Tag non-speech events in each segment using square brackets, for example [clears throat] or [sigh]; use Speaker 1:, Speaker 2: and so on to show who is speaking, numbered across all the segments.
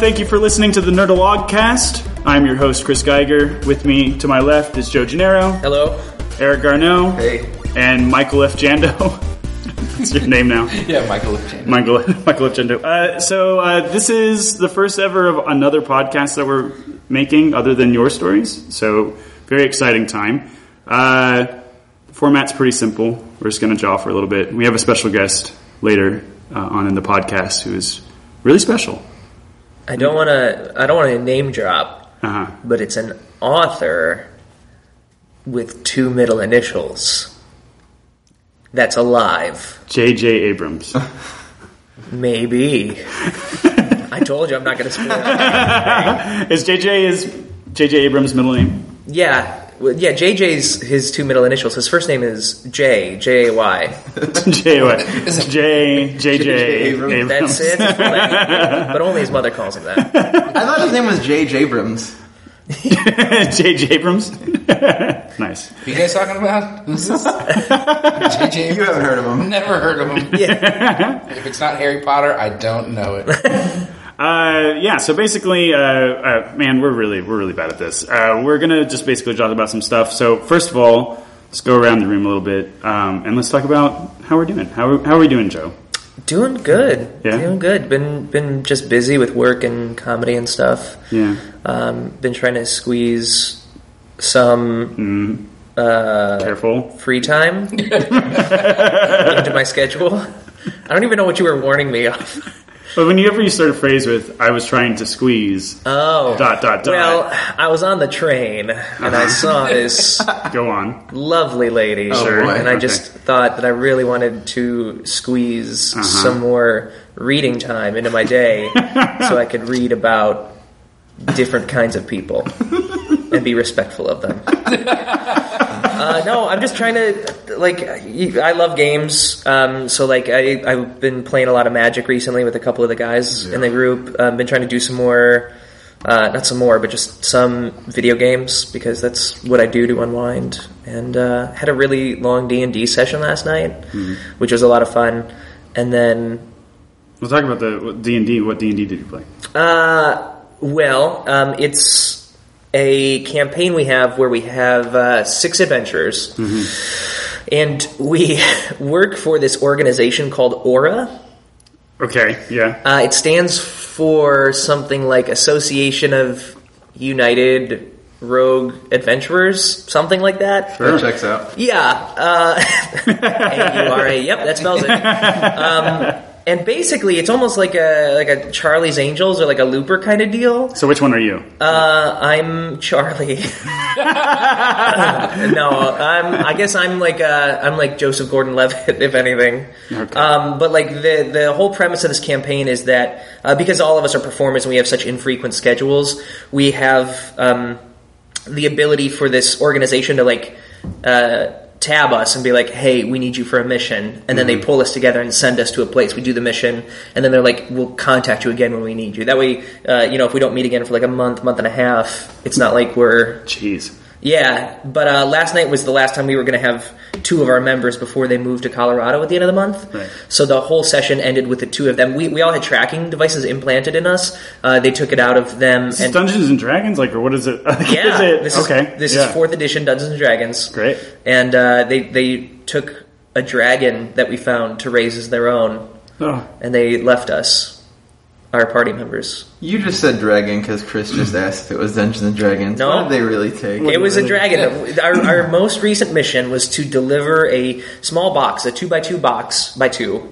Speaker 1: Thank you for listening to the Nerdalog cast. I'm your host, Chris Geiger. With me to my left is Joe Gennaro,
Speaker 2: Hello.
Speaker 1: Eric Garneau,
Speaker 3: Hey,
Speaker 1: and Michael F. Jando. [laughs] That's your name now. [laughs]
Speaker 2: Yeah, Michael Lipton.
Speaker 1: Michael, [laughs] Michael F. Jando. Uh, so, uh, this is the first ever of another podcast that we're making other than your stories. So, very exciting time. Uh, format's pretty simple. We're just going to jaw for a little bit. We have a special guest later uh, on in the podcast who is really special.
Speaker 2: I don't want to. I don't want to name drop,
Speaker 1: Uh huh.
Speaker 2: but it's an author with two middle initials. That's alive,
Speaker 1: J.J. Abrams.
Speaker 2: maybe. [laughs] I told you I'm not going to spoil. it.
Speaker 1: is J.J. is J.J. Abrams' middle name? [laughs]
Speaker 2: Yeah, well, yeah. JJ's his two middle initials. His first name is J J A Y.
Speaker 1: J. what? J. J.J.
Speaker 3: Abrams.
Speaker 1: Abrams. [laughs]
Speaker 2: That's [laughs] it. but only his mother calls him that.
Speaker 3: I thought his name was J.J. Abrams.
Speaker 1: J.J. Abrams. [laughs] nice.
Speaker 4: What are you guys talking about? Who's this? JJ?
Speaker 3: You haven't heard of him.
Speaker 4: Never heard of him. If it's not Harry Potter, I don't know it.
Speaker 1: Uh, yeah. So basically, uh, uh, man, we're really we're really bad at this. Uh, we're gonna just basically talk about some stuff. So first of all, let's go around the room a little bit um, and let's talk about how we're doing. How how are we doing, Joe?
Speaker 2: Doing good.
Speaker 1: Yeah.
Speaker 2: Doing good. Been been just busy with work and comedy and stuff.
Speaker 1: Yeah.
Speaker 2: Um, been trying to squeeze some uh,
Speaker 1: Careful.
Speaker 2: free time into my schedule. I don't even know what you were warning me of.
Speaker 1: But whenever you start a phrase with "I was trying to squeeze,"
Speaker 2: Oh.
Speaker 1: dot dot dot.
Speaker 2: Well, I was on the train and I saw this
Speaker 1: go on.
Speaker 2: lovely lady,
Speaker 3: Sure. boy.
Speaker 2: and I
Speaker 1: Okay.
Speaker 2: just thought that I really wanted to squeeze some more reading time into my day so I could read about different kinds of people and be respectful of them. Uh, no, I'm just trying to like. you- I love games, um, so like I, I've been playing a lot of Magic recently with a couple of the guys in the group. Um, been trying to do some more, uh, not some more, but just some video games because that's what I do to unwind. And uh, had a really long D and D session last night, which was a lot of fun. And then
Speaker 1: We'll talk about the D and D. What D and D did you play?
Speaker 2: Uh, well, um, it's a campaign we have where we have uh, six adventurers, and we [laughs] work for this organization called Aura.
Speaker 1: Okay, yeah,
Speaker 2: Uh, it stands for something like Association of United Rogue Adventurers, something like that.
Speaker 1: Sure.
Speaker 3: That checks out.
Speaker 2: Yeah. Uh, [laughs] A-U-R-A. Yep, that spells it. Um, and basically, it's almost like a like a Charlie's Angels or like a Looper kind of deal.
Speaker 1: So which one are you?
Speaker 2: Uh, I'm Charlie. [laughs] no, I'm. I guess I'm like uh, I'm like Joseph Gordon-Levitt, [laughs] if anything.
Speaker 1: Okay.
Speaker 2: Um, but like the the whole premise of this campaign is that uh, because all of us are performers and we have such infrequent schedules, we have um, the ability for this organization to like uh, tab us and be like, "Hey, we need you for a mission," and then they pull us together and send us to a place. We do the mission, and then they're like, "We'll contact you again when we need you." That way, uh, you know, if we don't meet again for like a month, month and a half, it's not like we're
Speaker 1: Jeez,
Speaker 2: yeah, but uh, last night was the last time we were going to have two of our members before they moved to Colorado at the end of the month.
Speaker 1: Right.
Speaker 2: So the whole session ended with the two of them. We, we all had tracking devices implanted in us. Uh, they took it out of them.
Speaker 1: It's Dungeons and Dragons, like, or what is it? [laughs] Like,
Speaker 2: yeah,
Speaker 1: is it?
Speaker 2: this is,
Speaker 1: okay,
Speaker 2: This
Speaker 1: yeah.
Speaker 2: is fourth edition Dungeons and Dragons.
Speaker 1: Great.
Speaker 2: And uh, they they took a dragon that we found to raise as their own,
Speaker 1: Oh,
Speaker 2: and they left us, our party members.
Speaker 3: You just said dragon because Chris just asked if it was Dungeons and Dragons.
Speaker 2: No.
Speaker 3: What did they really take?
Speaker 2: It was a dragon.
Speaker 1: [laughs]
Speaker 2: Our, our most recent mission was to deliver a small box, a two by two box by two.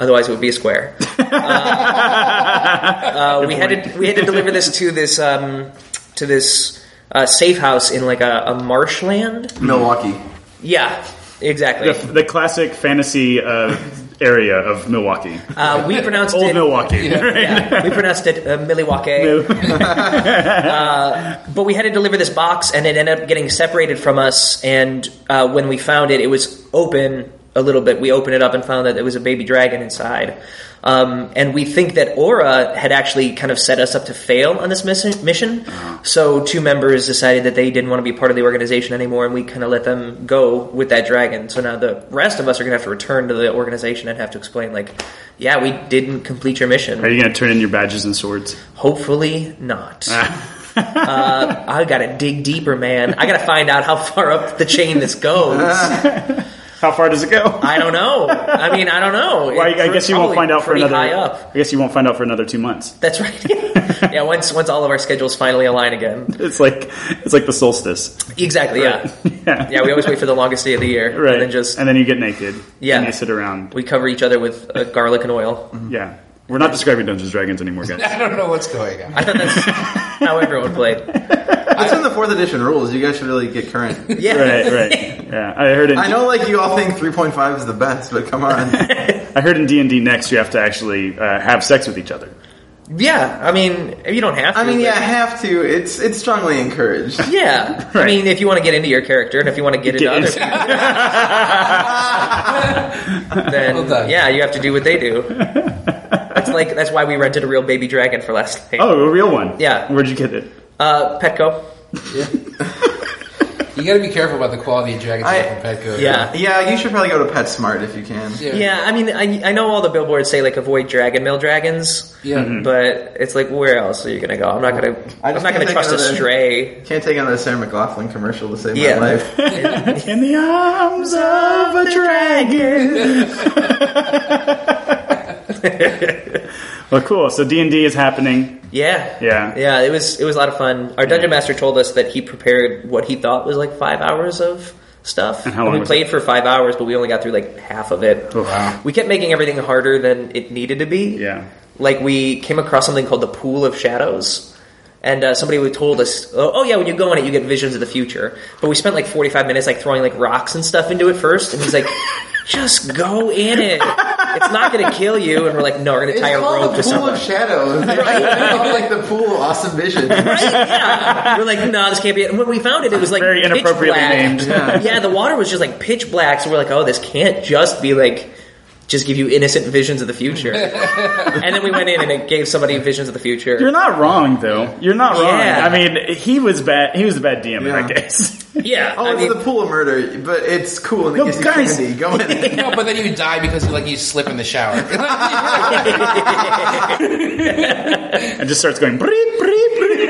Speaker 2: Otherwise, it would be
Speaker 1: [laughs]
Speaker 2: a square. Uh, uh, we had to we had to deliver this to this um, to this uh, safe house in like a, a marshland.
Speaker 3: Milwaukee.
Speaker 2: Yeah, exactly.
Speaker 1: the, the classic fantasy uh, area of Milwaukee,
Speaker 2: [laughs] Uh, we pronounced
Speaker 1: old
Speaker 2: it.
Speaker 1: Milwaukee.
Speaker 2: [laughs] Yeah, we pronounced it uh, Milwaukee. [laughs] Uh, But we had to deliver this box, and it ended up getting separated from us. And uh, when we found it, it was open a little bit, we opened it up and found that there was a baby dragon inside. Um, and we think that Aura had actually kind of set us up to fail on this miss- mission.
Speaker 1: Uh-huh.
Speaker 2: So two members decided that they didn't want to be part of the organization anymore, and we kind of let them go with that dragon. So now the rest of us are going to have to return to the organization and have to explain, like, yeah, we didn't complete your mission.
Speaker 1: Are you going to turn in your badges and
Speaker 2: [laughs]
Speaker 1: swords? [laughs]
Speaker 2: Hopefully not. uh, I gotta dig deeper, man. I gotta find out how far up the chain this goes.
Speaker 1: How far does it go?
Speaker 2: I don't know. I mean, I don't
Speaker 1: [laughs]
Speaker 2: know.
Speaker 1: Well, I, I
Speaker 2: It's
Speaker 1: guess you won't
Speaker 2: probably
Speaker 1: find out for
Speaker 2: pretty
Speaker 1: another.
Speaker 2: high up.
Speaker 1: I guess you won't find out for another two months. [laughs]
Speaker 2: That's right. yeah, once once all of our schedules finally align again.
Speaker 1: It's like it's like the solstice. [laughs]
Speaker 2: Exactly. Yeah.
Speaker 1: Yeah,
Speaker 2: Yeah, we always wait for the longest day of the year,
Speaker 1: right.
Speaker 2: and then just
Speaker 1: and then you get naked.
Speaker 2: Yeah.
Speaker 1: and you sit around.
Speaker 2: we cover each other with uh, garlic and oil.
Speaker 1: Yeah, we're not describing Dungeons and Dragons anymore,
Speaker 2: [laughs]
Speaker 1: guys.
Speaker 4: I don't know what's going on.
Speaker 2: I thought that's
Speaker 1: Mm-hmm.
Speaker 2: how everyone played.
Speaker 1: [laughs]
Speaker 3: That's in the fourth edition rules. You guys should really get current.
Speaker 2: Yeah.
Speaker 1: right, [laughs] right. Yeah, I heard in
Speaker 3: I know, like you all think 3.5 is the best, but come on.
Speaker 1: I heard in D and D next you have to actually uh, have sex with each other.
Speaker 2: Yeah. I mean, you don't have. to.
Speaker 3: [laughs] I mean,
Speaker 2: but-
Speaker 3: yeah, I have to. It's it's strongly encouraged.
Speaker 2: Yeah. I
Speaker 1: Right.
Speaker 2: mean, if you want to get into your character and if you want to get into
Speaker 1: Get
Speaker 2: other
Speaker 1: into-
Speaker 2: people,
Speaker 3: [laughs]
Speaker 2: then
Speaker 4: Well done.
Speaker 2: yeah, you have to do what
Speaker 1: [laughs]
Speaker 2: they do. That's like that's why we rented a real baby dragon for last night.
Speaker 1: Oh, a real one.
Speaker 2: Yeah.
Speaker 1: where'd you get it?
Speaker 2: Uh, Petco.
Speaker 4: You got to be careful about the quality of dragons
Speaker 3: I-
Speaker 4: from Petco.
Speaker 2: Yeah.
Speaker 3: Yeah, you should probably go to PetSmart if you can.
Speaker 4: Yeah.
Speaker 2: Yeah, I mean, I, I know all the billboards say like avoid dragon male dragons,
Speaker 4: Yeah.
Speaker 2: but it's like where else are you gonna go? I'm not gonna.
Speaker 3: I
Speaker 2: I'm
Speaker 3: just
Speaker 2: not
Speaker 3: can't
Speaker 2: gonna
Speaker 3: think
Speaker 2: trust a
Speaker 3: of the-
Speaker 2: stray.
Speaker 3: Can't take on the Sarah McLaughlin commercial to save
Speaker 2: Yeah.
Speaker 3: my life.
Speaker 1: In the arms of a dragon. [laughs] well, cool. So D and D is happening.
Speaker 2: Yeah.
Speaker 1: Yeah.
Speaker 2: Yeah. It was it was a lot of fun. Our dungeon master told us that he prepared what he thought was like five hours of stuff,
Speaker 1: And how long
Speaker 2: we
Speaker 1: was
Speaker 2: played for five hours, but we only got through like half of it.
Speaker 1: Wow.
Speaker 2: We kept making everything harder than it needed to be.
Speaker 1: Yeah.
Speaker 2: Like we came across something called the Pool of Shadows, and uh, somebody would told us, oh, "Oh yeah, when you go in it, you get visions of the future." But we spent like forty five minutes like throwing like rocks and stuff into it first, and he's
Speaker 3: [laughs]
Speaker 2: like, "Just go in it. It's not going to kill you." And we're like, "No, we're going to
Speaker 3: It's
Speaker 2: tie a rope
Speaker 3: called
Speaker 2: to
Speaker 3: the Pool
Speaker 2: someone."
Speaker 3: of [laughs] Shadows. It's called, like the Pool Awesome Vision.
Speaker 2: yeah. We're like, no, this can't be it. And when we found it, it was like
Speaker 1: Very
Speaker 2: pitch
Speaker 1: inappropriately
Speaker 2: black.
Speaker 1: named.
Speaker 2: [laughs] Yeah. the water was just like pitch black. So we're like, oh, this can't just be like just give you innocent visions of the
Speaker 3: [laughs]
Speaker 2: future. and then we went in and it gave somebody visions of the future.
Speaker 1: You're not wrong, though. You're not wrong.
Speaker 2: Yeah.
Speaker 1: I mean, he was bad. He was a bad DM in that [laughs]
Speaker 3: Yeah.
Speaker 1: case.
Speaker 2: yeah,
Speaker 3: Oh,
Speaker 2: I
Speaker 3: it's
Speaker 2: mean,
Speaker 3: the Pool of Murder, but it's cool and it
Speaker 1: No,
Speaker 3: gives you
Speaker 1: guys.
Speaker 3: candy. Go in. it.
Speaker 4: No, but then you die because like you slip in the shower. [laughs]
Speaker 1: and just starts going. "Breep, breep, [laughs] breep."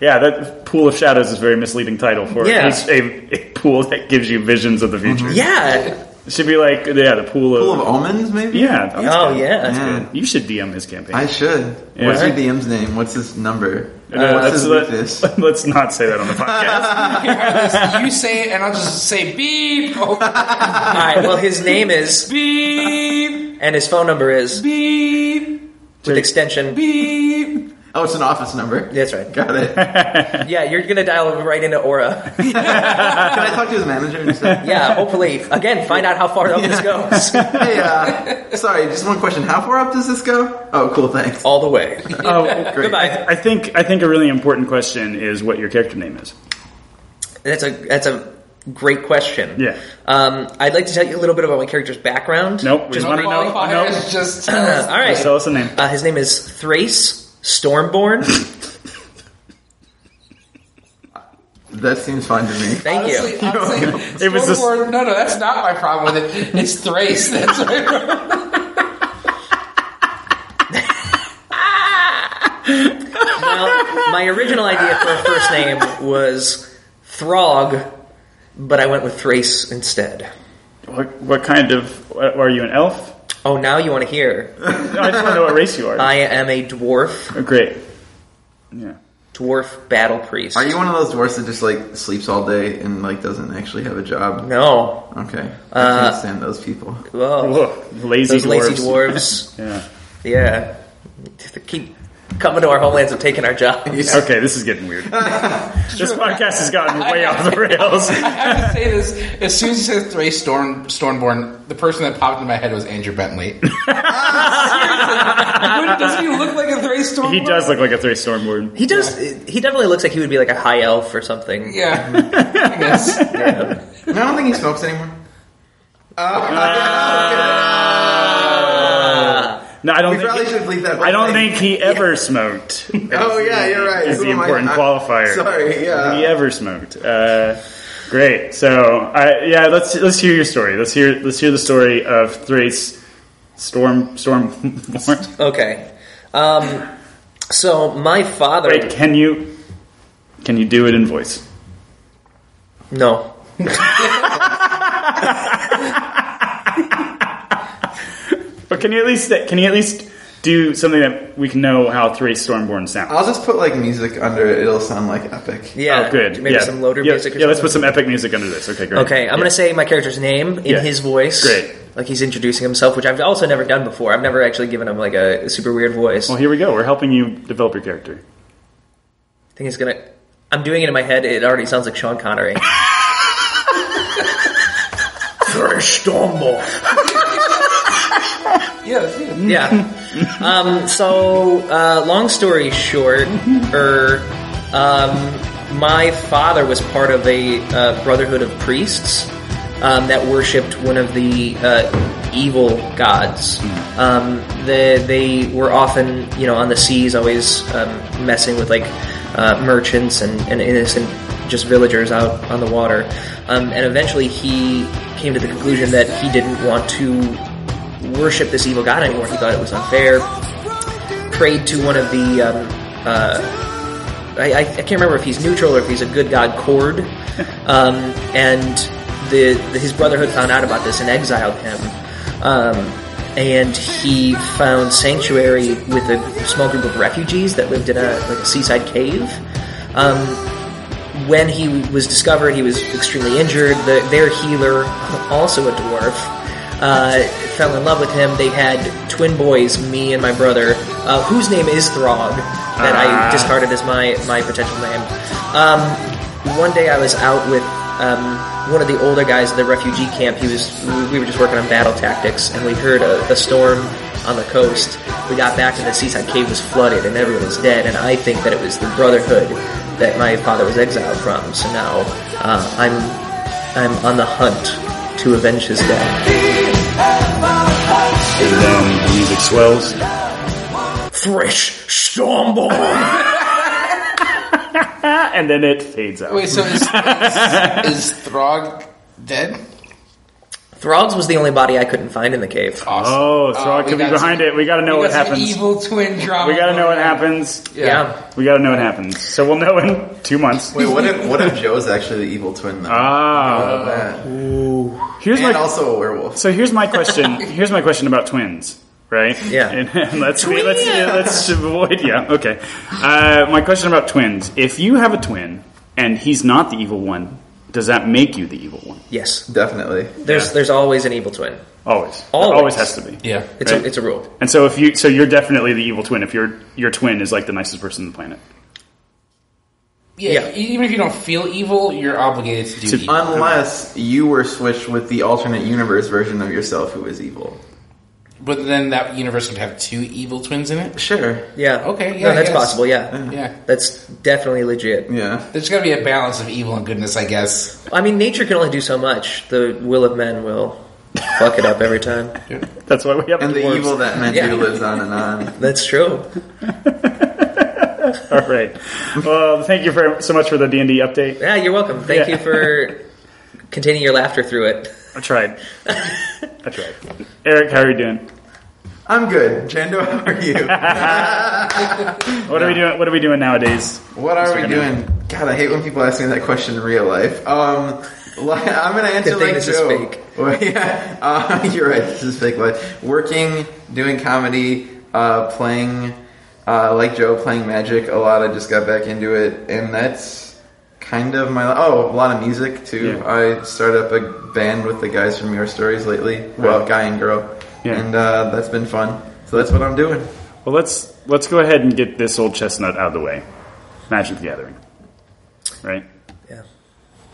Speaker 1: yeah, that pool of shadows is a very misleading title for
Speaker 2: Yeah. Mm-hmm.
Speaker 1: a, a, a pool that gives you visions of the future.
Speaker 2: yeah.
Speaker 1: It should be like yeah, the pool of,
Speaker 3: [laughs] Pool of Almonds, maybe.
Speaker 1: yeah.
Speaker 2: Oh yeah.
Speaker 3: Yeah.
Speaker 1: You should DM his campaign. Uh,
Speaker 3: I should.
Speaker 1: Yeah.
Speaker 3: What's your DM's name? What's his number?
Speaker 1: Uh, [laughs]
Speaker 3: What's
Speaker 1: let's,
Speaker 3: his
Speaker 1: let,
Speaker 3: weakness?
Speaker 1: us not say that on the podcast.
Speaker 4: you say it, and I'll just say beep, oh,
Speaker 2: All right. Well, his name is
Speaker 4: beep,
Speaker 2: and his phone number is
Speaker 4: beep,
Speaker 2: with extension.
Speaker 4: beep.
Speaker 3: Oh, it's an office number.
Speaker 2: That's right.
Speaker 3: Got it. Can
Speaker 2: Yeah, you're gonna dial right into Aura.
Speaker 3: I talk to his manager and stuff?
Speaker 2: Yeah, hopefully. Again, find out how far up this goes.
Speaker 3: [laughs] Hey, uh, sorry, just one question. How far up does this go? Oh, cool, thanks.
Speaker 2: All the way.
Speaker 1: oh,
Speaker 3: Great.
Speaker 2: Goodbye.
Speaker 1: I think I think a really important question is what your character name is.
Speaker 2: That's a that's a great question.
Speaker 1: Yeah.
Speaker 2: Um, I'd like to tell you a little bit about my character's background.
Speaker 1: Nope, we
Speaker 2: Just-
Speaker 1: wanna know-
Speaker 4: Qualifiers,
Speaker 1: no.
Speaker 4: just uh,
Speaker 2: all right.
Speaker 1: Tell us a name.
Speaker 2: Uh, his name is Thrace Stormborn.
Speaker 3: That seems fine to me.
Speaker 2: Thank
Speaker 4: honestly,
Speaker 2: you.
Speaker 4: honestly,
Speaker 1: It was this-
Speaker 4: Stormborn- no, no, that's not my problem with it. It's Thrace. [laughs] That's my
Speaker 2: Now, my original idea for a first name was Throg, but I went with Thrace instead.
Speaker 1: What, what kind of what, are you an elf?
Speaker 2: Oh, now you want to hear?
Speaker 1: No, I just want to know what race you are.
Speaker 2: I am a dwarf,
Speaker 1: Oh, Great. Yeah.
Speaker 2: dwarf battle priest.
Speaker 3: Are you one of those dwarfs that just like sleeps all day and like doesn't actually have a job?
Speaker 2: No.
Speaker 3: Okay, I
Speaker 2: Uh,
Speaker 3: can't stand those people.
Speaker 2: Whoa.
Speaker 1: Whoa, lazy
Speaker 2: Those
Speaker 1: dwarves.
Speaker 2: lazy [laughs] dwarves.
Speaker 1: Yeah.
Speaker 2: Yeah. They keep coming to our homelands and taking our jobs.
Speaker 1: Okay, this is getting
Speaker 3: [laughs]
Speaker 1: weird. this podcast has gotten way off the rails.
Speaker 4: I have to say this. As soon as you said Thrace Storm, Stormborn, the person that popped in my head was Andrew
Speaker 1: [laughs]
Speaker 4: Bentley. Seriously. Wouldn't- Doesn't he look like a Thrace Stormborn?
Speaker 1: He does look like a three stormborn.
Speaker 2: He does. He definitely looks like he would be like a high elf or something.
Speaker 4: Yeah. I guess.
Speaker 3: I don't think he smokes anymore.
Speaker 1: No, I don't.
Speaker 3: We
Speaker 1: think
Speaker 3: probably
Speaker 1: he-
Speaker 3: should bleep that.
Speaker 1: I don't
Speaker 3: whole thing.
Speaker 1: think he ever smoked.
Speaker 3: Oh yeah, you're right.
Speaker 1: Is
Speaker 3: Who
Speaker 1: the
Speaker 3: am I?
Speaker 1: important
Speaker 3: I-
Speaker 1: qualifier.
Speaker 3: Sorry, yeah.
Speaker 1: He ever smoked. Uh, great. So, I, yeah, let's let's hear your story. Let's hear let's hear the story of Thrace Storm Storm. [laughs]
Speaker 2: Okay. Um, so my father.
Speaker 1: Wait, can you can you do it in voice?
Speaker 2: No.
Speaker 1: But can you at least can you at least do something that we can know how Thrace Stormborn sounds?
Speaker 3: I'll just put like music under it. It'll sound like epic.
Speaker 2: Yeah.
Speaker 1: Oh, good.
Speaker 2: Maybe
Speaker 1: yeah.
Speaker 2: some loader
Speaker 1: yeah,
Speaker 2: music. Or
Speaker 1: yeah, let's put
Speaker 2: something.
Speaker 1: some epic music under this. Okay, great.
Speaker 2: Okay, I'm
Speaker 1: Yeah.
Speaker 2: gonna say my character's name in
Speaker 1: Yeah.
Speaker 2: his voice.
Speaker 1: Great.
Speaker 2: Like he's introducing himself, which I've also never done before. I've never actually given him like a super weird voice.
Speaker 1: Well, here we go. We're helping you develop your character.
Speaker 2: I think it's gonna. I'm doing it in my head. It already sounds like Sean Connery.
Speaker 4: Yeah, that's me.
Speaker 2: yeah. Um, so, uh, long story short, er, um, my father was part of a uh, brotherhood of priests um, that worshipped one of the uh, evil gods. Um, the, they were often, you know, on the seas, always um, messing with like uh, merchants and, and innocent just villagers out on the water. Um, and eventually he came to the conclusion that he didn't want to worship this evil god anymore. He thought it was unfair. Prayed to one of the, um, uh, I, I, I can't remember if he's neutral or if he's a good god, Cord. Um, and the, the, his brotherhood found out about this and exiled him. Um, and he found sanctuary with a small group of refugees that lived in a, like a seaside cave. Um, when he was discovered, he was extremely injured. The, their healer, also a dwarf, uh, fell in love with him. They had twin boys, me and my brother, uh, whose name is Throg, that
Speaker 1: Ah.
Speaker 2: I discarded as my, my potential name. Um, one day I was out with um, one of the older guys at the refugee camp. He was we were just working on battle tactics, and we heard a, a storm on the coast. We got back to the seaside cave was flooded, and everyone was dead. And I think that it was the Brotherhood that my father was exiled from. So now uh, I'm I'm on the hunt to avenge his death.
Speaker 1: And then the music swells.
Speaker 2: Fresh Stormborn.
Speaker 1: [laughs] and then it fades out.
Speaker 4: Wait, so is, is, is Throg dead?
Speaker 2: Throgs was the only body I couldn't find in the cave.
Speaker 4: Awesome.
Speaker 1: Oh,
Speaker 4: Uh,
Speaker 1: Throg
Speaker 4: we
Speaker 1: could be
Speaker 4: got
Speaker 1: behind
Speaker 4: some-
Speaker 1: it. We got to know
Speaker 4: we
Speaker 1: what
Speaker 4: got some
Speaker 1: happens.
Speaker 4: Evil twin drama.
Speaker 1: We got to know what
Speaker 4: going on.
Speaker 1: happens.
Speaker 4: Yeah.
Speaker 2: yeah.
Speaker 1: We got to know what happens. So we'll know in two months.
Speaker 3: Wait, what if what if Joe's actually the evil twin though?
Speaker 1: Ah,
Speaker 3: Yeah.
Speaker 1: here's
Speaker 3: and
Speaker 1: my.
Speaker 3: also a werewolf.
Speaker 1: so here's my question. here's my question about twins, right?
Speaker 2: Yeah.
Speaker 1: And, and let's be- let's yeah, let's avoid. Yeah. Okay. Uh, my question about twins: If you have a twin and he's not the evil one, does that make you the evil one?
Speaker 2: Yes.
Speaker 3: Definitely.
Speaker 2: There's there's always an evil twin.
Speaker 1: Always.
Speaker 2: Always.
Speaker 1: Always has to be.
Speaker 4: Yeah.
Speaker 2: It's
Speaker 1: Right.
Speaker 2: a it's a rule.
Speaker 1: And so if you so you're definitely the evil twin if your your twin is like the nicest person on the planet.
Speaker 4: yeah.
Speaker 2: Yeah.
Speaker 4: e- Even if you don't feel evil, you're obligated to do
Speaker 1: To-
Speaker 4: evil.
Speaker 3: Unless you were switched with the alternate universe version of yourself who is evil.
Speaker 4: But then that universe would have two evil twins in it.
Speaker 3: Sure.
Speaker 2: Yeah.
Speaker 4: Okay,
Speaker 2: No,
Speaker 4: yeah,
Speaker 2: that's
Speaker 4: yes.
Speaker 2: possible. Yeah.
Speaker 4: Yeah.
Speaker 2: That's definitely legit.
Speaker 3: Yeah.
Speaker 4: There's got to be a balance of evil and goodness, I guess.
Speaker 2: I mean, nature can only do so much. The will of men will fuck it up every time.
Speaker 1: That's why we have
Speaker 3: And the
Speaker 1: dwarves.
Speaker 3: evil that men
Speaker 2: Yeah.
Speaker 3: do lives on and on.
Speaker 2: That's true.
Speaker 1: [laughs] All right. Well, thank you for, so much for the D and D update.
Speaker 2: Yeah, you're welcome. Thank
Speaker 1: Yeah.
Speaker 2: you for containing your laughter through it.
Speaker 1: I tried. I tried. Eric, how are you doing?
Speaker 3: I'm good. Jando, how are
Speaker 1: [laughs]
Speaker 3: you?
Speaker 1: What are we doing? What are we doing nowadays?
Speaker 3: What are we
Speaker 1: gonna-
Speaker 3: doing? God, I hate when people ask me that question in real life. Um, [laughs] li- I'm gonna answer
Speaker 2: Good thing
Speaker 3: like
Speaker 2: this is
Speaker 3: Joe.
Speaker 2: fake.
Speaker 3: [laughs] Well, yeah, uh, [laughs] you're right. This is fake life. Working, doing comedy, uh, playing, uh, like Joe, playing Magic a lot. I just got back into it, and that's kind of my. Oh, a lot of music too. I started up a band with the guys from Your Stories lately. Well,
Speaker 1: Right.
Speaker 3: guy and girl,
Speaker 1: Yeah.
Speaker 3: and uh, that's been fun. So that's what I'm doing.
Speaker 1: Well, let's let's go ahead and get this old chestnut out of the way. Magic the Gathering, right?
Speaker 2: Yeah.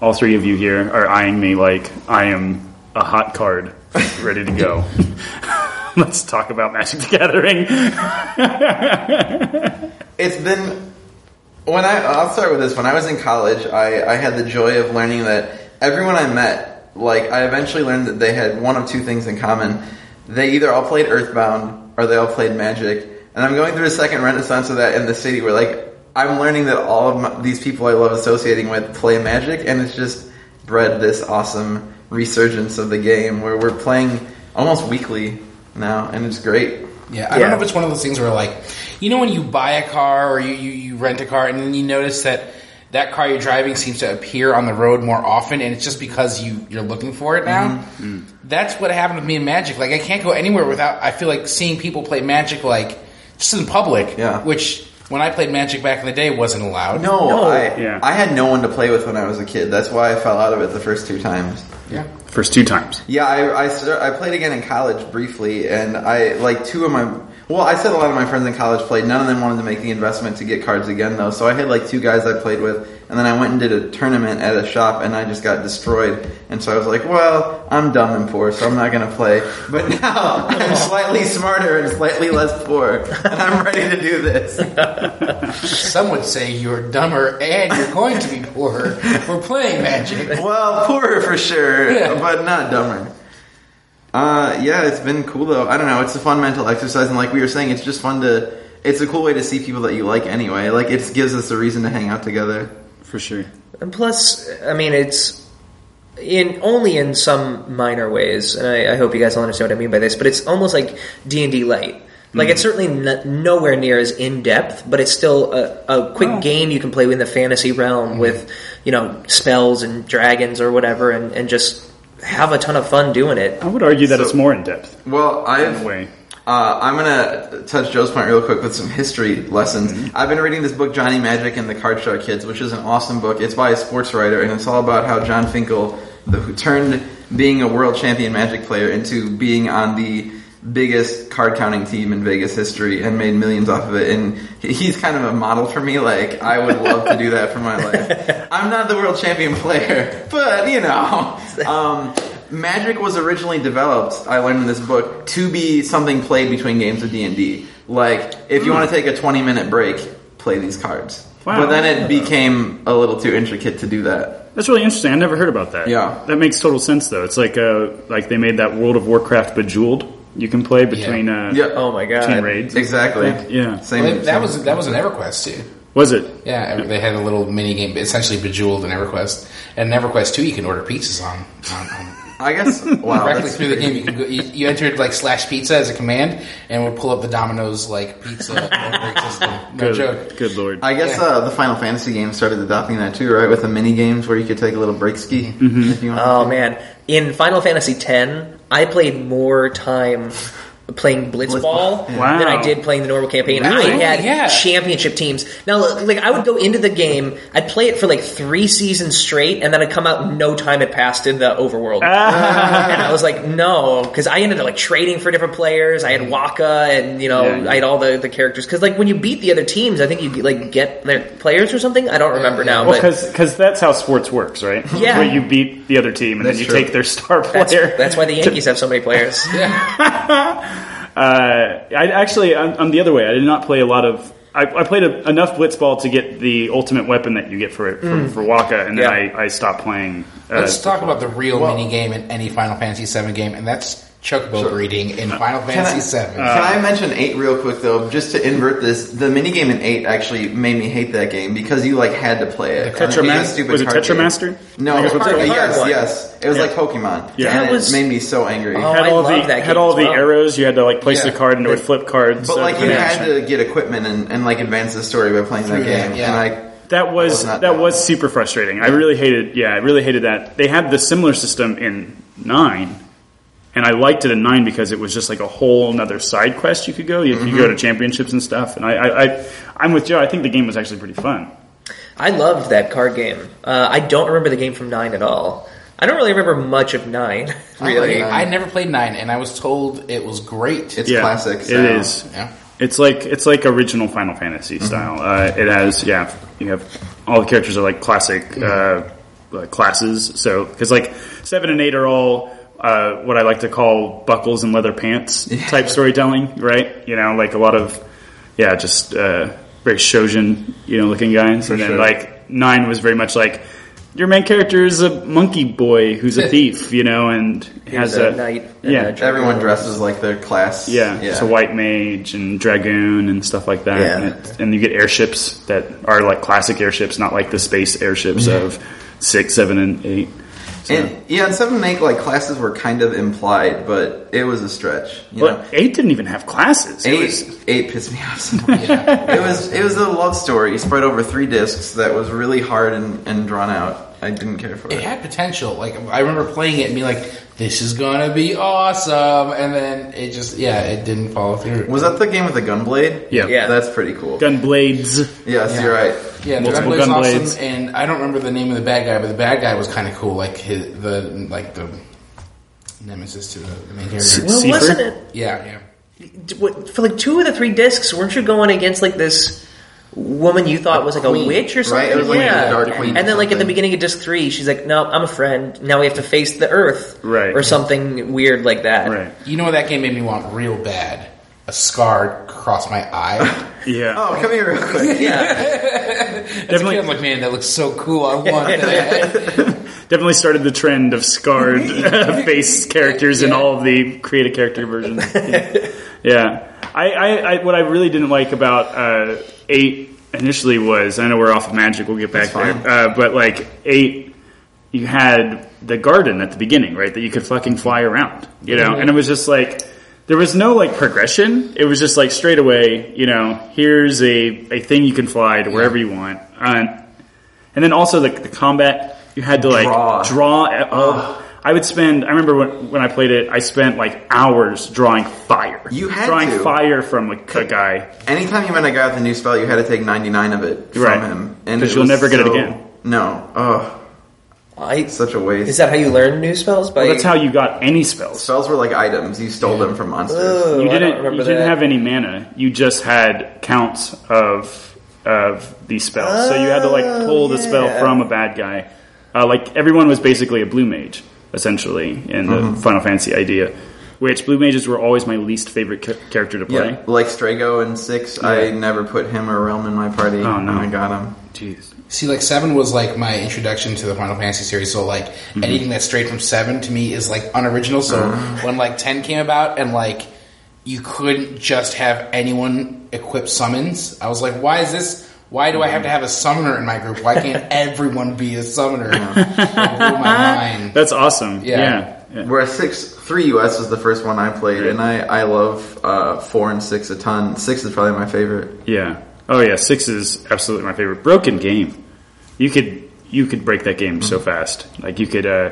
Speaker 1: All three of you here are eyeing me like I am a hot card, ready to
Speaker 3: [laughs]
Speaker 1: go. let's talk about Magic the Gathering.
Speaker 3: It's been when I I'll start with this. When I was in college, I, I had the joy of learning that everyone I met like I eventually learned that they had one of two things in common. They either all played Earthbound or they all played Magic. And I'm going through a second renaissance of that in the city where like I'm learning that all of my, these people I love associating with play Magic, and it's just bred this awesome resurgence of the game where we're playing almost weekly now, and it's great.
Speaker 4: Yeah, I
Speaker 2: Yeah.
Speaker 4: don't know if it's one of those things where like, you know, when you buy a car or you, you, you rent a car and then you notice that that car you're driving seems to appear on the road more often, and it's just because you you're looking for it now.
Speaker 3: Mm-hmm.
Speaker 4: That's what happened with me in Magic. Like, I can't go anywhere without. I feel like seeing people play Magic, like just in public.
Speaker 3: Yeah.
Speaker 4: Which when I played Magic back in the day wasn't allowed.
Speaker 3: No, I,
Speaker 1: Yeah.
Speaker 3: I had no one to play with when I was a kid. That's why I fell out of it the first two times.
Speaker 4: Yeah.
Speaker 1: First two times.
Speaker 3: Yeah, I I, st- I played again in college briefly, and I like two of my. Well, I said a lot of my friends in college played. None of them wanted to make the investment to get cards again, though. So I had like two guys I played with, and then I went and did a tournament at a shop, and I just got destroyed. And so I was like, "Well, I'm dumb and poor, so I'm not going to play." But [laughs] now I'm slightly smarter and slightly less poor, and I'm ready to do this.
Speaker 4: Some would say you're dumber and you're going to be poorer for playing Magic.
Speaker 3: Well, poorer for sure,
Speaker 4: Yeah.
Speaker 3: but not dumber. Uh, yeah, it's been cool though. I don't know. It's a fun mental exercise, and like we were saying, it's just fun to. It's a cool way to see people that you like anyway. Like it gives us a reason to hang out together.
Speaker 1: For sure.
Speaker 2: And plus, I mean, it's in only in some minor ways, and I, I hope you guys all understand what I mean by this. But it's almost like D and D light. Like it's certainly n- nowhere near as in depth, but it's still a, a quick game you can play in the fantasy realm with, you know, spells and dragons or whatever, and, and just have a ton of fun doing it.
Speaker 1: I would argue that
Speaker 3: So-
Speaker 1: it's more in depth
Speaker 3: Well,
Speaker 1: in a
Speaker 3: I've
Speaker 1: way.
Speaker 3: Uh, I'm gonna touch Joe's point real quick with some history lessons. I've been reading this book, Johnny Magic and the Card Shark Kids, which is an awesome book. It's by a sports writer, and it's all about how John Finkel, the, who turned being a world champion Magic player into being on the biggest card counting team in Vegas history and made millions off of it. And he- he's kind of a model for me. Like I would love to do that for my life. I'm not the world champion player, but you know. Um, Magic was originally developed, I learned in this book, to be something played between games of D&D. Like, if you want to take a 20-minute break, play these cards.
Speaker 1: Hmm. Wow.
Speaker 3: But then it became a little too intricate to do that.
Speaker 1: That's really interesting. I never heard about that.
Speaker 3: Yeah.
Speaker 1: that makes total sense though. It's like uh, like they made that World of Warcraft Bejeweled you can play between uh,
Speaker 3: Yeah.
Speaker 2: Oh my god!
Speaker 1: between raids.
Speaker 3: Exactly.
Speaker 1: Yeah.
Speaker 3: [laughs] Same,
Speaker 4: Well, that
Speaker 3: same-
Speaker 4: was that was an EverQuest too.
Speaker 1: Was it?
Speaker 4: Yeah, they had a little mini game, essentially Bejeweled and EverQuest. And in EverQuest too, you can order pizzas on. on, on
Speaker 3: I
Speaker 4: [laughs]
Speaker 3: guess, wow. Oh,
Speaker 4: directly
Speaker 3: that's-
Speaker 4: through the game, you, could go, you, you entered like slash pizza as a command, and would pull up the Domino's like pizza ordering system. No
Speaker 1: Good,
Speaker 4: joke.
Speaker 1: good lord.
Speaker 3: I guess
Speaker 4: Yeah.
Speaker 3: uh, the Final Fantasy games started adopting that too, right? With the mini games where you could take a little break ski
Speaker 1: Mm-hmm.
Speaker 3: if you want.
Speaker 2: Oh man! In Final Fantasy X, I played more time playing Blitzball
Speaker 3: Blitzball,
Speaker 1: yeah.
Speaker 2: than I
Speaker 1: Wow.
Speaker 2: did playing the normal campaign. I
Speaker 1: Really?
Speaker 2: had
Speaker 4: Yeah.
Speaker 2: championship teams. Now, like I would go into the game, I'd play it for like three seasons straight, and then I'd come out. and No time had passed in the overworld,
Speaker 1: Ah. [laughs]
Speaker 2: and I was like, no, because I ended up like trading for different players. I had Waka, and you know,
Speaker 1: Yeah, yeah.
Speaker 2: I had all the the characters. Because like when you beat the other teams, I think you like get their players or something. I don't remember now,
Speaker 1: Well,
Speaker 2: but
Speaker 1: because that's how sports works, right? [laughs]
Speaker 2: Yeah.
Speaker 1: Where you beat the other team and
Speaker 3: That's
Speaker 1: then you
Speaker 3: true.
Speaker 1: take their star player.
Speaker 2: that's, that's
Speaker 3: [laughs]
Speaker 2: why the Yankees have so many players.
Speaker 1: Uh, I actually, I'm, I'm the other way. I did not play a lot of. I, I played a, enough Blitzball to get the ultimate weapon that you get for it for, for Waka, and then
Speaker 2: Yeah.
Speaker 1: I, I stopped playing. Uh,
Speaker 4: Let's talk about the real mini game in any Final Fantasy VII game, and that's chocobo breeding in Final Fantasy
Speaker 3: Uh, Can I- uh,
Speaker 4: VII.
Speaker 3: Can I mention eight real quick though, just to invert this? The minigame in eight actually made me hate that game because you like had to play it.
Speaker 1: The
Speaker 3: And it became a
Speaker 1: Tetramas-
Speaker 3: stupid
Speaker 1: was it
Speaker 3: card game.
Speaker 1: Tetramaster?
Speaker 3: No, uh,
Speaker 1: I think that's what
Speaker 2: it's called.
Speaker 3: yes,
Speaker 2: Hard
Speaker 3: yes, it was
Speaker 1: Yeah.
Speaker 3: like Pokemon.
Speaker 1: Yeah.
Speaker 3: and
Speaker 2: That was-
Speaker 3: it made me so angry.
Speaker 2: Oh,
Speaker 1: had
Speaker 2: I
Speaker 1: all
Speaker 2: love
Speaker 1: the
Speaker 2: that
Speaker 1: had
Speaker 2: game
Speaker 1: all
Speaker 2: as
Speaker 1: the
Speaker 2: well.
Speaker 1: arrows. You had to like place
Speaker 4: Yeah.
Speaker 1: the card and it would flip cards.
Speaker 3: but
Speaker 1: so
Speaker 3: like
Speaker 1: it
Speaker 3: you
Speaker 1: would
Speaker 3: had
Speaker 1: action.
Speaker 3: to get equipment and, and like advance the story by playing that
Speaker 4: Through that,
Speaker 3: game.
Speaker 4: yeah.
Speaker 3: And
Speaker 1: That was
Speaker 3: was not
Speaker 1: that
Speaker 3: bad.
Speaker 1: was super frustrating. I really hated. Yeah, I really hated that. They had the similar system in nine, and I liked it in nine because it was just like a whole another side quest you could go. If you go
Speaker 3: Mm-hmm.
Speaker 1: to championships and stuff, and I, I, I, I'm with Joe. I think the game was actually pretty fun.
Speaker 2: I loved that card game. Uh, I don't remember the game from Nine at all. I don't really remember much of Nine. Really,
Speaker 3: like
Speaker 4: I never played nine, and I was told it was great.
Speaker 3: It's classic
Speaker 1: It
Speaker 3: style.
Speaker 1: is.
Speaker 4: yeah.
Speaker 1: It's like it's like original Final Fantasy
Speaker 2: Mm-hmm.
Speaker 1: style. Uh, it has yeah, you have all the characters are like classic
Speaker 2: Mm-hmm.
Speaker 1: uh, like classes. So because like seven and eight are all uh, what I like to call buckles and leather pants
Speaker 2: [laughs]
Speaker 1: type storytelling, right? You know, like a lot of yeah, just uh, very Shoshin you know looking guys, and then
Speaker 3: sure.
Speaker 1: like nine was very much like your main character is a monkey boy who's
Speaker 2: [laughs]
Speaker 1: a thief, you know, and has
Speaker 2: a
Speaker 1: a,
Speaker 2: knight and
Speaker 1: Yeah,
Speaker 2: a dra-
Speaker 3: Everyone dresses like their class.
Speaker 1: yeah, it's a white mage and dragoon and stuff like that.
Speaker 3: Yeah.
Speaker 1: And, it, and you get airships that are like classic airships, not like the space airships of six, seven, and eight. So,
Speaker 3: And, yeah, and some make like classes were kind of implied, but it was a stretch. You
Speaker 1: but
Speaker 3: know?
Speaker 1: eight didn't even have classes. It
Speaker 3: Eight,
Speaker 1: was-
Speaker 3: eight pissed me off. So
Speaker 1: [laughs]
Speaker 3: much. it was it was a love story spread over three discs that was really hard and, and drawn out. I didn't care for
Speaker 4: It
Speaker 3: it.
Speaker 4: had potential. Like I remember playing it and being like, "This is gonna be awesome," and then it just yeah, it didn't follow through.
Speaker 3: Was that the game with the gunblade?
Speaker 1: yeah.
Speaker 2: Yeah.
Speaker 3: that's pretty cool.
Speaker 1: gun blades.
Speaker 3: yes,
Speaker 4: Yeah.
Speaker 3: you're right.
Speaker 4: Yeah, the
Speaker 1: Multiple
Speaker 4: Gunblade's
Speaker 1: gun
Speaker 4: awesome,
Speaker 1: blades.
Speaker 4: and I don't remember the name of the bad guy, but the bad guy was kind of cool. Like his the like the nemesis to the, the main character.
Speaker 1: S-
Speaker 2: Well,
Speaker 1: Seifer?
Speaker 2: wasn't it?
Speaker 4: Yeah, yeah.
Speaker 2: What, for like two of the three discs, weren't you going against like this woman you thought was like
Speaker 3: queen,
Speaker 2: a witch or
Speaker 3: right?
Speaker 2: something?
Speaker 3: It was like
Speaker 2: yeah.
Speaker 3: the Dark Queen
Speaker 2: And then like at the
Speaker 3: something.
Speaker 2: beginning of disc three, she's like, "No, I'm a friend. Now we have to face the Earth,
Speaker 1: Right.
Speaker 2: Or something weird like that,
Speaker 1: Right.
Speaker 4: You know what that game made me want real bad? A scar across my
Speaker 1: [laughs]
Speaker 4: eye.
Speaker 1: Yeah.
Speaker 3: Oh, come here real
Speaker 1: [laughs]
Speaker 3: quick.
Speaker 2: Yeah,
Speaker 4: As a
Speaker 1: Definitely-
Speaker 4: kid, I'm like, man, that looks so cool. I want
Speaker 1: [laughs]
Speaker 4: that.
Speaker 1: Definitely started the trend of scarred [laughs] uh, face characters in all of the create a character
Speaker 3: [laughs]
Speaker 1: versions. Yeah. Yeah. I, I, I, what I really didn't like about uh, 8 initially was, I know we're off of Magic, we'll get back
Speaker 3: That's
Speaker 1: there,
Speaker 3: fine.
Speaker 1: uh, but like 8, you had the garden at the beginning, right, that you could fucking fly around, you know,
Speaker 3: Mm-hmm.
Speaker 1: and it was just like, there was no like progression. It was just like straight away, you know, here's a, a thing you can fly to wherever you want. Uh, and then also the, the combat, you had to like
Speaker 3: Draw.
Speaker 1: draw. uh, I would spend. I remember when, when I played it, I spent like hours drawing fire.
Speaker 3: You had
Speaker 1: drawing
Speaker 3: to.
Speaker 1: fire from like a guy.
Speaker 3: Anytime you went to guy with a new spell, you had to take 99 of it from
Speaker 1: Right.
Speaker 3: him, and
Speaker 1: 'Cause
Speaker 3: it
Speaker 1: you'll
Speaker 3: was
Speaker 1: never get it
Speaker 3: so-
Speaker 1: again.
Speaker 3: No, oh,
Speaker 2: I,
Speaker 3: such a waste.
Speaker 2: is that how you learn new spells? By
Speaker 1: Well, that's how you got any spells.
Speaker 3: spells were like items. You stole them from monsters.
Speaker 2: Ugh,
Speaker 1: You
Speaker 2: I
Speaker 1: didn't.
Speaker 2: don't remember
Speaker 1: You didn't
Speaker 2: that.
Speaker 1: have any mana. You just had counts of of these spells. so you had to like pull the spell
Speaker 2: Oh, yeah.
Speaker 1: from a bad guy. Uh, like everyone was basically a blue mage, essentially, in the
Speaker 2: Mm-hmm.
Speaker 1: Final Fantasy idea. Which blue mages were always my least favorite ca- character to play.
Speaker 3: Yeah, like Strago in six, I never put him or Realm in my party.
Speaker 1: Oh, no.
Speaker 3: and I got him.
Speaker 1: Jeez.
Speaker 4: See, like seven was like my introduction to the Final Fantasy series. So like anything that's straight from seven to me is like unoriginal. So when like ten came about and like you couldn't just have anyone equip summons, I was like, why is this? Why do I have to have a summoner in my group? Why can't everyone be a summoner? It blew my
Speaker 1: [laughs]
Speaker 4: mind.
Speaker 1: That's awesome.
Speaker 4: Yeah.
Speaker 1: Yeah. yeah.
Speaker 3: Whereas six three US was the first one I played, and I I love uh, four and six a ton. Six is probably my favorite.
Speaker 1: Yeah. Oh yeah, six is absolutely my favorite. Broken game. You could you could break that game
Speaker 3: Mm-hmm.
Speaker 1: so fast. Like you could uh,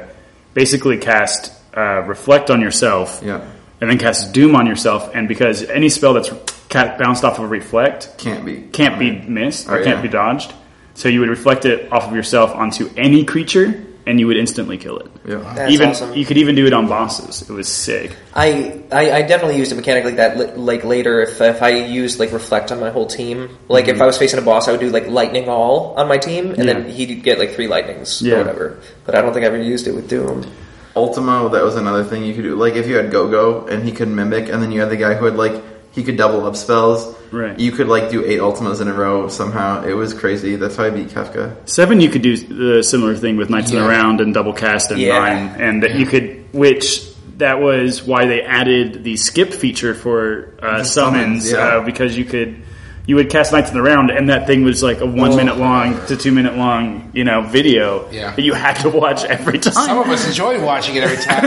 Speaker 1: basically cast uh, reflect on yourself.
Speaker 3: Yeah.
Speaker 1: And then cast doom on yourself, and because any spell that's ca- bounced off of reflect
Speaker 3: Can't be.
Speaker 1: can't be missed or
Speaker 3: Oh,
Speaker 1: can't
Speaker 3: yeah.
Speaker 1: be dodged, so you would reflect it off of yourself onto any creature, and you would instantly kill it.
Speaker 3: Yeah.
Speaker 2: That's
Speaker 1: even
Speaker 2: awesome.
Speaker 1: you could even do it on bosses. It was sick.
Speaker 2: I, I I definitely used a mechanic like that. li- Like later, if if I used like reflect on my whole team, like
Speaker 3: Mm-hmm.
Speaker 2: if I was facing a boss, I would do like lightning all on my team, and then
Speaker 1: Yeah.
Speaker 2: he'd get like three lightnings
Speaker 1: Yeah.
Speaker 2: or whatever. But I don't think I ever used it with Doom.
Speaker 3: Ultimo, that was another thing you could do. Like if you had Go Go and he could mimic, and then you had the guy who had like he could double up spells.
Speaker 1: Right.
Speaker 3: You could like do eight Ultimos in a row somehow. It was crazy. That's how I beat Kafka.
Speaker 1: Seven, you could do the similar thing with Knights in the
Speaker 4: Yeah.
Speaker 1: Round and double cast and
Speaker 2: Yeah.
Speaker 1: nine, and that you could, which that was why they added the skip feature for uh, summons,
Speaker 3: summons, yeah.
Speaker 1: uh, because you could you would cast Knights in the Round, and that thing was like a one minute long to two minute long, you know, video
Speaker 4: Yeah.
Speaker 1: that you had to [laughs] watch every time.
Speaker 4: Some of us enjoy watching it every time.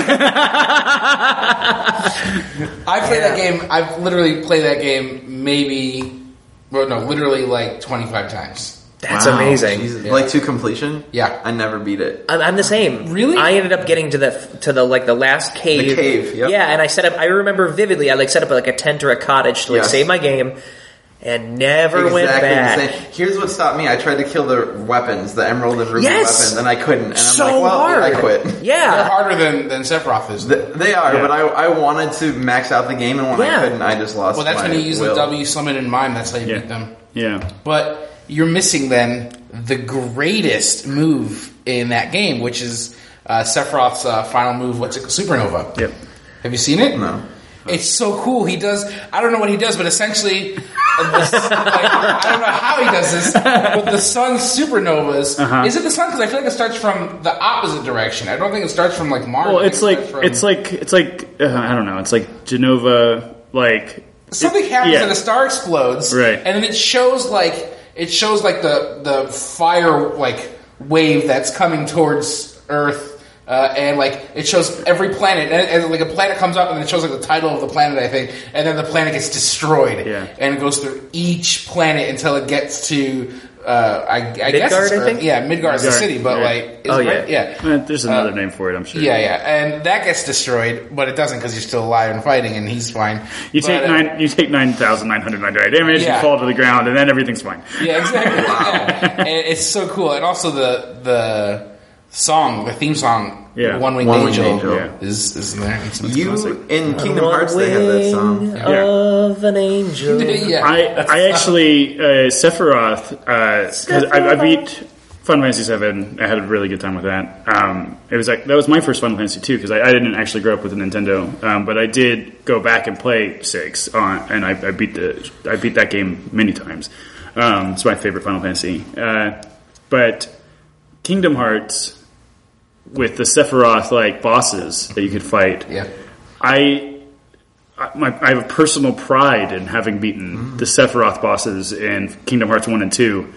Speaker 4: I play that game. I've literally played that game maybe, well, no, literally like twenty five times.
Speaker 2: That's
Speaker 1: Wow,
Speaker 2: amazing.
Speaker 3: Jesus. Like to completion.
Speaker 4: Yeah.
Speaker 3: I never beat it.
Speaker 2: I'm, I'm the same.
Speaker 4: Really?
Speaker 2: I ended up getting to the to the like the last cave.
Speaker 3: The cave, yep.
Speaker 2: Yeah, and I set up. I remember vividly. I like set up like a tent or a cottage to like
Speaker 3: Yes.
Speaker 2: save my game, and never went back.
Speaker 3: the same. Here's what stopped me. I tried to kill the weapons, the emerald and ruby
Speaker 2: Yes!
Speaker 3: weapons, and I couldn't. And I'm
Speaker 2: So
Speaker 3: like, well,
Speaker 2: hard.
Speaker 3: I quit. [laughs]
Speaker 4: They're
Speaker 2: Yeah.
Speaker 4: harder than than Sephiroth is.
Speaker 3: Th- They are,
Speaker 1: Yeah.
Speaker 3: but I, I wanted to max out the game, and when
Speaker 2: Yeah.
Speaker 3: I couldn't, I just lost.
Speaker 4: Well, that's
Speaker 3: my
Speaker 4: when you use
Speaker 3: will.
Speaker 4: the W summon in mind. That's how you
Speaker 1: yeah.
Speaker 4: beat them.
Speaker 1: yeah,
Speaker 4: But you're missing then the greatest move in that game, which is uh, Sephiroth's uh, final move. What's it? Supernova.
Speaker 1: Yep.
Speaker 4: Have you seen it?
Speaker 3: No.
Speaker 4: It's so cool. He does. I don't know what he does, but essentially, And this, like, I don't know how he does this, but the sun supernovas.
Speaker 1: Uh-huh.
Speaker 4: Is it the sun? Because I feel like it starts from the opposite direction. I don't think it starts from like Mars.
Speaker 1: Well,
Speaker 4: I think
Speaker 1: it's
Speaker 4: it
Speaker 1: like
Speaker 4: starts from-
Speaker 1: it's like it's like uh, I don't know. It's like Genova, like
Speaker 4: something
Speaker 1: it-
Speaker 4: happens
Speaker 1: yeah.
Speaker 4: and a star explodes,
Speaker 1: Right.
Speaker 4: And then it shows like it shows like the the fire like wave that's coming towards Earth. Uh, and like it shows every planet, and, and like a planet comes up, and it shows like the title of the planet, I think, and then the planet gets destroyed,
Speaker 1: Yeah.
Speaker 4: and it goes through each planet until it gets to, uh, I, I guess,
Speaker 2: Midgard,
Speaker 4: it's
Speaker 2: I
Speaker 4: Earth.
Speaker 2: think?
Speaker 4: yeah, Midgard's the
Speaker 1: Midgard,
Speaker 4: city, but
Speaker 1: yeah.
Speaker 4: like, is
Speaker 2: Oh,
Speaker 4: it
Speaker 2: yeah.
Speaker 4: right? yeah, Uh,
Speaker 1: eh, there's another name for it. I'm sure.
Speaker 4: yeah, yeah, and that gets destroyed, but it doesn't because you're still alive and fighting, and he's fine.
Speaker 1: You
Speaker 4: But,
Speaker 1: take
Speaker 4: uh,
Speaker 1: nine. You take nine thousand nine hundred ninety-nine damage.
Speaker 4: Yeah.
Speaker 1: You fall to the ground, and then everything's fine.
Speaker 4: Yeah,
Speaker 3: [laughs]
Speaker 4: exactly. Yeah. And it's so cool. And also the the song, the theme song,
Speaker 1: Yeah.
Speaker 4: One Winged
Speaker 3: One Winged
Speaker 4: Angel,
Speaker 3: Angel.
Speaker 1: Yeah.
Speaker 4: is is in there. It's-
Speaker 3: You
Speaker 1: classic.
Speaker 3: in Kingdom Hearts, they have um, that song.
Speaker 2: Wing Of an angel.
Speaker 4: [laughs] yeah,
Speaker 1: I
Speaker 4: that's-
Speaker 1: I actually uh, Sephiroth because I, I beat Final Fantasy Seven. I had a really good time with that. Um, it was like that was my first Final Fantasy too because I, I didn't actually grow up with a Nintendo, um, but I did go back and play six on, and I, I beat the I beat that game many times. Um, it's my favorite Final Fantasy, uh, but Kingdom Hearts with the Sephiroth like bosses that you could fight.
Speaker 4: Yeah.
Speaker 1: I, I, my, I have a personal pride in having beaten the Sephiroth bosses in Kingdom Hearts One and Two,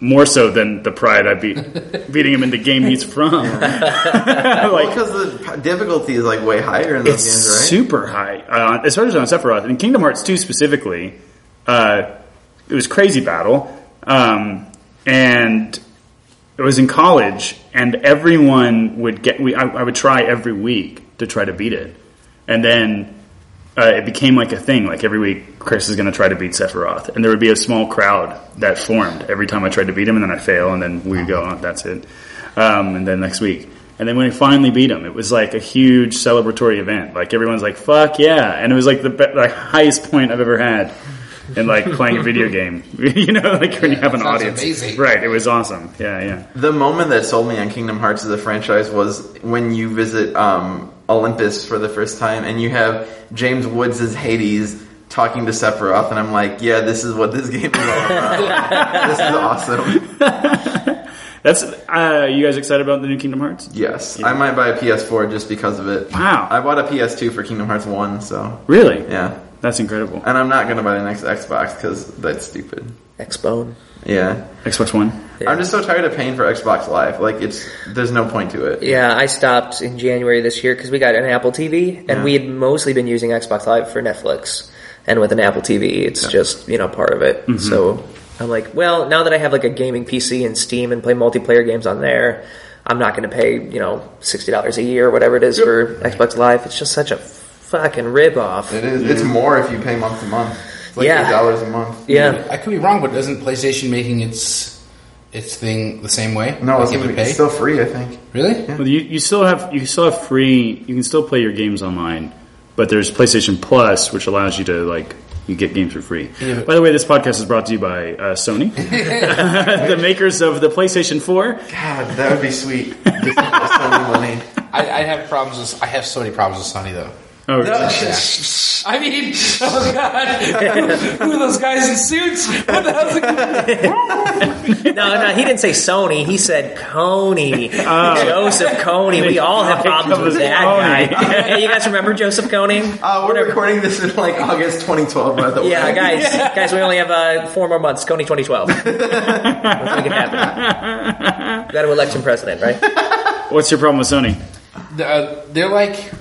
Speaker 1: more so than the pride I beat beating him in the game he's from. [laughs] like
Speaker 3: Because the p- difficulty is like way higher in those
Speaker 1: it's
Speaker 3: games, right?
Speaker 1: super high, uh, especially on Sephiroth. In Kingdom Hearts 2 specifically, uh, it was crazy battle, um, and it was in college, and everyone would get. We, I, I would try every week to try to beat it, and then uh, it became like a thing. Like every week, Chris is going to try to beat Sephiroth, and there would be a small crowd that formed every time I tried to beat him, and then I fail, and then we go, oh, that's it, um, and then next week. And then when I finally beat him, it was like a huge celebratory event. Like everyone's like, "Fuck yeah!" And it was like the, be- the highest point I've ever had in like playing a video game. [laughs] you know, like when you have an
Speaker 4: sounds
Speaker 1: audience.
Speaker 4: amazing.
Speaker 1: Right? It was awesome. Yeah, yeah.
Speaker 3: The moment that sold me on Kingdom Hearts as a franchise was when you visit um, Olympus for the first time and you have James Woods as Hades talking to Sephiroth, and I'm like, yeah, this is what this [laughs] game is all about. this is awesome.
Speaker 1: That's uh, you guys excited about the new Kingdom Hearts?
Speaker 3: Yes, I might buy a PS4 just because of it.
Speaker 1: Wow.
Speaker 3: I bought a PS2 for Kingdom Hearts 1, so
Speaker 1: Really?
Speaker 3: yeah.
Speaker 1: That's incredible.
Speaker 3: And I'm not going to buy the next Xbox because that's stupid.
Speaker 2: X-Bone.
Speaker 3: Yeah.
Speaker 1: Xbox One.
Speaker 2: Yeah.
Speaker 3: I'm just so tired of paying for Xbox Live. Like, it's there's no point to it.
Speaker 2: Yeah, I stopped in January this year because we got an Apple TV, and
Speaker 3: Yeah.
Speaker 2: we had mostly been using Xbox Live for Netflix. And with an Apple TV, it's just you know part of it.
Speaker 3: Mm-hmm.
Speaker 2: So I'm like, well, now that I have like a gaming PC and Steam and play multiplayer games on there, I'm not going to pay you know sixty dollars a year or whatever it is for Xbox Live. It's just such a fucking rib off.
Speaker 3: It is. It's more if you pay month to month. It's like
Speaker 2: Yeah.
Speaker 3: eight dollars a month.
Speaker 2: Yeah,
Speaker 4: I could be wrong, but isn't PlayStation making its its thing the same way?
Speaker 3: No,
Speaker 4: like
Speaker 3: it's,
Speaker 4: you have to pay.
Speaker 3: it's still free. I think.
Speaker 4: really?
Speaker 1: Well, you, you still have you still have free. You can still play your games online, but there's PlayStation Plus, which allows you to like you get games for free.
Speaker 4: Yeah.
Speaker 1: By the way, this podcast is brought to you by uh,
Speaker 3: [laughs]
Speaker 1: Sony, [laughs] the makers of the PlayStation Four.
Speaker 3: God, that would be [laughs] sweet. Just so much money.
Speaker 4: I, I have problems. With, I have so many problems with Sony though.
Speaker 1: Oh, really?
Speaker 4: I mean, [laughs] oh god, [laughs] who are those guys in suits? What the hell's it?
Speaker 2: no, no, he didn't say Sony. He said Coney, Joseph Coney. We all have problems with that
Speaker 1: Coney.
Speaker 2: guy. [laughs] Hey, you guys remember Joseph Coney?
Speaker 3: Uh, we're recording this in like August 2012, by the way.
Speaker 2: Yeah, guys, guys, we only have uh, four more months. Coney 2012. Let's make it happen. Got to elect some president, right?
Speaker 1: What's your problem with Sony?
Speaker 4: uh, they're like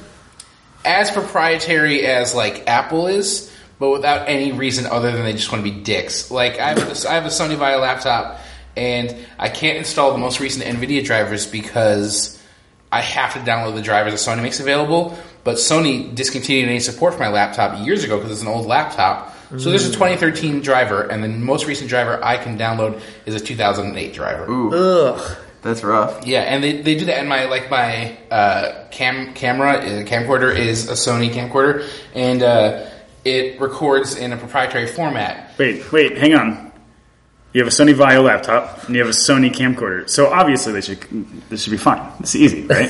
Speaker 4: as proprietary as like Apple is, but without any reason other than they just want to be dicks. Like I have a, I have a Sony Via laptop, and I can't install the most recent NVIDIA drivers because I have to download the drivers that Sony makes available. But Sony discontinued any support for my laptop years ago because it's an old laptop. So there's a 2013 driver, and the most recent driver I can download is a 2008 driver.
Speaker 2: Ugh.
Speaker 3: That's rough.
Speaker 4: Yeah, and they, they do that. And my like my uh, cam camera uh, camcorder is a Sony camcorder, and uh, it records in a proprietary format.
Speaker 1: Wait, wait, hang on. You have a Sony Vaio laptop
Speaker 3: [laughs]
Speaker 1: and you have a Sony camcorder, so obviously they should this should be fine. It's easy, right?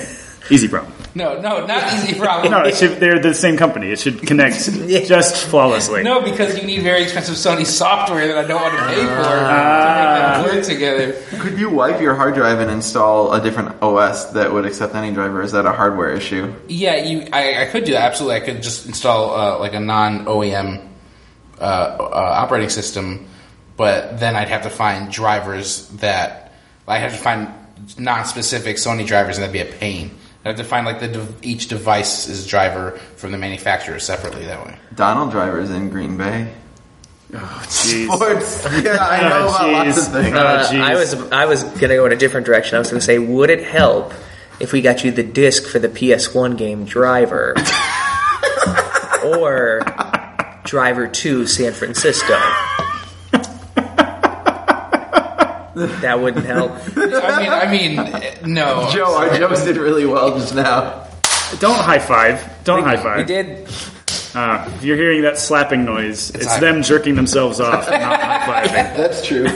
Speaker 1: easy problem.
Speaker 4: No, no, not easy problem.
Speaker 1: [laughs] No, it should, they're the same company. It should
Speaker 3: [laughs]
Speaker 1: connect just flawlessly.
Speaker 4: No, because you need very expensive Sony software that I don't want to pay for to make them work together.
Speaker 3: Could you wipe your hard drive and install a different OS that would accept any driver? Is that a hardware issue?
Speaker 4: Yeah, you. I, I could do that. Absolutely, I could just install uh, like a non OEM uh, uh, operating system, but then I'd have to find drivers that I'd have to find non-specific Sony drivers, and that'd be a pain. I'd have to find like the dev- each device's driver from the manufacturer separately. That way,
Speaker 3: Donald drivers in Green Bay.
Speaker 1: Oh, jeez.
Speaker 3: Sports. [laughs] Yeah, I know
Speaker 1: [laughs] Oh,
Speaker 3: about lots
Speaker 1: jeez.
Speaker 3: of things.
Speaker 1: Oh,
Speaker 2: Uh,
Speaker 1: jeez.
Speaker 2: I was I was gonna go in a different direction. I was gonna say, would it help if we got you the disc for the PS1
Speaker 1: [laughs]
Speaker 2: game Driver, or Driver Two San Francisco? that wouldn't
Speaker 1: [laughs]
Speaker 2: help.
Speaker 4: I mean, I mean, no.
Speaker 3: [laughs] Joe, our jokes did really well just now.
Speaker 1: Don't high five. Don't high five.
Speaker 2: We did.
Speaker 1: Uh, you're hearing that slapping noise. It's,
Speaker 4: high-
Speaker 1: them jerking themselves off, not high
Speaker 2: [laughs]
Speaker 1: fiving.
Speaker 3: That's [laughs] true.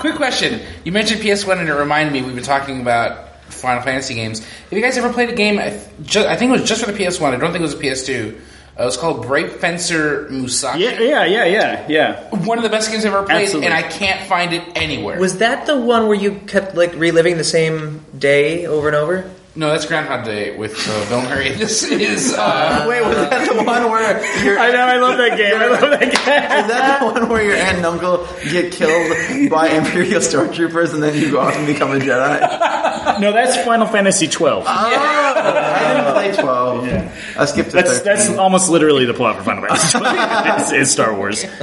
Speaker 4: Quick question. You mentioned PS1 and it reminded me we've been talking about Final Fantasy games. Have you guys ever played a game? I, th- ju- I think it was just for the PS1. I don't think it was a PS2. Uh, it was called Brave Fencer Musaki.
Speaker 1: Yeah, yeah, yeah, yeah, yeah.
Speaker 4: One of the best games I've ever played,
Speaker 1: Absolutely.
Speaker 4: and I can't find it anywhere.
Speaker 2: Was that the one where you kept like reliving the same day over and over?
Speaker 4: no, that's Groundhog Day with uh, Bill Murray. [laughs] This is. Uh,
Speaker 3: Wait, was that the one where your
Speaker 1: I know. I love that game. I love that
Speaker 3: Is that the one where your aunt and uncle get killed by Imperial stormtroopers and then you go off and become a Jedi?
Speaker 1: game. No, that's Final Fantasy 12.
Speaker 3: I didn't play twelve.
Speaker 1: Yeah.
Speaker 3: I skipped to
Speaker 1: That's that's
Speaker 3: thirteen.
Speaker 1: almost literally the plot for Final Fantasy. [laughs] 12. it's, it's Star Wars.
Speaker 4: [laughs] no,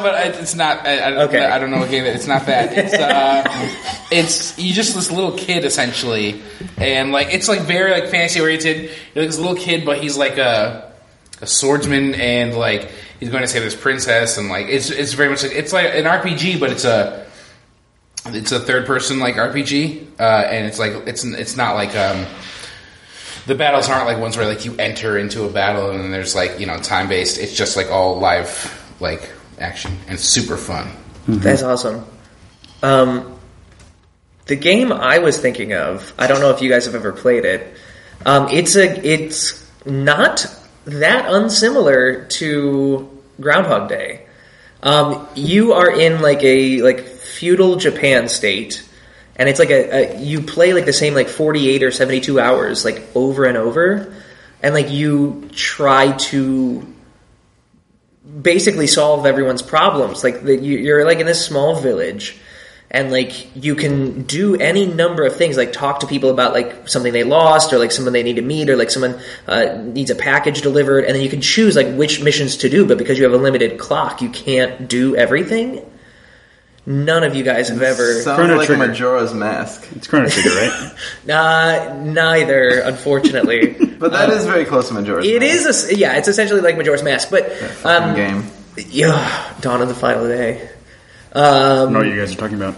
Speaker 4: but I, it's not. I, I,
Speaker 2: Okay.
Speaker 4: I don't know what game that. It's not that. It's uh, [laughs] it's you just this little kid essentially, and like it's like very like fantasy oriented. You're like this little kid, but he's like a a swordsman, and like he's going to save this princess, and like it's it's very much like it's like an RPG, but it's a it's a third person like RPG, uh, and it's like it's it's not like um. The battles aren't like ones where like you enter into a battle and then there's like you know time based. It's just like all live like action and it's super fun.
Speaker 2: That's awesome. Um, the game I was thinking of, I don't know if you guys have ever played it. Um, it's a, it's not that unsimilar to Groundhog Day. Um, you are in like a like feudal Japan state, and it's like a, a you play like the same like forty eight or seventy two hours like over and over, and like you try to basically solve everyone's problems. Like that, you, you're like in this small village, and like you can do any number of things. Like talk to people about like something they lost, or like someone they need to meet, or like someone uh, needs a package delivered, and then you can choose like which missions to do. But because you have a limited clock, you can't do everything. None of you guys have ever.
Speaker 3: Sounds
Speaker 1: Chrono
Speaker 3: like
Speaker 1: Trigger.
Speaker 3: Majora's Mask,
Speaker 1: It's Chrono Trigger, right?
Speaker 2: Uh, neither, unfortunately.
Speaker 3: [laughs] but
Speaker 1: Uh,
Speaker 3: that is very close to Majora's.
Speaker 2: it
Speaker 3: Mask.
Speaker 2: is, a, s- yeah, it's essentially like Majora's Mask, but um,
Speaker 3: game.
Speaker 2: yeah, Dawn of the Final Day. Um,
Speaker 1: I know [laughs] what you guys are talking about.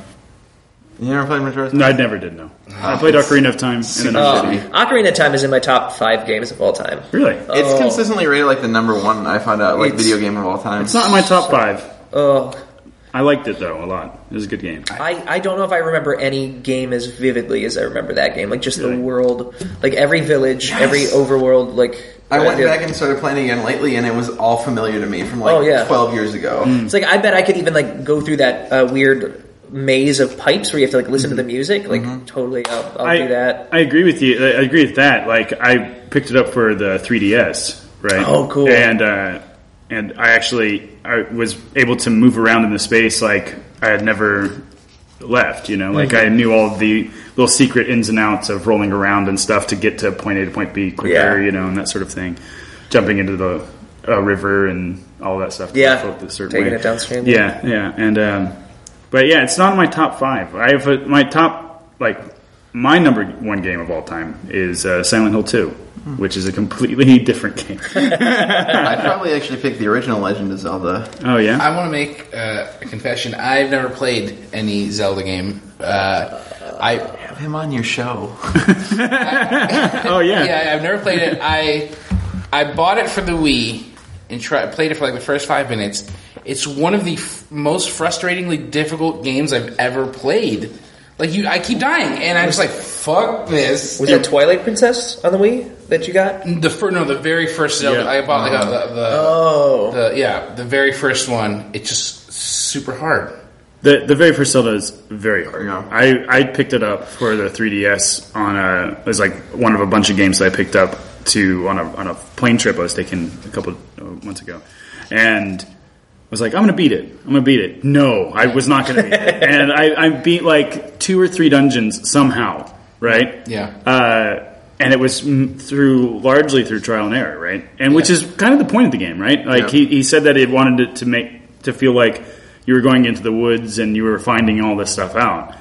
Speaker 3: You never played Majora's?
Speaker 1: No, I never did know.
Speaker 2: Ah.
Speaker 1: I played Ocarina of Time. And then
Speaker 2: Uh,
Speaker 1: I
Speaker 2: Ocarina of Time is in my top five games of all time.
Speaker 1: really,
Speaker 3: It's
Speaker 2: Oh.
Speaker 3: consistently rated like the number one. I found out like
Speaker 2: It's-
Speaker 3: video game of all time.
Speaker 1: it's not in my top five.
Speaker 2: Oh,
Speaker 1: I liked it though a lot. It was a good game.
Speaker 2: I, I don't know if I remember any game as vividly as I remember that game. Like just
Speaker 1: Really?
Speaker 2: the world, like every village, every overworld. Like
Speaker 3: I went
Speaker 2: uh,
Speaker 3: back and started playing again lately, and it was all familiar to me from like
Speaker 2: Oh, yeah. Hmm.
Speaker 3: twelve years ago.
Speaker 2: It's like I bet I could even like go through that uh, weird maze of pipes where you have to like listen
Speaker 3: Mm-hmm.
Speaker 2: to the music. Like totally, I'll, I'll
Speaker 1: I,
Speaker 2: do that.
Speaker 1: I agree with you. I I agree with that. Like I picked it up for the 3DS, right?
Speaker 2: Oh, cool.
Speaker 1: And uh, and I actually I was able to move around in the space like I had never left. You know, like
Speaker 2: Mm-hmm.
Speaker 1: I knew all the little secret ins and outs of rolling around and stuff to get to point A to point B quicker.
Speaker 2: Yeah.
Speaker 1: You know, and that sort of thing. Jumping into the uh, river and all that stuff.
Speaker 2: Yeah.
Speaker 1: Float this certain
Speaker 2: Taking
Speaker 1: way.
Speaker 2: it downstream.
Speaker 1: Yeah, yeah, and um, but yeah, it's not in my top five. I have a, my top like my number one game of all time is uh, Silent Hill Two,
Speaker 2: Hmm.
Speaker 1: which is a completely [laughs] different game.
Speaker 3: I'd probably actually pick the original Legend of Zelda.
Speaker 1: oh yeah,
Speaker 4: I want to make uh, a confession. I've never played any Zelda game. Uh, I
Speaker 3: Have him on your show.
Speaker 1: oh yeah.
Speaker 4: Yeah, I've never played it. I I bought it for the Wii and try, played it for like the first five minutes. It's one of the f- most frustratingly difficult games I've ever played. Like you, I keep dying, and I'm just like, fuck this.
Speaker 2: Was that Twilight Princess on the Wii that you got?
Speaker 3: Mm.
Speaker 4: The fir- no, the very first Zelda
Speaker 1: Yeah.
Speaker 4: I bought like a, the, the,
Speaker 2: Oh,
Speaker 4: the yeah the very first one. It's just super hard.
Speaker 1: The the very first Zelda is very hard.
Speaker 3: Yeah.
Speaker 1: I, I picked it up for the 3DS on a it was like one of a bunch of games that I picked up to on a on a plane trip I was taking a couple uh, months ago, and was like I'm gonna beat it. I'm gonna beat it. No, I was not gonna beat it, and I, I beat like two or three dungeons somehow. Right.
Speaker 4: Yeah.
Speaker 1: Uh, and it was mm, through largely through trial and error, right? And which is kind of the point of the game, right? Like
Speaker 3: Yeah.
Speaker 1: he, he said that he wanted it to make to feel like you were going into the woods and you were finding all this stuff out.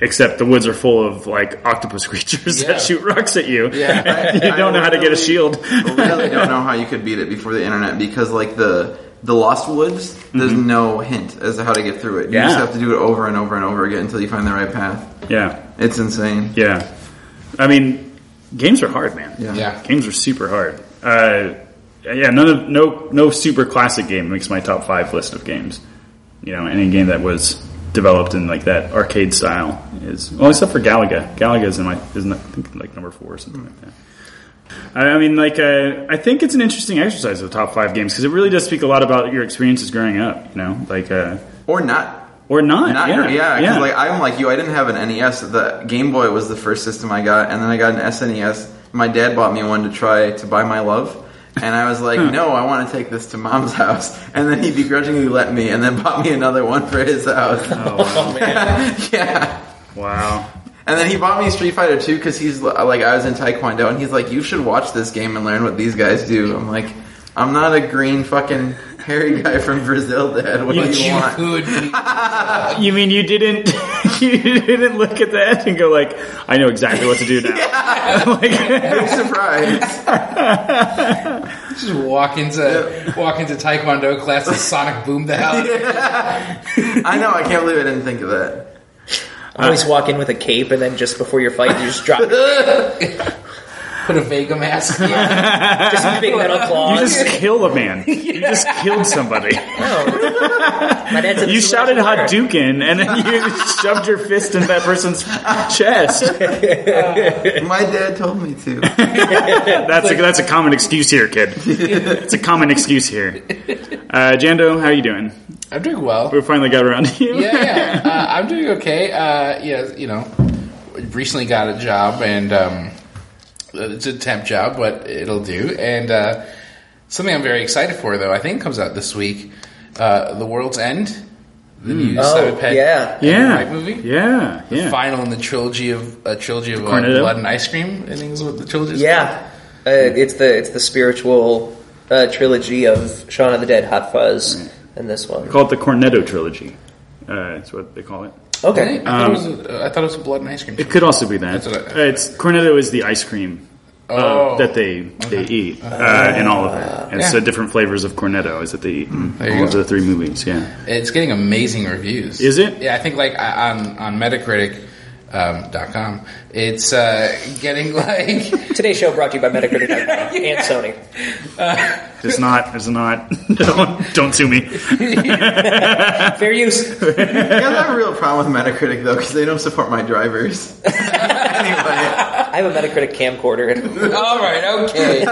Speaker 1: Except the woods are full of like octopus [laughs] creatures
Speaker 4: Yeah.
Speaker 1: that shoot rocks at you.
Speaker 4: Yeah.
Speaker 1: And [laughs] you
Speaker 3: I- I
Speaker 1: don't know how to get a
Speaker 3: really-
Speaker 1: shield.
Speaker 3: really don't know how you could beat it before the internet because like the the Lost Woods, there's no hint as to how to get through it. You
Speaker 1: Yeah.
Speaker 3: just have to do it over and over and over again until you find the right
Speaker 1: [laughs]
Speaker 3: path.
Speaker 1: yeah,
Speaker 3: It's insane.
Speaker 1: yeah. I mean, games are hard, man.
Speaker 3: Yeah.
Speaker 4: Yeah.
Speaker 1: Games are super hard. Uh, yeah, none of no no super classic game makes my top five list of games. You know, any game that was developed in like that arcade style is well, except for Galaga. Galaga's in my isn't I think like number four or something like that. I I mean, like, uh, I think it's an interesting exercise of the top five games because it really does speak a lot about your experiences growing up, you know, like, uh,
Speaker 3: Or not.
Speaker 1: or not.
Speaker 3: Not
Speaker 1: yeah,
Speaker 3: yeah, yeah, 'cause, like I'm like you, I didn't have an NES. The Game Boy was the first system I got, and then I got an SNES. My dad bought me one to try to buy my love, and I was like, no, I want to take this to mom's house, and then he begrudgingly let me, and then bought me another one for his house.
Speaker 1: Oh,
Speaker 3: [laughs] yeah.
Speaker 1: wow.
Speaker 3: And then he bought me Street Fighter 2 because he's like, I was in Taekwondo, and he's like, you should watch this game and learn what these guys do. I'm like, I'm not a green fucking hairy guy from Brazil, Dad. What do
Speaker 4: But
Speaker 3: you [laughs]
Speaker 4: you
Speaker 3: want?
Speaker 4: could. be-
Speaker 1: You mean you didn't [laughs] you didn't look at that and go like, I know exactly what to do now. [laughs] like,
Speaker 3: Big surprise.
Speaker 1: [laughs]
Speaker 4: Just walk into walk into taekwondo class and Sonic boom the hell. out of it.
Speaker 3: I know, I can't believe I didn't think of that.
Speaker 1: Ah.
Speaker 2: I always walk in with a cape, and then just before your fight, you
Speaker 3: [laughs]
Speaker 2: just drop
Speaker 4: Put a Vega mask.
Speaker 1: [laughs]
Speaker 4: on.
Speaker 2: just big metal
Speaker 1: you
Speaker 2: claws.
Speaker 1: just killed a man. You just killed somebody.
Speaker 2: My dad said
Speaker 1: You
Speaker 2: this is
Speaker 1: shouted
Speaker 2: what I should
Speaker 1: Hadouken and then you [laughs] shoved your fist in that person's chest.
Speaker 3: My dad told me to.
Speaker 1: That's a, that's a common excuse here, kid. It's a common excuse here. Uh, Jando, how you doing?
Speaker 4: I'm doing well.
Speaker 1: We finally got around to you.
Speaker 4: yeah, yeah. Uh, I'm doing okay. Uh, yeah, you know, recently got a job and um, it's a temp job, but it'll do. And uh, something I'm very excited for, though, I think comes out this week: uh, The World's End, the new
Speaker 2: wear.
Speaker 4: Simon
Speaker 2: Oh,
Speaker 4: Pegg
Speaker 2: yeah.
Speaker 1: yeah,
Speaker 4: Right movie.
Speaker 1: [laughs] yeah, yeah.
Speaker 4: Final in the trilogy of a trilogy of uh,
Speaker 1: Cornetto?
Speaker 4: blood and ice cream. I think is what the trilogy. Is
Speaker 2: Yeah, uh,
Speaker 1: Hmm.
Speaker 2: it's the it's the spiritual uh, trilogy of Shaun of the Dead, Hot Fuzz,
Speaker 1: Hmm.
Speaker 2: and this one.
Speaker 1: Call it the Cornetto trilogy. Uh, that's what they call it.
Speaker 4: called.
Speaker 2: Okay,
Speaker 4: I thought, it was
Speaker 1: Um,
Speaker 4: a, I thought it was a blood and ice cream.
Speaker 1: It could also be that.
Speaker 4: That's what I-
Speaker 1: Uh, it's Cornetto is the ice cream uh,
Speaker 4: Oh. Uh-huh.
Speaker 1: that they they eat uh, in all of it. And so
Speaker 4: Yeah.
Speaker 1: different flavors of Cornetto is that they eat in
Speaker 4: There you
Speaker 1: all of
Speaker 4: go.
Speaker 1: the three movies. Yeah,
Speaker 4: It's getting amazing reviews.
Speaker 1: Is it?
Speaker 4: Yeah, I think like I- on on Metacritic. Um, dot com. It's uh, getting [laughs] like
Speaker 2: today's show brought to you by
Speaker 1: [laughs]
Speaker 2: Metacritic.com and Sony.
Speaker 1: it's not. It's not. [laughs] don't don't sue me.
Speaker 2: Fair use.
Speaker 3: I have a real problem with Metacritic, though, because they don't support my drivers. [laughs] anyway,
Speaker 2: I have a Metacritic camcorder.
Speaker 4: all right, okay,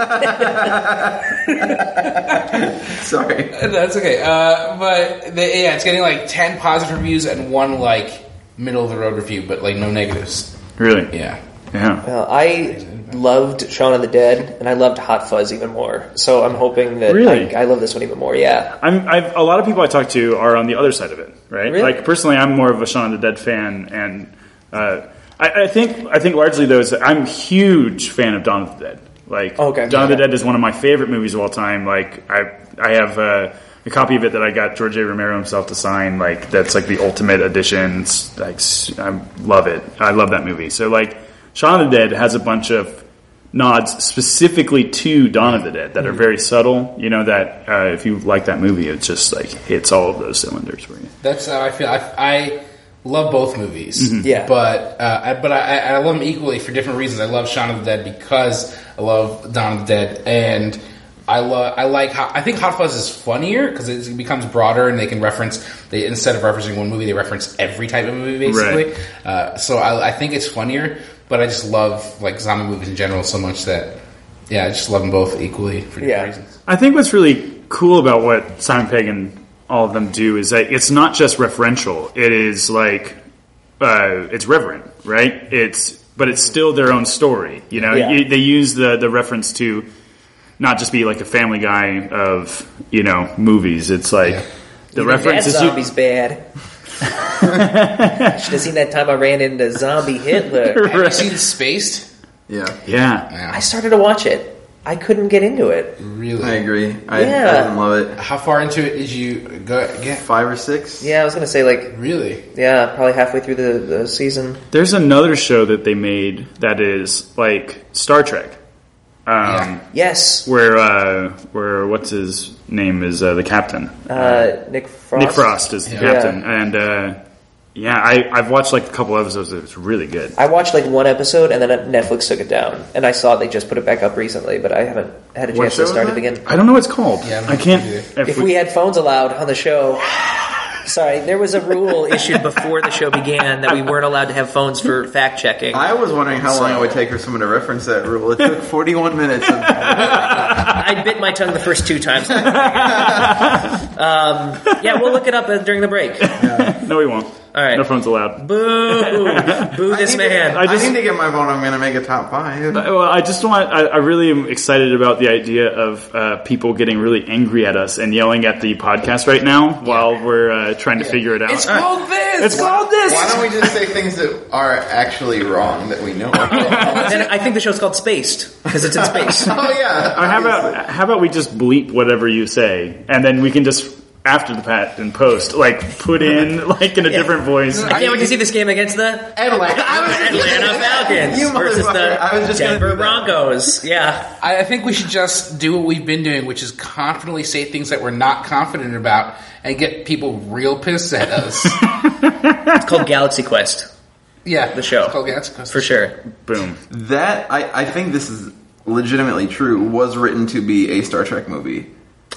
Speaker 4: [laughs]
Speaker 3: sorry.
Speaker 4: that's okay. Uh, but the, yeah, it's getting like ten positive reviews and one like middle of the road review, but like no negatives.
Speaker 1: Really?
Speaker 4: Yeah,
Speaker 1: Yeah.
Speaker 2: Uh, I loved Shaun of the Dead, and I loved Hot Fuzz even more. So I'm hoping that
Speaker 1: Really?
Speaker 2: I, I love this one even more. Yeah,
Speaker 1: I'm. I've, a lot of people I talk to are on the other side of it, right?
Speaker 2: Really?
Speaker 1: Like personally, I'm more of a Shaun of the Dead fan, and uh, I, I think I think largely though is that I'm a huge fan of Dawn of the Dead. Like
Speaker 2: Okay.
Speaker 1: Dawn of the
Speaker 2: Okay.
Speaker 1: Dead is one of my favorite movies of all time. Like I I have uh, a copy of it that I got George A. Romero himself to sign. Like that's like the ultimate edition. It's, Like s- I love it. I love that movie. So like Shaun of the Dead has a bunch of nods specifically to Dawn of the Dead that are very subtle. You know that uh, if you like that movie, it just like hits all of those cylinders for you.
Speaker 4: that's how I feel. I, I love both movies.
Speaker 2: Yeah.
Speaker 4: but uh, I, but I, I love them equally for different reasons. I love Shaun of the Dead because I love Dawn of the Dead, and I love. I like. Hot, I think Hot Fuzz is funnier because it becomes broader, and they can reference. They instead of referencing one movie, they reference every type of movie basically. Uh, so I, I think it's funnier, but I just love like zombie movies in general so much that yeah, I just love them both equally for different
Speaker 2: Yeah.
Speaker 4: reasons.
Speaker 1: I think what's really cool about what Simon Pegg and all of them do is that it's not just referential. It is like uh, it's reverent, right? It's but it's still their own story. You know,
Speaker 2: Yeah.
Speaker 1: You- they use the the reference to not just be like a Family Guy of you know movies. It's like
Speaker 4: Yeah.
Speaker 1: the
Speaker 2: Even
Speaker 1: reference
Speaker 2: that
Speaker 1: is
Speaker 2: zombie's
Speaker 1: [laughs]
Speaker 2: bad. Should have seen that time I ran into zombie Hitler.
Speaker 4: Have
Speaker 1: [laughs]
Speaker 4: you
Speaker 1: Right.
Speaker 4: seen Spaced?
Speaker 3: Yeah,
Speaker 1: yeah.
Speaker 4: Yeah.
Speaker 2: I started to watch it. I couldn't get into it.
Speaker 4: Really?
Speaker 3: I agree. I,
Speaker 2: Yeah.
Speaker 3: I didn't love it.
Speaker 4: How far into it did you go? Get
Speaker 3: Five or six.
Speaker 2: Yeah, I was gonna say like
Speaker 4: really?
Speaker 2: yeah, probably halfway through the, the season.
Speaker 1: There's another show that they made that is like Star Trek. Um,
Speaker 4: Yeah.
Speaker 2: Yes,
Speaker 1: Where uh, where what's his name is uh, the captain.
Speaker 2: uh, Nick Frost.
Speaker 1: Nick Frost is the
Speaker 4: Yeah.
Speaker 1: captain, and uh, yeah, I, I've watched like a couple episodes. It was really good.
Speaker 2: I watched like one episode and then Netflix took it down, and I saw they just put it back up recently, but I haven't had a
Speaker 3: What
Speaker 2: chance
Speaker 3: show
Speaker 2: to
Speaker 3: is
Speaker 2: start it
Speaker 3: that?
Speaker 2: again.
Speaker 1: I don't know what it's called.
Speaker 4: Yeah, I don't
Speaker 1: I can't.
Speaker 4: know
Speaker 2: If we had phones allowed on the show. Sorry, there was a rule issued before the show began that we weren't allowed to have phones for fact checking.
Speaker 3: I was wondering how long it would take for someone to reference that rule. It took 41 [laughs] minutes. Of,
Speaker 2: I bit my tongue the first two times. um, yeah, we'll look it up uh, during the break.
Speaker 1: no, we won't.
Speaker 2: All right.
Speaker 1: no phones allowed.
Speaker 2: Boo! Boo this
Speaker 3: I need to-
Speaker 2: man.
Speaker 1: I
Speaker 3: I,
Speaker 1: just-
Speaker 3: need to get my phone. I'm going to make a top five.
Speaker 1: Well, I just want. I, I really am excited about the idea of uh, people getting really angry at us and yelling at the podcast right now while we're uh, trying to figure it out.
Speaker 4: It's called this.
Speaker 1: It's called this.
Speaker 3: Why don't we just say things that are actually wrong that we know? About?
Speaker 2: And I think the show's called Spaced because it's in space.
Speaker 3: [laughs] oh yeah.
Speaker 1: Or how
Speaker 3: obviously.
Speaker 1: about how about we just bleep whatever you say, and then we can just after the pat and post like put in [laughs] like in a different voice.
Speaker 2: I can't wait [laughs] to see this game against the [laughs]
Speaker 3: Adelaide? I was just gonna
Speaker 2: Atlanta
Speaker 3: do that.
Speaker 2: Falcons
Speaker 3: You
Speaker 2: versus
Speaker 3: motherfucker. I was
Speaker 2: the
Speaker 3: just gonna
Speaker 2: Denver
Speaker 3: do that.
Speaker 2: Broncos. Yeah,
Speaker 4: I, I think we should just do what we've been doing, which is confidently say things that we're not confident about and get people real pissed at
Speaker 2: [laughs]
Speaker 4: us.
Speaker 2: it's called Galaxy Quest
Speaker 4: yeah,
Speaker 2: The show.
Speaker 4: It's called Gas Quest.
Speaker 2: for sure.
Speaker 1: Boom.
Speaker 3: That I, I think this is legitimately true. Was written to be a Star Trek movie.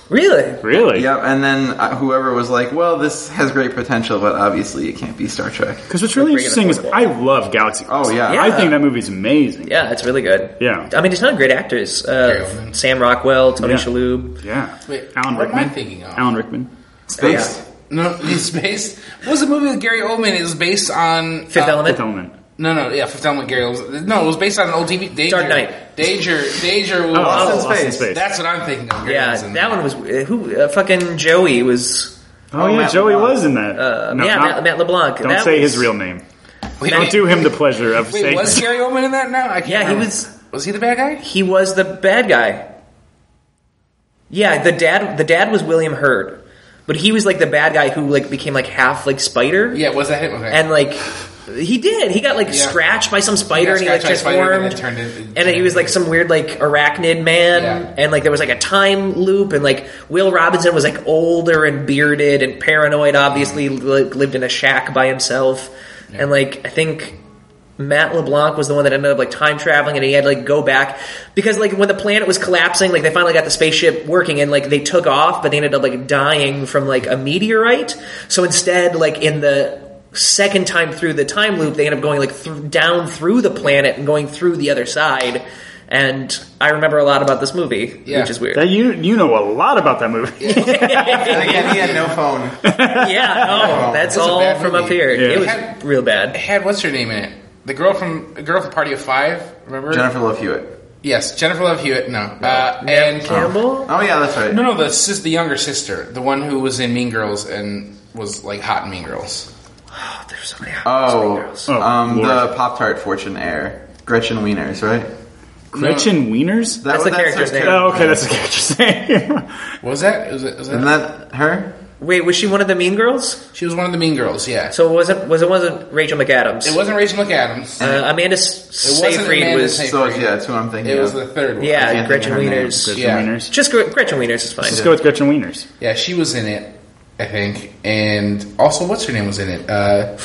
Speaker 2: Really?
Speaker 1: Really?
Speaker 3: Yep, and then uh, whoever was like, "Well, this has great potential, but obviously it can't be Star Trek."
Speaker 1: Because what's really
Speaker 2: Like, bring
Speaker 1: interesting
Speaker 2: it
Speaker 1: is I love Galaxy Quest.
Speaker 3: Oh, yeah.
Speaker 1: I
Speaker 2: Yeah.
Speaker 1: think that movie's amazing.
Speaker 2: Yeah, it's really good.
Speaker 1: Yeah.
Speaker 2: I mean, it's not great actors.
Speaker 4: Gary
Speaker 2: Uh,
Speaker 4: Oldman.
Speaker 2: Sam Rockwell, Tony
Speaker 1: Yeah.
Speaker 3: Uh,
Speaker 2: Shalhoub.
Speaker 1: Yeah.
Speaker 4: Wait,
Speaker 1: Alan
Speaker 4: what am I
Speaker 1: Rickman.
Speaker 4: thinking of?
Speaker 1: Alan Rickman.
Speaker 3: Spaced.
Speaker 4: No, it's based. What was the movie with Gary Oldman? It was based on
Speaker 2: Fifth
Speaker 4: uh,
Speaker 2: Element.
Speaker 1: Fifth Element.
Speaker 4: No, no, yeah, Fifth Element. Gary Oldman. No, it was based on an old TV. Danger,
Speaker 2: Dark Knight.
Speaker 4: Danger. Danger.
Speaker 3: Lost in
Speaker 4: Was,
Speaker 1: oh, Lost in
Speaker 3: Space.
Speaker 1: Space.
Speaker 4: That's what I'm thinking of. Gary
Speaker 2: Yeah,
Speaker 4: was in
Speaker 2: that one was uh, who? Uh, fucking Joey was.
Speaker 1: Oh,
Speaker 3: Oh,
Speaker 1: yeah,
Speaker 3: Matt
Speaker 1: Joey
Speaker 3: LeBlanc.
Speaker 1: was in that.
Speaker 2: Uh, yeah, Matt, Matt LeBlanc.
Speaker 1: Don't
Speaker 2: That
Speaker 1: say
Speaker 2: was-
Speaker 1: his real name.
Speaker 4: Wait,
Speaker 1: Don't do him the pleasure of
Speaker 4: Wait,
Speaker 1: saying.
Speaker 4: was Gary Oldman in that? Now, I can't
Speaker 2: Yeah, he
Speaker 4: remember.
Speaker 2: was-
Speaker 4: Was he the bad guy?
Speaker 2: He was the bad guy. Yeah, the dad. The dad was William Hurt, but he was like the bad guy who like became like half like spider
Speaker 4: Yeah, was that him? Okay.
Speaker 2: and like. He did. He got like
Speaker 4: Yeah.
Speaker 2: scratched by some spider,
Speaker 4: He
Speaker 2: and he
Speaker 4: got
Speaker 2: like
Speaker 4: scratched by a spider and
Speaker 2: transformed,
Speaker 4: then it turned into-
Speaker 2: and he was like some weird like arachnid man,
Speaker 4: Yeah.
Speaker 2: and like there was like a time loop, and like Will Robinson was like older and bearded and paranoid, obviously like, lived in a shack by himself, and like I think Matt LeBlanc was the one that ended up like time traveling, and he had to, like go back because like when the planet was collapsing, like they finally got the spaceship working, and like they took off, but they ended up like dying from like a meteorite. So instead, like in the second time through the time loop, they end up going like th- down through the planet and going through the other side. And I remember a lot about this movie,
Speaker 4: Yeah.
Speaker 2: which is weird.
Speaker 1: That you you know a lot about that movie.
Speaker 3: And again, he had no phone.
Speaker 4: [laughs]
Speaker 2: yeah, oh, that's
Speaker 4: It's a
Speaker 2: all
Speaker 4: bad
Speaker 2: from
Speaker 4: movie.
Speaker 2: up here.
Speaker 1: Yeah.
Speaker 2: It was
Speaker 4: Had-
Speaker 2: real bad.
Speaker 4: had what's her name in it? The girl from the girl from Party of Five. Remember?
Speaker 3: Jennifer Love Hewitt.
Speaker 4: Yes, Jennifer Love Hewitt. No, uh, and
Speaker 2: Campbell.
Speaker 3: Oh yeah, that's right.
Speaker 4: no, no, the sis, the younger sister, the one who was in Mean Girls and was like hot in Mean Girls.
Speaker 2: Oh, there's so many.
Speaker 3: Oh,
Speaker 2: girls.
Speaker 1: Oh,
Speaker 3: um,
Speaker 1: Lord.
Speaker 3: the Pop Tart fortune heir, Gretchen Wieners, right?
Speaker 1: [laughs] Gretchen Wieners?
Speaker 3: That-
Speaker 2: That's the
Speaker 3: her
Speaker 2: character's name.
Speaker 1: oh, okay, that's the character's [laughs] name.
Speaker 4: What was that? Was it? Was
Speaker 3: Isn't
Speaker 4: that?
Speaker 3: that her?
Speaker 2: Wait, was she one of the Mean Girls?
Speaker 4: She was one of the Mean Girls. Yeah.
Speaker 2: So it wasn't was it wasn't Rachel McAdams?
Speaker 4: it wasn't Rachel McAdams.
Speaker 2: uh, Amanda S-
Speaker 4: It wasn't
Speaker 2: Seyfried
Speaker 4: Amanda
Speaker 2: was
Speaker 4: Seyfried.
Speaker 3: So yeah, that's who I'm thinking.
Speaker 4: It was
Speaker 3: of.
Speaker 4: the third one.
Speaker 2: yeah
Speaker 3: can't
Speaker 2: Gretchen
Speaker 3: think of her name.
Speaker 2: Wieners.
Speaker 1: Gretchen
Speaker 4: Yeah.
Speaker 1: Wieners.
Speaker 2: Just Gre- Gretchen Wieners is fine.
Speaker 1: Let's go with Gretchen Wieners.
Speaker 4: Yeah, she was in it. I think, and also what's her name was in it?
Speaker 2: [laughs]
Speaker 4: Uh,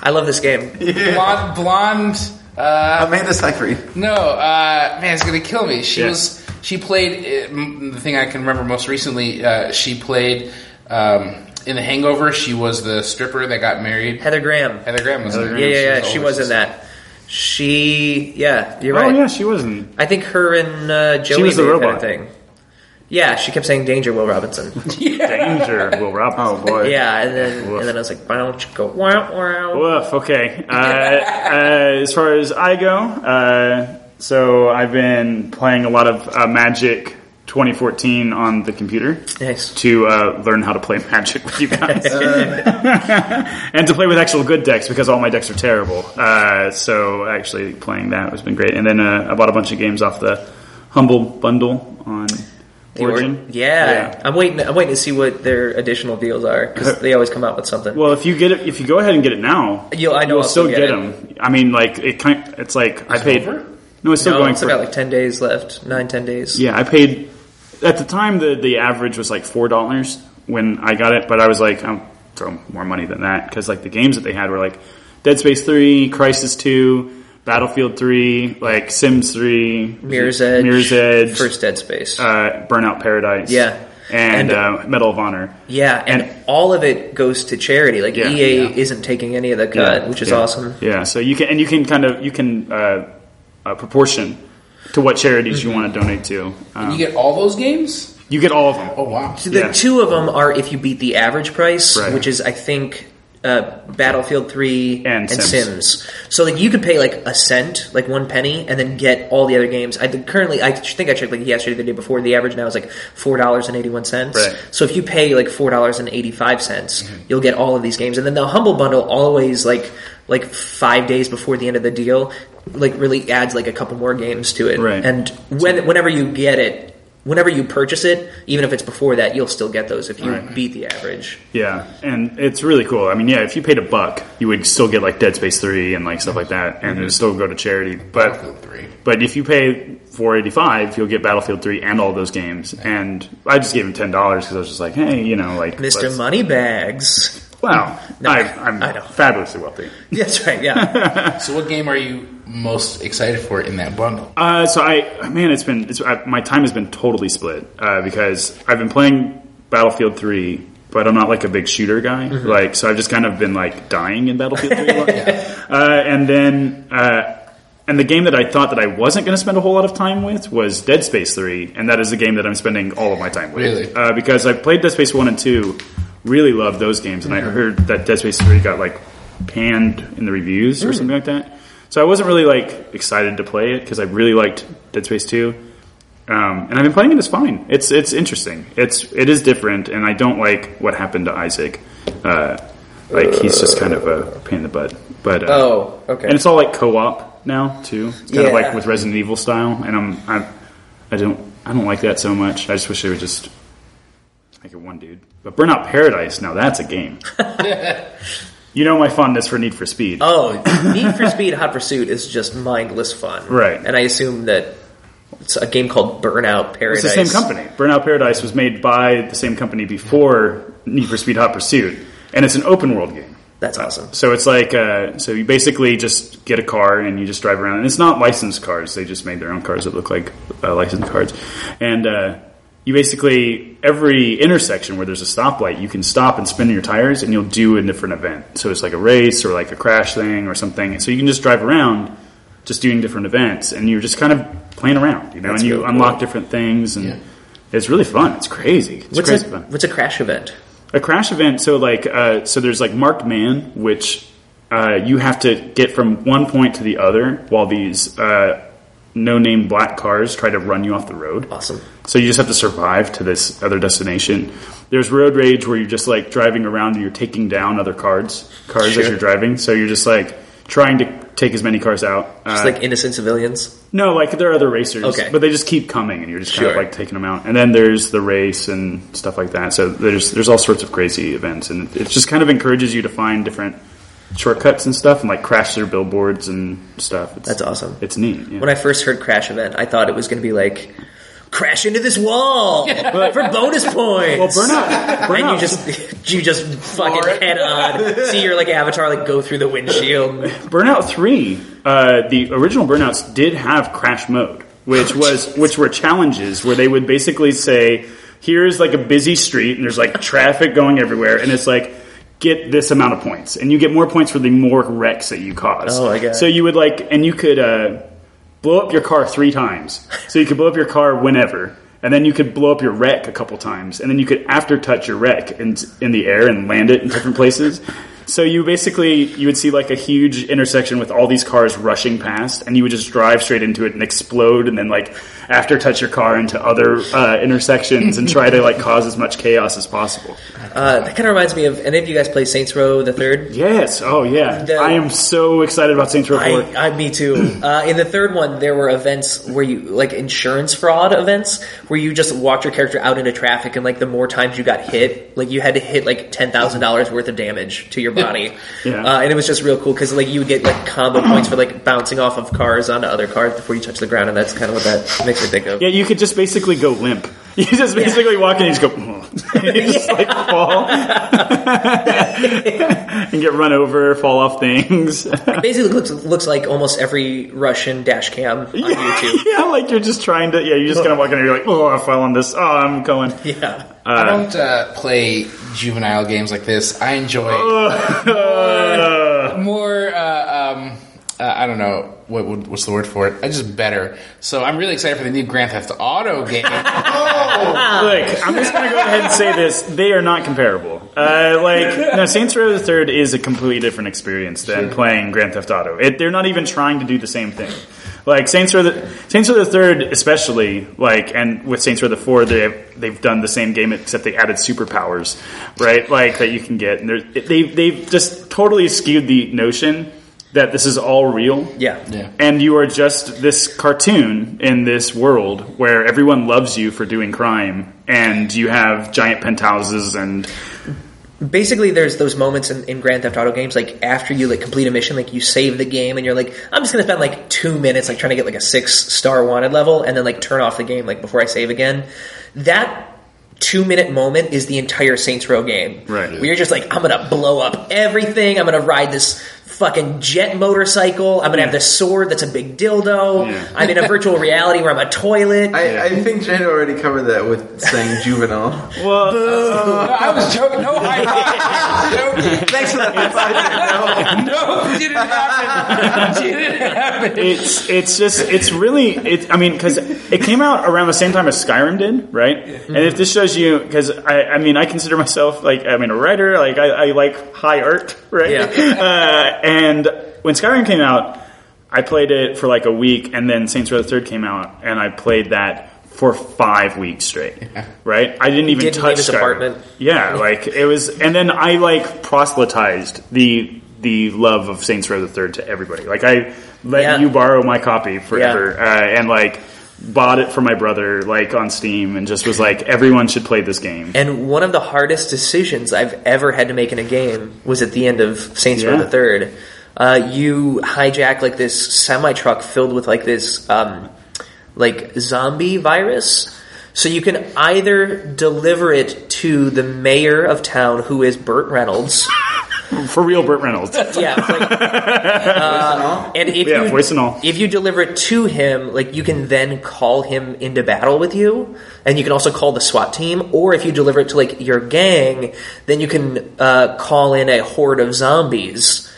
Speaker 2: I love this game.
Speaker 4: blonde, blonde. Uh,
Speaker 3: Amanda Seyfried.
Speaker 4: no, uh, man, it's gonna kill me. She
Speaker 1: Yeah.
Speaker 4: was. She played uh, m- the thing I can remember most recently. Uh, she played um, in The Hangover. She was the stripper that got married.
Speaker 2: Heather Graham.
Speaker 4: Heather Graham was. in
Speaker 1: Heather
Speaker 4: it.
Speaker 2: yeah, yeah, yeah.
Speaker 4: was
Speaker 2: She
Speaker 4: always
Speaker 2: was in
Speaker 4: just-
Speaker 2: that. She, yeah, you're
Speaker 1: Oh
Speaker 2: right.
Speaker 1: yeah, she wasn't.
Speaker 2: I think her and uh, Joey
Speaker 1: was the
Speaker 2: did that
Speaker 1: robot.
Speaker 2: Kind of thing. Yeah, she kept saying "Danger, Will Robinson."
Speaker 1: [laughs] Danger, Will Robinson.
Speaker 3: Oh boy.
Speaker 2: yeah, and then
Speaker 1: Woof.
Speaker 2: and then I was like, "Why don't you go?" Wow, wow.
Speaker 1: Woof. Okay. Uh, uh, as far as I go, uh, so I've been playing a lot of uh, Magic 2014 on the computer
Speaker 2: Nice.
Speaker 1: to uh, learn how to play [laughs] Magic with you guys, [laughs] and to play with actual good decks because all my decks are terrible. Uh, so actually playing that has been great. And then uh, I bought a bunch of games off the Humble Bundle on
Speaker 2: The or-
Speaker 1: Origin.
Speaker 2: Yeah. I'm waiting. I'm waiting to see what their additional deals are because they always come out with something.
Speaker 1: Well, if you get it, if you go ahead and get it now,
Speaker 2: You'll- I know I'll still
Speaker 1: still
Speaker 2: get
Speaker 1: get
Speaker 2: it.
Speaker 1: them. I mean, like it kind. It's like I paid.
Speaker 4: over?
Speaker 1: No, it's still
Speaker 2: no,
Speaker 1: going
Speaker 2: still
Speaker 1: for.
Speaker 2: Oh, got like ten days left. Nine, ten days.
Speaker 1: yeah, I paid. At the time, the the average was like four dollars when I got it, but I was like, I'm throwing more money than that because like the games that they had were like Dead Space Three, Crisis Two, Battlefield Three, like Sims Three,
Speaker 2: Mirror's Edge.
Speaker 1: Mirror's Edge,
Speaker 2: First Dead Space.
Speaker 1: uh, Burnout Paradise,
Speaker 2: Yeah.
Speaker 1: and,
Speaker 2: And-
Speaker 1: uh, Medal of Honor.
Speaker 2: yeah, and,
Speaker 1: and-
Speaker 2: all of it goes to charity. Like
Speaker 1: Yeah,
Speaker 2: EA
Speaker 4: yeah.
Speaker 2: isn't taking any of the cut,
Speaker 1: Yeah,
Speaker 2: which is
Speaker 1: yeah.
Speaker 2: awesome.
Speaker 1: Yeah, so you can and you can kind of you can uh, uh, proportion to what charities you
Speaker 2: Mm-hmm.
Speaker 1: want to donate to. Um,
Speaker 4: You get all those games.
Speaker 1: you get all of them.
Speaker 4: Oh wow!
Speaker 2: So the
Speaker 1: Yeah.
Speaker 2: two of them are if you beat the average price,
Speaker 1: Right.
Speaker 2: which is I think uh, Battlefield Three
Speaker 1: And Sims.
Speaker 2: Sims. So like you could pay like a cent, like one penny, and then get all the other games. I think currently I ch- think I checked like yesterday, the day before. The average now is like four dollars and eighty one cents.
Speaker 1: Right. Mm-hmm.
Speaker 2: So if you pay like four dollars and eighty five cents, you'll get all of these games. And then the humble bundle always like like five days before the end of the deal, like really adds like a couple more games to it.
Speaker 1: Right.
Speaker 2: And when whenever you get it, whenever you purchase it, even if it's before that, you'll still get those if you
Speaker 1: Right.
Speaker 2: beat the average.
Speaker 1: Yeah, and it's really cool. I mean, yeah, if you paid a buck, you would still get like Dead Space Three and like stuff like that, and it
Speaker 2: Mm-hmm.
Speaker 1: would still go to charity. But
Speaker 4: Battlefield Three.
Speaker 1: but if you pay four eighty five, you'll get Battlefield Three and all those games. And I just gave him ten dollars because I was just like, hey, you know, like
Speaker 2: Mr.
Speaker 1: let's-
Speaker 2: Moneybags. [laughs]
Speaker 1: Wow,
Speaker 2: No,
Speaker 1: I, I'm
Speaker 2: I know.
Speaker 1: fabulously wealthy.
Speaker 2: That's right. Yeah.
Speaker 4: So what game are you most excited for in that bundle?
Speaker 1: Uh, so I, man, it's been it's, I, my time has been totally split uh, because I've been playing Battlefield Three, but I'm not like a big shooter guy. Like, so I've just kind of been like dying in Battlefield Three, a lot. uh, and then uh, and the game that I thought that I wasn't going to spend a whole lot of time with was Dead Space Three, and that is the game that I'm spending all of my time with.
Speaker 4: Really?
Speaker 1: uh, because I played Dead Space One and Two, really loved those games, and I heard that Dead Space Three got like panned in the reviews or something like that. So I wasn't really like excited to play it because I really liked Dead Space Two, um, and I've been playing it. It's fine. It's it's interesting. It's it is different, and I don't like what happened to Isaac. Uh, like he's just kind of a pain in the butt. But uh,
Speaker 2: Oh, okay.
Speaker 1: and it's all like co-op now too. It's kind of
Speaker 2: Yeah.
Speaker 1: like with Resident Evil style, and I'm I, I don't I don't like that so much. I just wish they would just make it one dude. But Burnout Paradise, now that's a
Speaker 2: [laughs]
Speaker 1: game. you know my fondness for Need for Speed.
Speaker 2: oh, Need for Speed Hot Pursuit is just mindless fun.
Speaker 1: Right.
Speaker 2: And I assume that it's a game called Burnout Paradise.
Speaker 1: it's the same company. Burnout Paradise was made by the same company before Need for Speed Hot Pursuit, and it's an open world game.
Speaker 2: That's awesome.
Speaker 1: So it's like uh, so you basically just get a car and you just drive around, and it's not licensed cars. They just made their own cars that look like uh, licensed cars, and uh, you basically every intersection where there's a stoplight, you can stop and spin your tires, and you'll do a different event. So it's like a race or like a crash thing or something. So you can just drive around, just doing different events, and you're just kind of playing around, you know,
Speaker 2: That's
Speaker 1: and you
Speaker 2: really cool.
Speaker 1: unlock different things, and
Speaker 4: Yeah.
Speaker 1: it's really fun. It's crazy. It's
Speaker 2: What's
Speaker 1: crazy
Speaker 2: a,
Speaker 1: fun.
Speaker 2: what's a crash event?
Speaker 1: A crash event. So like, uh, so there's like marked man, which uh, you have to get from one point to the other, while these uh, no-name black cars try to run you off the road.
Speaker 2: Awesome.
Speaker 1: So you just have to survive to this other destination. There's road rage where you're just like driving around and you're taking down other cars, cars
Speaker 2: Sure.
Speaker 1: as you're driving. So you're just like trying to take as many cars out.
Speaker 2: Just
Speaker 1: Uh,
Speaker 2: like innocent civilians.
Speaker 1: no, like there are other racers,
Speaker 2: Okay.
Speaker 1: but they just keep coming, and you're just kind
Speaker 2: Sure.
Speaker 1: of like taking them out. And then there's the race and stuff like that. So there's there's all sorts of crazy events, and it just kind of encourages you to find different shortcuts and stuff, and like crash their billboards and stuff. It's,
Speaker 2: That's awesome.
Speaker 1: It's neat. Yeah.
Speaker 2: When I first heard Crash Event, I thought it was going to be like crash into
Speaker 1: [laughs]
Speaker 2: this wall for bonus points.
Speaker 1: well,
Speaker 2: [laughs]
Speaker 1: burnout,
Speaker 2: and you
Speaker 1: burnout,
Speaker 2: just [laughs] you just
Speaker 4: Floor
Speaker 2: fucking
Speaker 4: it.
Speaker 2: head on see your like avatar like go through
Speaker 1: [laughs]
Speaker 2: the windshield.
Speaker 1: burnout three. Uh, the original burnouts did have crash mode. which was which were challenges where they would basically say, "Here's like a busy street, and there's like traffic going everywhere, and it's like." Get this amount of points, and you get more points for the more wrecks that you cause.
Speaker 2: Oh my God.
Speaker 1: So you would like, and you could uh, blow up your car three times. So you could blow up your car whenever, and then you could blow up your wreck a couple times, and then you could after touch your wreck in, in the air and land it in different places. So you basically you would see like a huge intersection with all these cars rushing past, and you would just drive straight into it and explode, and then like after touch your car into other uh, intersections and try to like cause as much chaos as possible.
Speaker 2: Uh, that kind of reminds me of. Any of you guys play Saints Row the Third?
Speaker 1: Yes. Oh yeah.
Speaker 2: The-
Speaker 1: I am so excited about Saints Row Four.
Speaker 2: I, I, me
Speaker 1: [clears throat]
Speaker 2: too. Uh, in the third one, there were events where you, like insurance fraud events, where you just walked your character out into traffic, and like the more times you got hit, like you had to hit like ten thousand dollars worth of damage to your body,
Speaker 1: Yeah.
Speaker 2: uh, and it was just real cool because like you would get like combo points for like bouncing off of cars onto other cars before you touch the ground, and that's kind of what that makes me think of.
Speaker 1: Yeah, you could just basically go limp. [laughs] You just basically walk in and you just go, [laughs] "Oh." you just like fall [laughs] and get run over, fall off things. [laughs] yeah,
Speaker 2: Basically, looks looks like almost every Russian dash cam on YouTube. [laughs]
Speaker 1: like you're just trying to. Yeah, you're just kind of walking and you're like, oh, I fell on this. Oh, I'm going.
Speaker 2: Yeah.
Speaker 4: I don't uh, play juvenile games like this. I enjoy
Speaker 2: Uh.
Speaker 1: [laughs]
Speaker 4: more. Uh, um, uh, I don't know what would, what's the word for it. I just better. So I'm really excited for the new Grand Theft Auto game.
Speaker 1: Look, I'm just gonna go ahead and say this: they are not comparable. Uh, like, no, Saints Row the Third is a completely different experience than playing Grand Theft Auto. It, they're not even trying to do the same thing. Like Saints Row, the, Saints Row the Third, especially like, and with Saints Row the Four, they they've done the same game except they added superpowers, right? Like that you can get, and they're- they they've just totally skewed the notion that this is all real
Speaker 2: Yeah.
Speaker 4: yeah.
Speaker 1: and you are just this cartoon in this world where everyone loves you for doing crime and you have giant penthouses and
Speaker 2: Basically, there's those moments in, in Grand Theft Auto games, like after you like complete a mission, like you save the game and you're like, I'm just gonna spend like two minutes like trying to get like a six star wanted level, and then like turn off the game like before I save again. That two minute moment is the entire Saints Row game.
Speaker 1: Right.
Speaker 2: Where you're just like, I'm gonna blow up everything. I'm gonna ride this fucking jet motorcycle. I'm gonna have this sword that's a big dildo.
Speaker 1: Yeah.
Speaker 2: I'm in a virtual reality where I'm a toilet.
Speaker 3: I, I think Jane already covered that with saying juvenile.
Speaker 1: well
Speaker 4: No, I was joking. No, I, [laughs] I was joking.
Speaker 3: Thanks for that.
Speaker 4: [laughs] No, it didn't happen. It didn't happen.
Speaker 1: it's it's just it's really it, i mean because it came out around the same time as skyrim did right and if this shows you because I, I mean i consider myself like i mean a writer like i, I like high art [laughs] right
Speaker 2: Yeah.
Speaker 1: uh, and when skyrim came out i played it for like a week and then saints row the third came out and i played that for five weeks straight right i didn't even
Speaker 2: didn't
Speaker 1: touch
Speaker 2: leave his
Speaker 1: Skyrim.
Speaker 2: apartment.
Speaker 1: yeah like it was and then i like proselytized the the love of saints row the third to everybody like i let
Speaker 2: Yeah.
Speaker 1: you borrow my copy forever uh, and like bought it for my brother like on steam and just was like everyone should play this game
Speaker 2: And one of the hardest decisions I've ever had to make in a game was at the end of Saints Row
Speaker 1: Yeah.
Speaker 2: the Third. Uh, you hijack like this semi truck filled with like this um, like zombie virus. So you can either deliver it to the mayor of town, who is Burt Reynolds.
Speaker 1: for real burt reynolds [laughs]
Speaker 2: yeah, like, uh, and if
Speaker 1: yeah
Speaker 2: you
Speaker 1: voice and all
Speaker 2: if you deliver it to him, like you can then call him into battle with you, and you can also call the SWAT team. Or if you deliver it to like your gang, then you can uh, call in a horde of zombies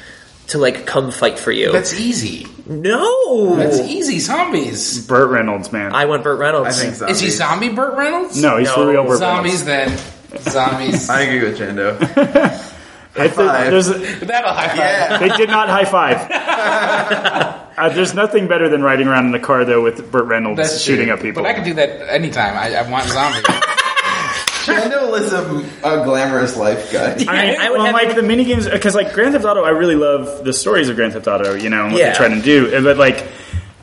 Speaker 2: to like come fight for you.
Speaker 4: That's easy.
Speaker 2: no,
Speaker 4: That's easy. Zombies.
Speaker 1: burt reynolds man
Speaker 2: I want Burt Reynolds.
Speaker 3: e- I think so.
Speaker 4: Is he zombie Burt Reynolds?
Speaker 1: no he's for
Speaker 2: No.
Speaker 1: real burt
Speaker 4: Zombies then. Zombies. [laughs]
Speaker 3: I agree with Jando.
Speaker 1: reynolds I
Speaker 3: five.
Speaker 1: think there's-
Speaker 4: That'll happen.
Speaker 3: Yeah.
Speaker 1: they did not high
Speaker 4: [laughs]
Speaker 1: five uh, there's nothing better than riding around in a car though with burt reynolds
Speaker 4: That's
Speaker 1: shooting
Speaker 4: true.
Speaker 1: up people
Speaker 4: But I can do that anytime. I, I want zombies.
Speaker 3: Jando lives a, a glamorous life, guy.
Speaker 1: I mean,
Speaker 2: I would
Speaker 1: well,
Speaker 2: have-
Speaker 1: like the mini games because like Grand Theft Auto, I really love the stories of Grand Theft Auto, you know, and what
Speaker 2: Yeah.
Speaker 1: they try to do. And- But like,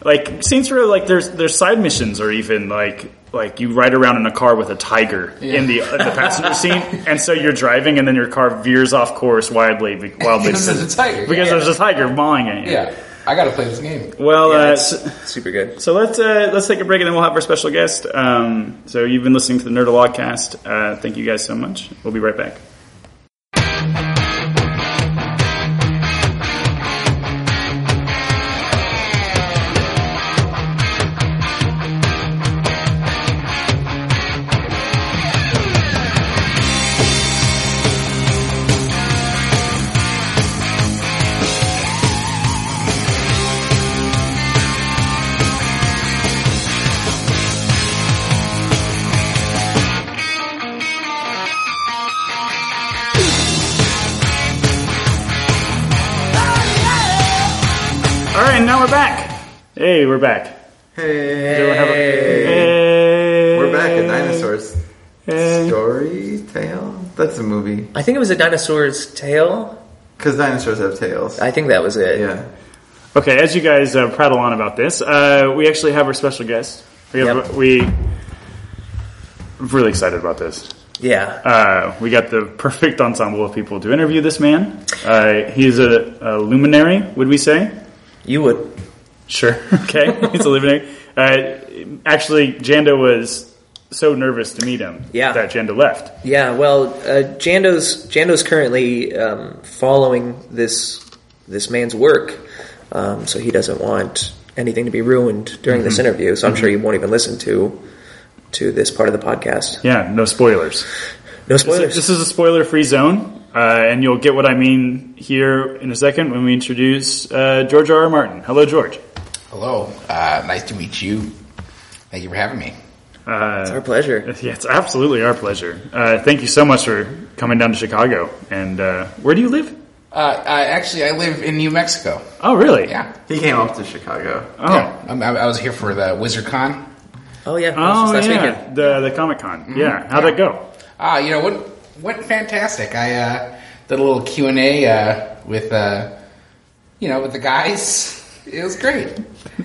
Speaker 1: like Saints Row, like there's there's side missions or even like like you ride around in a car with a tiger in the in the
Speaker 2: [laughs]
Speaker 1: passenger seat, and so you're driving, and then your car veers off course wildly, be-
Speaker 2: [laughs]
Speaker 1: wildly
Speaker 4: Because there's a tiger.
Speaker 1: because
Speaker 4: Yeah.
Speaker 1: there's a tiger mawing at you.
Speaker 4: yeah. I gotta play this game.
Speaker 1: Well, uh,
Speaker 2: That's
Speaker 1: so,
Speaker 2: super good.
Speaker 1: so let's uh, let's take a break, and then we'll have our special guest. Um, so you've been listening to the Nerdalogcast. Uh, thank you guys so much. We'll be right back. we're back. Hey, we're back.
Speaker 3: Hey,
Speaker 1: Hey.
Speaker 3: we're back at Dinosaurs
Speaker 1: Hey.
Speaker 3: Story Tale. That's a movie
Speaker 2: I think it was a dinosaur's tail.
Speaker 3: because dinosaurs have tails.
Speaker 2: I think that was it.
Speaker 3: yeah,
Speaker 1: Okay, as you guys uh, prattle on about this, uh, we actually have our special guest. We have
Speaker 2: Yep.
Speaker 1: we. I'm really excited about this.
Speaker 2: Yeah.
Speaker 1: Uh, we got the perfect ensemble of people to interview this man. Uh, he's a, a luminary, would we say? [laughs]
Speaker 2: You would.
Speaker 1: Sure. Okay, he's a luminary. Uh, actually, Janda was so nervous to meet him
Speaker 2: Yeah.
Speaker 1: that Janda left.
Speaker 2: Yeah. Well, uh, Jando's Jando's currently um, following this this man's work, um, so he doesn't want anything to be ruined during this
Speaker 1: Mm-hmm.
Speaker 2: interview. So I'm sure you won't even listen to to this part of the podcast.
Speaker 1: Yeah, no spoilers.
Speaker 2: No
Speaker 1: This
Speaker 2: spoilers.
Speaker 1: is, this is a spoiler-free zone, uh, and you'll get what I mean here in a second when we introduce uh, George R. R. Martin. Hello, George.
Speaker 4: Hello. Uh, nice to meet you. Thank you for having me.
Speaker 2: it's our pleasure.
Speaker 1: [laughs] Yeah, it's absolutely our pleasure. Uh, thank you so much for coming down to Chicago. And uh, where do you live?
Speaker 4: Uh, I, actually, I live in New Mexico.
Speaker 1: Oh, really?
Speaker 4: Yeah.
Speaker 3: he came up to Chicago.
Speaker 1: Oh,
Speaker 4: Yeah. I'm, I I was here for the WizardCon.
Speaker 2: Oh yeah. that was
Speaker 1: oh yeah.
Speaker 2: just last
Speaker 1: Mm-hmm.
Speaker 2: weekend.
Speaker 1: The the Comic Con. Yeah. How'd that go?
Speaker 4: Ah, you know what? Went fantastic. I uh, did a little Q and A uh, with, uh, you know, with the guys. [laughs] It was great.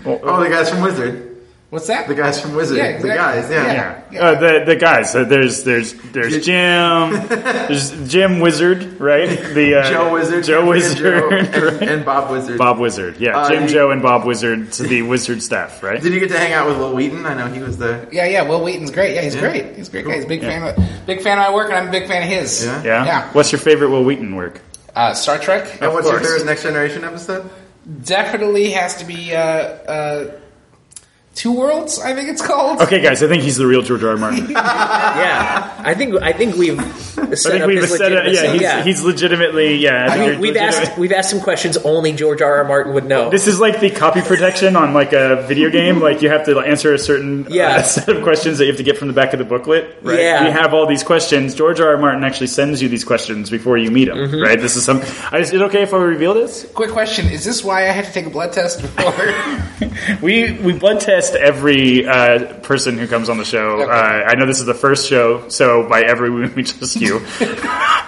Speaker 3: Oh, the guys from Wizard.
Speaker 4: What's that?
Speaker 3: The guys from Wizard.
Speaker 4: Yeah, exactly.
Speaker 3: The guys. Yeah.
Speaker 4: Yeah.
Speaker 1: Uh, the the guys. Uh, there's there's there's Jim. there's Jim Wizard, right? The uh,
Speaker 3: Joe Wizard.
Speaker 1: Joe
Speaker 3: Joe,
Speaker 1: Wizard. [laughs]
Speaker 3: and,
Speaker 1: right?
Speaker 3: and Bob Wizard.
Speaker 1: Bob Wizard. Yeah.
Speaker 3: Uh,
Speaker 1: Jim,
Speaker 3: the-
Speaker 1: Joe, and Bob Wizard to the Wizard staff, right?
Speaker 3: Did you get to hang out with Will Wheaton? I know he was there.
Speaker 4: Yeah, yeah. Will Wheaton's great. Yeah, he's great. He's a great guy. He's a big fan. Of, big fan of my work, and I'm a big fan of his.
Speaker 3: Yeah?
Speaker 1: Yeah.
Speaker 4: Yeah.
Speaker 1: What's your favorite Will Wheaton work?
Speaker 4: Uh, Star Trek.
Speaker 3: And
Speaker 4: of
Speaker 3: what's your
Speaker 4: course.
Speaker 3: favorite Next Generation episode?
Speaker 4: Definitely has to be uh, uh, Two Worlds. I think it's called.
Speaker 3: [laughs]
Speaker 1: Okay, guys. I think he's the real George R. R. Martin.
Speaker 2: Yeah. I think I think
Speaker 1: [laughs]
Speaker 2: we've
Speaker 1: I
Speaker 2: set
Speaker 1: think
Speaker 2: up
Speaker 1: we've
Speaker 2: his
Speaker 1: set up. Yeah,
Speaker 2: legitimacy.
Speaker 1: he's, he's legitimately. Yeah, I
Speaker 2: I
Speaker 1: think
Speaker 2: mean,
Speaker 1: you're
Speaker 2: we've
Speaker 1: legitimate.
Speaker 2: asked we've asked him questions only George R. R. Martin would know.
Speaker 1: This is like the copy protection on like a video game. Like you have to answer a certain
Speaker 2: Yeah.
Speaker 1: uh, [laughs] set of questions that you have to get from the back of the booklet. Right?
Speaker 2: Yeah.
Speaker 1: You have all these questions. George R. R. Martin actually sends you these questions before you meet him. Right. This is some. I just, is it okay if I reveal this?
Speaker 4: Quick question: Is this why I had to take a blood test before?
Speaker 1: We we blood test every uh, person who comes on the show.
Speaker 4: Okay.
Speaker 1: Uh, I know this is the first show, so by every [laughs] we mean just you.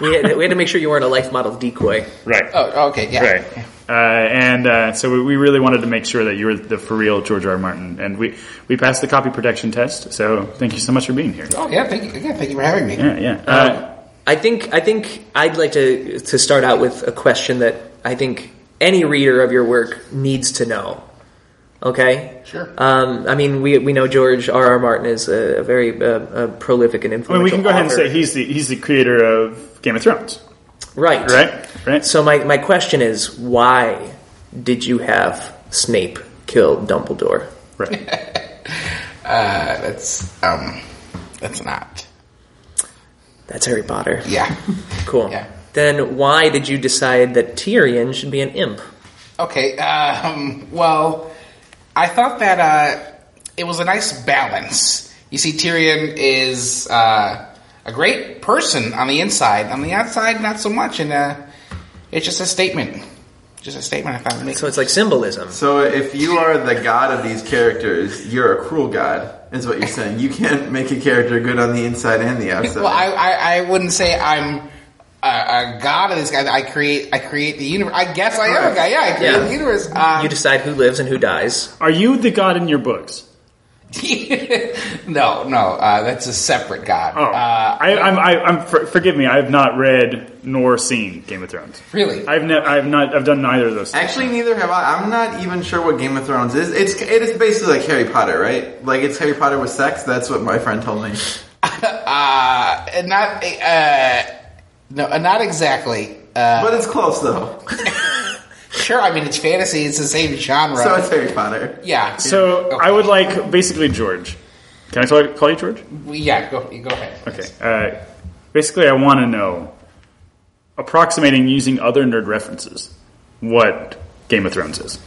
Speaker 2: we, had, we had to make sure you weren't a life model decoy.
Speaker 1: right.
Speaker 4: oh, okay. Yeah.
Speaker 1: Right. Uh, and uh, so we, we really wanted to make sure that you were the for real George R. R. Martin, and we we passed the copy protection test. So thank you so much for being here.
Speaker 4: Oh yeah. Thank you. Yeah. Thank you for having me.
Speaker 1: Yeah, yeah. Uh,
Speaker 2: I think I think I'd like to to start out with a question that I think any reader of your work needs to know. Okay.
Speaker 4: Sure.
Speaker 2: Um, I mean, we we know George R. R. Martin is a, a very uh, a prolific and
Speaker 1: I mean,
Speaker 2: influential.
Speaker 1: we can go ahead and
Speaker 2: author.
Speaker 1: say he's the he's the creator of Game of Thrones,
Speaker 2: right,
Speaker 1: right? Right.
Speaker 2: So my my question is, why did you have Snape kill Dumbledore?
Speaker 1: Right.
Speaker 4: Uh, that's um, that's not.
Speaker 2: That's Harry Potter.
Speaker 4: Yeah.
Speaker 2: Cool.
Speaker 4: Yeah.
Speaker 2: Then why did you decide that Tyrion should be an imp?
Speaker 4: Okay. Um, well, I thought that uh, it was a nice balance. You see, Tyrion is uh, a great person on the inside. On the outside, not so much. And uh, it's just a statement. Just a statement. I thought. It makes
Speaker 2: So it's like symbolism.
Speaker 3: So if you are the god of these characters, you're a cruel god, is what you're saying. You can't make a character good on the inside and the outside.
Speaker 4: Well, I, I, I wouldn't say I'm a, a god of this guy. I create I create the universe. I guess I am a guy. Yeah, I create
Speaker 2: Yeah.
Speaker 4: the universe. Uh,
Speaker 2: You decide who lives and who dies.
Speaker 1: Are you the god in your books?
Speaker 4: [laughs] no, no, uh, that's a separate god.
Speaker 1: Oh,
Speaker 4: Uh,
Speaker 1: I, I'm. I, I'm. For, forgive me. I have not read nor seen Game of Thrones.
Speaker 4: really?
Speaker 1: I've never. I've not. I've done neither of those. Things.
Speaker 3: Actually, neither have I. I'm not even sure what Game of Thrones is. It's it is basically like Harry Potter, right? Like it's Harry Potter with sex. That's what my friend told me.
Speaker 4: [laughs] uh, and not uh, no, uh, not exactly. Uh,
Speaker 3: But it's close though.
Speaker 4: sure, I mean it's fantasy. It's the same genre.
Speaker 3: So it's Harry Potter.
Speaker 4: yeah.
Speaker 1: So
Speaker 4: Okay.
Speaker 1: I would like basically George. Can I call, call you George?
Speaker 4: Yeah. Go. Go ahead.
Speaker 1: Okay. Uh, basically, I want to know, approximating using other nerd references, what Game of Thrones is.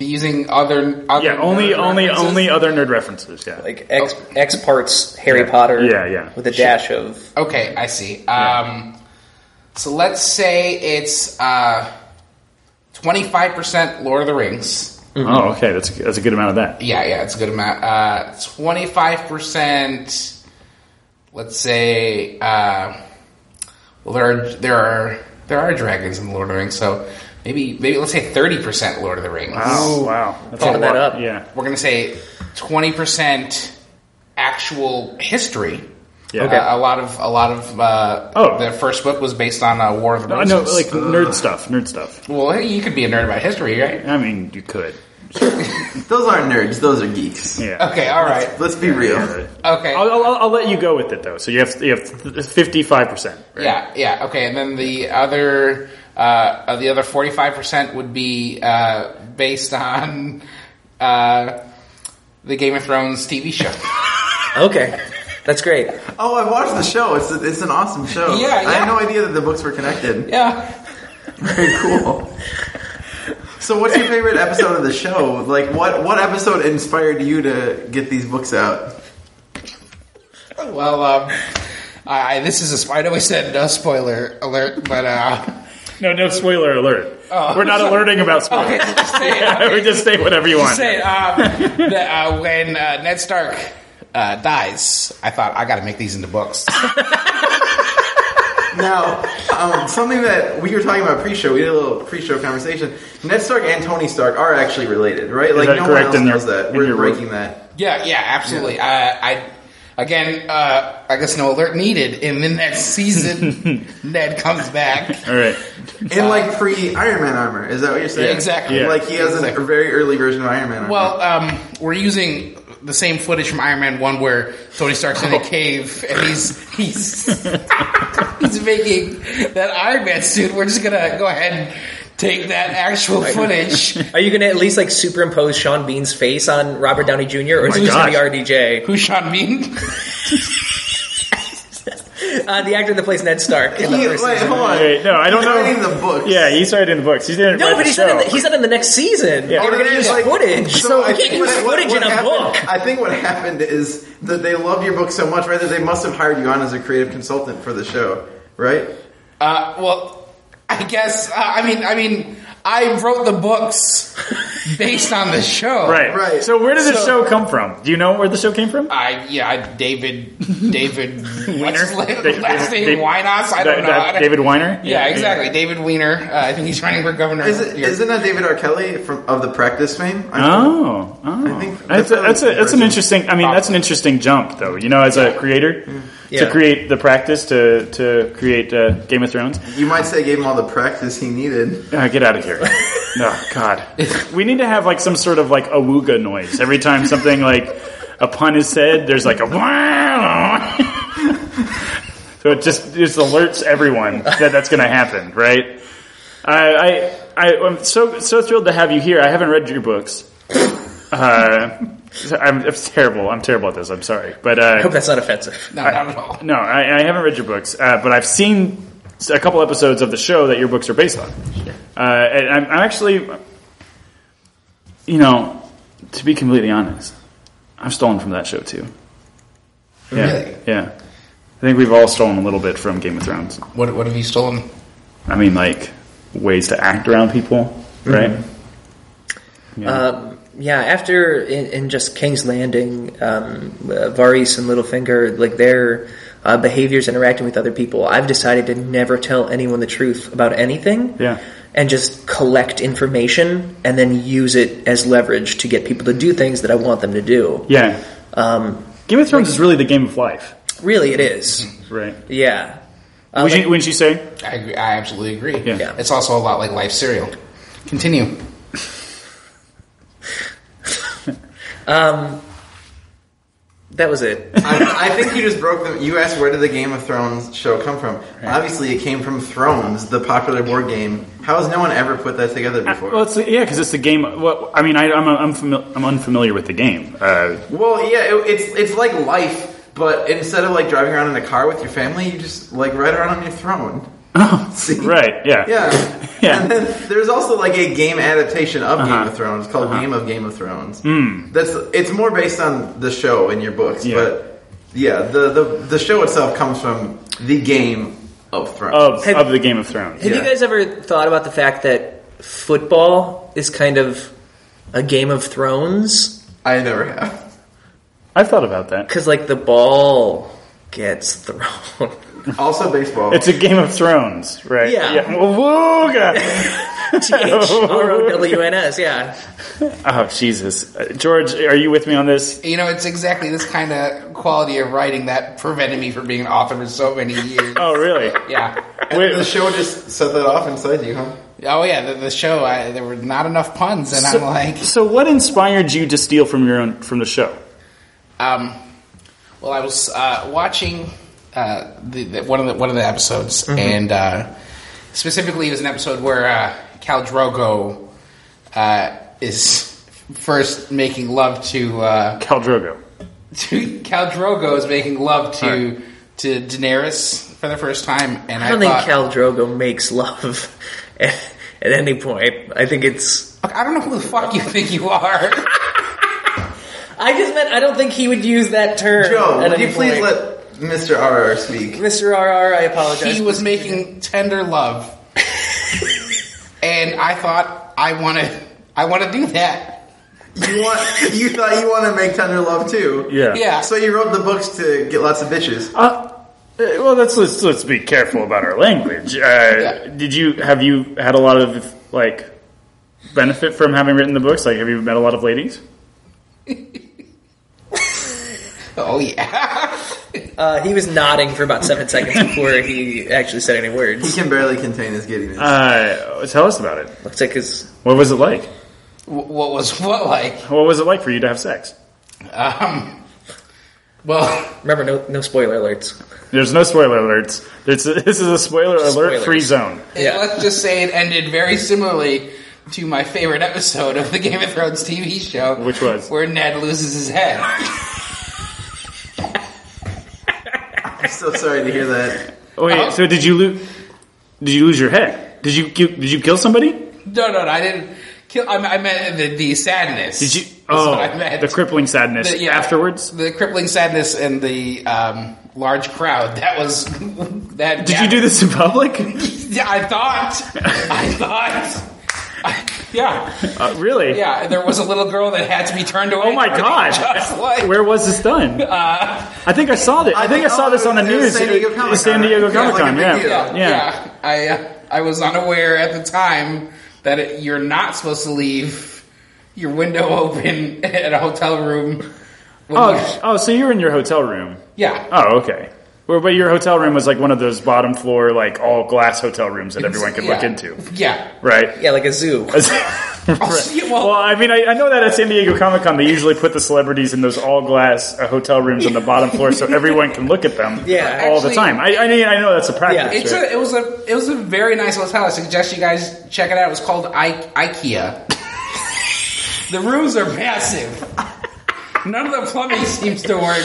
Speaker 4: Using other. other
Speaker 1: Yeah, only,
Speaker 4: nerd
Speaker 1: only,
Speaker 4: references?
Speaker 1: only other nerd references. Yeah.
Speaker 2: Like X, X parts Harry Potter.
Speaker 1: Yeah, yeah.
Speaker 2: With a dash of.
Speaker 4: Okay, I see. Um, So let's say it's uh, 25% Lord of the Rings.
Speaker 1: Oh, okay. That's a, that's a good amount of that.
Speaker 4: Yeah, yeah, it's a good amount. Uh, 25%, let's say, uh, well, there are, there are, there are dragons in Lord of the Rings, so maybe, maybe let's say 30% Lord of the Rings.
Speaker 1: Oh, wow. That's a
Speaker 2: Bump that
Speaker 1: lot.
Speaker 2: up.
Speaker 1: Yeah.
Speaker 4: We're going to say 20% actual history.
Speaker 1: Yeah.
Speaker 2: Okay.
Speaker 4: Uh, a lot of, a lot of, uh,
Speaker 1: Oh.
Speaker 4: the first book was based on uh, War of the
Speaker 1: No,
Speaker 4: Rings.
Speaker 1: no, like nerd stuff. Nerd stuff.
Speaker 4: well, hey, you could be a nerd about history, right?
Speaker 1: I mean, you could.
Speaker 3: Those aren't nerds. Those are geeks.
Speaker 1: Yeah.
Speaker 4: Okay, all right.
Speaker 3: Let's be real.
Speaker 4: Okay.
Speaker 1: I'll, I'll, I'll let you go with it though. So you have you have fifty five percent.
Speaker 4: Yeah, yeah, okay. And then the other, uh, uh, the other forty five percent would be uh, based on uh, the Game of Thrones TV show. [laughs]
Speaker 2: Okay, that's great.
Speaker 3: Oh, I watched the show. It's it's an awesome show.
Speaker 4: Yeah,
Speaker 3: I
Speaker 4: yeah.
Speaker 3: had no idea that the books were connected.
Speaker 4: yeah,
Speaker 3: Very cool. So, what's your favorite episode of the show? Like, what what episode inspired you to get these books out?
Speaker 4: well, um, I, I- this is a. sp- I know I said no spoiler alert, but uh, [laughs]
Speaker 1: No, no spoiler alert. We're not alerting about spoilers.
Speaker 4: Oh. just say it.
Speaker 1: [laughs] we just say whatever you want.
Speaker 4: Just say it. Um, the, uh, when uh, Ned Stark uh, dies, I thought I got to make these into books.
Speaker 3: Now, um, something that we were talking about pre-show. We did a little pre-show conversation. Ned Stark and Tony Stark are actually related, right? like,
Speaker 1: that
Speaker 3: no
Speaker 1: correct
Speaker 3: one else
Speaker 1: in your-
Speaker 3: knows that.
Speaker 1: in
Speaker 3: We're
Speaker 1: your-
Speaker 3: breaking that.
Speaker 4: Yeah, yeah, absolutely. Uh, I again, uh, I guess no alert needed. In the next season, Ned comes back.
Speaker 1: All right.
Speaker 3: In like pre Iron Man armor, is that what you're saying?
Speaker 4: Yeah, exactly.
Speaker 1: Yeah.
Speaker 3: Like he has an- a very early version of Iron Man armor.
Speaker 4: Well, um, we're using the same footage from Iron Man One where Tony Stark's in a cave and he's he's he's making that Iron Man suit. We're just gonna go ahead and take that actual footage.
Speaker 2: Are you going to at least like superimpose Sean Bean's face on Robert Downey Jr. or is
Speaker 1: my
Speaker 2: it just going
Speaker 1: gosh.
Speaker 2: to be RDJ,
Speaker 4: Who's Sean Bean?
Speaker 2: uh, the actor that plays Ned Stark? In the
Speaker 3: [laughs] he,
Speaker 2: first
Speaker 3: wait,
Speaker 2: season.
Speaker 3: hold on.
Speaker 1: Wait, no, I don't
Speaker 3: He's
Speaker 1: know.
Speaker 3: writing the books.
Speaker 1: Yeah, he started in the books. He's didn't
Speaker 2: No,
Speaker 1: write
Speaker 2: but
Speaker 1: the
Speaker 2: he's not, in
Speaker 1: show.
Speaker 2: the, he's not in the next season.
Speaker 1: Yeah.
Speaker 2: We're
Speaker 1: We're
Speaker 2: going to use footage, [laughs] so,
Speaker 3: I
Speaker 2: we can't
Speaker 3: think
Speaker 2: use
Speaker 3: what- what-
Speaker 2: footage
Speaker 3: what
Speaker 2: in a
Speaker 3: happened-
Speaker 2: book.
Speaker 3: I think what happened is that they love your book so much, right? That they must have hired you on as a creative consultant for the show, right?
Speaker 4: Uh, well, I guess uh, I mean I mean I wrote the books based on the show,
Speaker 1: Right.
Speaker 3: Right.
Speaker 1: So where did the
Speaker 4: So-
Speaker 1: show come from? Do you know where the show came from?
Speaker 4: I yeah, I,
Speaker 3: [laughs]
Speaker 4: David David Uh, what's his la-
Speaker 1: Da-
Speaker 4: last
Speaker 1: Da-
Speaker 4: name
Speaker 1: Da-
Speaker 4: Winos. I
Speaker 1: Da-
Speaker 4: don't know.
Speaker 1: Da-
Speaker 4: I don't-
Speaker 1: David Weiner?
Speaker 4: Yeah, exactly. David Weiner. Uh, I think he's running for governor.
Speaker 3: Is it, isn't that David R. Kelly from of the Practice fame? I
Speaker 1: Oh, oh.
Speaker 3: I think
Speaker 1: that's
Speaker 3: that's
Speaker 1: a, that's, a,
Speaker 3: probably
Speaker 1: that's an
Speaker 3: the
Speaker 1: interesting. I mean, that's an interesting jump, though. You know, as a creator, to
Speaker 2: Yeah.
Speaker 1: create the practice to to create uh, Game of Thrones.
Speaker 3: You might say gave him all the practice he needed.
Speaker 1: Uh, get out of here! oh God, we need to have like some sort of like a wooga noise every time something like a pun is said. There's like a [laughs] so it just just alerts everyone that that's going to happen, right? I I I am so so thrilled to have you here. I haven't read your books. Uh, I'm, I'm terrible. I'm terrible at this. I'm sorry, but uh,
Speaker 2: I hope that's not offensive.
Speaker 4: no, not at all.
Speaker 1: no, I, I haven't read your books, uh, but I've seen a couple episodes of the show that your books are based on. Uh, and I'm, I'm actually, you know, to be completely honest, I'm stolen from that show too. Yeah,
Speaker 4: Really?
Speaker 1: yeah. I think we've all stolen a little bit from Game of Thrones.
Speaker 4: What, what have you stolen?
Speaker 1: I mean, like ways to act around people, right?
Speaker 2: Mm-hmm. Um, yeah, after in, in just King's Landing, um, uh, Varys and Littlefinger, like their uh, behaviors interacting with other people, I've decided to never tell anyone the truth about anything.
Speaker 1: Yeah.
Speaker 2: And just collect information and then use it as leverage to get people to do things that I want them to do.
Speaker 1: Yeah,
Speaker 2: Um,
Speaker 1: Game of Thrones is really the game of life,
Speaker 2: really, it is.
Speaker 1: right?
Speaker 2: Yeah. Uh,
Speaker 1: Wouldn't
Speaker 2: like-
Speaker 1: you, wouldn't you say?
Speaker 4: I agree. I absolutely agree.
Speaker 1: Yeah.
Speaker 2: Yeah.
Speaker 4: It's also a lot like life cereal. Continue.
Speaker 2: that was it.
Speaker 3: [laughs] I, I think you just broke them. You asked where did the Game of Thrones show come from? Obviously, it came from Thrones, the popular board game. How has no one ever put that together before?
Speaker 1: Uh, Well, it's the, yeah, because it's the game. Well, I mean, I, I'm I'm, fami- I'm unfamiliar with the game. Uh,
Speaker 3: Well, yeah, it, it's it's like life, but instead of like driving around in a car with your family, you just like ride around on your throne. See?
Speaker 1: right? Yeah.
Speaker 3: [laughs] Yeah.
Speaker 1: Yeah.
Speaker 3: And then there's also like a game adaptation of
Speaker 1: Uh-huh. Hmm.
Speaker 3: Game of Thrones called Game of Game of Thrones. Mm. That's it's more based on the show in your books,
Speaker 1: Yeah.
Speaker 3: but yeah, the, the the show itself comes from the game of Thrones.
Speaker 1: Of,
Speaker 2: Have-
Speaker 1: of the Game of Thrones.
Speaker 2: Have
Speaker 3: Yeah.
Speaker 2: you guys ever thought about the fact that football is kind of a Game of Thrones
Speaker 3: I never
Speaker 1: [laughs]
Speaker 3: have.
Speaker 1: I've thought about that.
Speaker 2: [laughs] because like the ball gets [laughs] thrown.
Speaker 3: Also baseball.
Speaker 1: It's a Game of Thrones, right?
Speaker 2: Yeah.
Speaker 1: Wooga!
Speaker 2: T [laughs] H R O W N S. Yeah,
Speaker 1: [laughs] oh Jesus, Uh, George, are you with me on this?
Speaker 4: You know, it's exactly this kind of quality of writing that prevented me from being an author for so many years.
Speaker 1: Oh really?
Speaker 4: Yeah.
Speaker 3: the
Speaker 1: Wait,
Speaker 3: show just set that off inside you, huh?
Speaker 4: Oh yeah, the, the show. I, there were not enough puns, and I'm like,
Speaker 1: so what inspired you to steal from your own from the show?
Speaker 4: um, well, I was uh, watching uh, the, the, one of the one of the episodes, and uh, specifically, it was an episode where uh, Cal Drogo uh, is first making love to. Uh, [laughs]
Speaker 1: Cal Drogo.
Speaker 4: to Cal Drogo is making love to to Daenerys for the first time, and I,
Speaker 2: I don't think
Speaker 4: thought,
Speaker 2: Cal Drogo makes love [laughs] at, at any point. I think it's.
Speaker 4: Look, I don't know who the fuck you think you are.
Speaker 2: I just meant I don't think he would use that term.
Speaker 3: Joe,
Speaker 2: at
Speaker 3: would
Speaker 2: any
Speaker 3: you please
Speaker 2: point.
Speaker 3: let Mr. RR speak?
Speaker 2: Mr. RR? I apologize.
Speaker 4: he was making tender love, and I thought I want to I want to do that.
Speaker 3: You want? You thought you want to make tender love too?
Speaker 1: Yeah.
Speaker 4: Yeah.
Speaker 3: So you wrote the books to get lots of bitches.
Speaker 1: Uh, uh, well, let's, let's let's be careful about our language. Uh, Did you have you had a lot of like benefit from having written the books? Like, have you met a lot of ladies?
Speaker 4: Oh yeah. [laughs]
Speaker 2: Uh, he was nodding for about seven seconds before he actually said any
Speaker 3: He
Speaker 2: words.
Speaker 3: can barely contain his giddiness.
Speaker 1: Uh, tell us about it.
Speaker 2: Looks like his.
Speaker 1: What was it like?
Speaker 4: Wh- what was what like?
Speaker 1: What was it like for you to have sex?
Speaker 4: Um, well. [laughs]
Speaker 2: Remember, no, no spoiler alerts.
Speaker 1: There's no spoiler alerts. There's [laughs] this is a spoiler alert free
Speaker 2: Spoilers.
Speaker 1: zone.
Speaker 2: Yeah.
Speaker 4: Let's just say it ended very similarly to my favorite episode of the Game of Thrones TV show,
Speaker 1: Which was?
Speaker 4: where Ned loses his head. [laughs]
Speaker 3: I'm so sorry to hear that.
Speaker 1: Wait,
Speaker 4: Oh.
Speaker 1: so did you lose? Did you lose your head? Did you ki- did you kill somebody?
Speaker 4: No, no, no I didn't kill. I, I meant the, the sadness.
Speaker 1: Did you?
Speaker 4: [laughs] That's
Speaker 1: Oh,
Speaker 4: what I meant.
Speaker 1: the crippling sadness
Speaker 4: The- yeah,
Speaker 1: afterwards.
Speaker 4: the crippling sadness and the um, large crowd. That was [laughs] that.
Speaker 1: Did you do this in public?
Speaker 4: Yeah, I thought. I thought. [laughs] I, yeah,
Speaker 1: [laughs] Uh, really?
Speaker 4: yeah. There was a little girl that had to be turned away.
Speaker 1: Oh my god!
Speaker 4: [laughs] Just like
Speaker 1: Where was this done?
Speaker 4: [laughs] uh,
Speaker 1: I think I saw this. I, think I saw this on the
Speaker 3: Oh, It was
Speaker 1: news.
Speaker 3: San Diego Comic-Con,
Speaker 1: It's San Diego
Speaker 3: right? Yeah,
Speaker 1: Comic
Speaker 3: like a
Speaker 1: Con.
Speaker 3: big
Speaker 1: Yeah, yeah.
Speaker 3: deal.
Speaker 4: yeah, yeah. I uh, I was unaware at the time that it, you're not supposed to leave your window [laughs] open at a hotel room. when
Speaker 1: Oh,
Speaker 4: you-
Speaker 1: oh, so you were in your hotel room.
Speaker 4: yeah.
Speaker 1: Oh, okay. Well, but your hotel room was like one of those bottom floor, like all glass hotel rooms that everyone could look
Speaker 4: Yeah.
Speaker 1: into,
Speaker 4: Yeah.
Speaker 1: right?
Speaker 2: Yeah, like a zoo.
Speaker 1: [laughs] Right.
Speaker 4: yeah,
Speaker 1: well,
Speaker 4: well-
Speaker 1: I mean, I, I know that at San Diego Comic Con, they usually put the celebrities in those all glass uh, hotel rooms on the bottom floor so everyone can look at them
Speaker 2: Yeah,
Speaker 1: all the
Speaker 4: actually-
Speaker 1: time. I, I mean, I know that's a practice.
Speaker 2: Yeah,
Speaker 4: It's
Speaker 1: right?
Speaker 4: a, it was a it was a very nice hotel. I suggest you guys check it out. It was called I- IKEA. [laughs] the rooms are massive. None of the plumbing seems to work,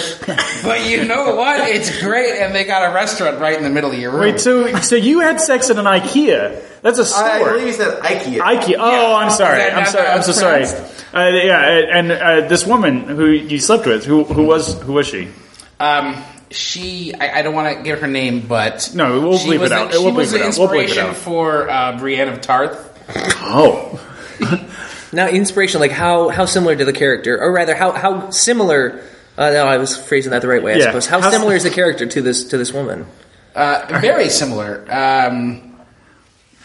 Speaker 4: but you know what? It's great, and they got a restaurant right in the middle of your room.
Speaker 1: Wait, so so you had sex at an IKEA? That's a store.
Speaker 3: I believe he said IKEA.
Speaker 1: Ikea. Oh, I'm sorry.
Speaker 4: Is that
Speaker 1: I'm
Speaker 4: not
Speaker 1: sorry.
Speaker 4: how
Speaker 1: I'm
Speaker 4: it's
Speaker 1: so sorry. Uh, yeah, and uh, this woman who you slept with, who who was who was she?
Speaker 4: Um, she, I, I don't want to give her name, but
Speaker 1: No, we'll
Speaker 4: she
Speaker 1: bleep
Speaker 4: was
Speaker 1: it
Speaker 4: the-
Speaker 1: out.
Speaker 4: She
Speaker 1: We'll
Speaker 4: was
Speaker 1: bleep it
Speaker 4: the
Speaker 1: out. We'll bleep it
Speaker 4: inspiration
Speaker 1: out.
Speaker 4: for uh, Brienne of Tarth.
Speaker 1: Oh,
Speaker 2: Now, inspiration, like how how similar to the character, or rather, how how similar? Uh, no, I was phrasing that the right way, I
Speaker 1: Yeah.
Speaker 2: suppose. How,
Speaker 1: How s-
Speaker 2: similar is the character to this to this woman?
Speaker 4: Uh, very similar. Um,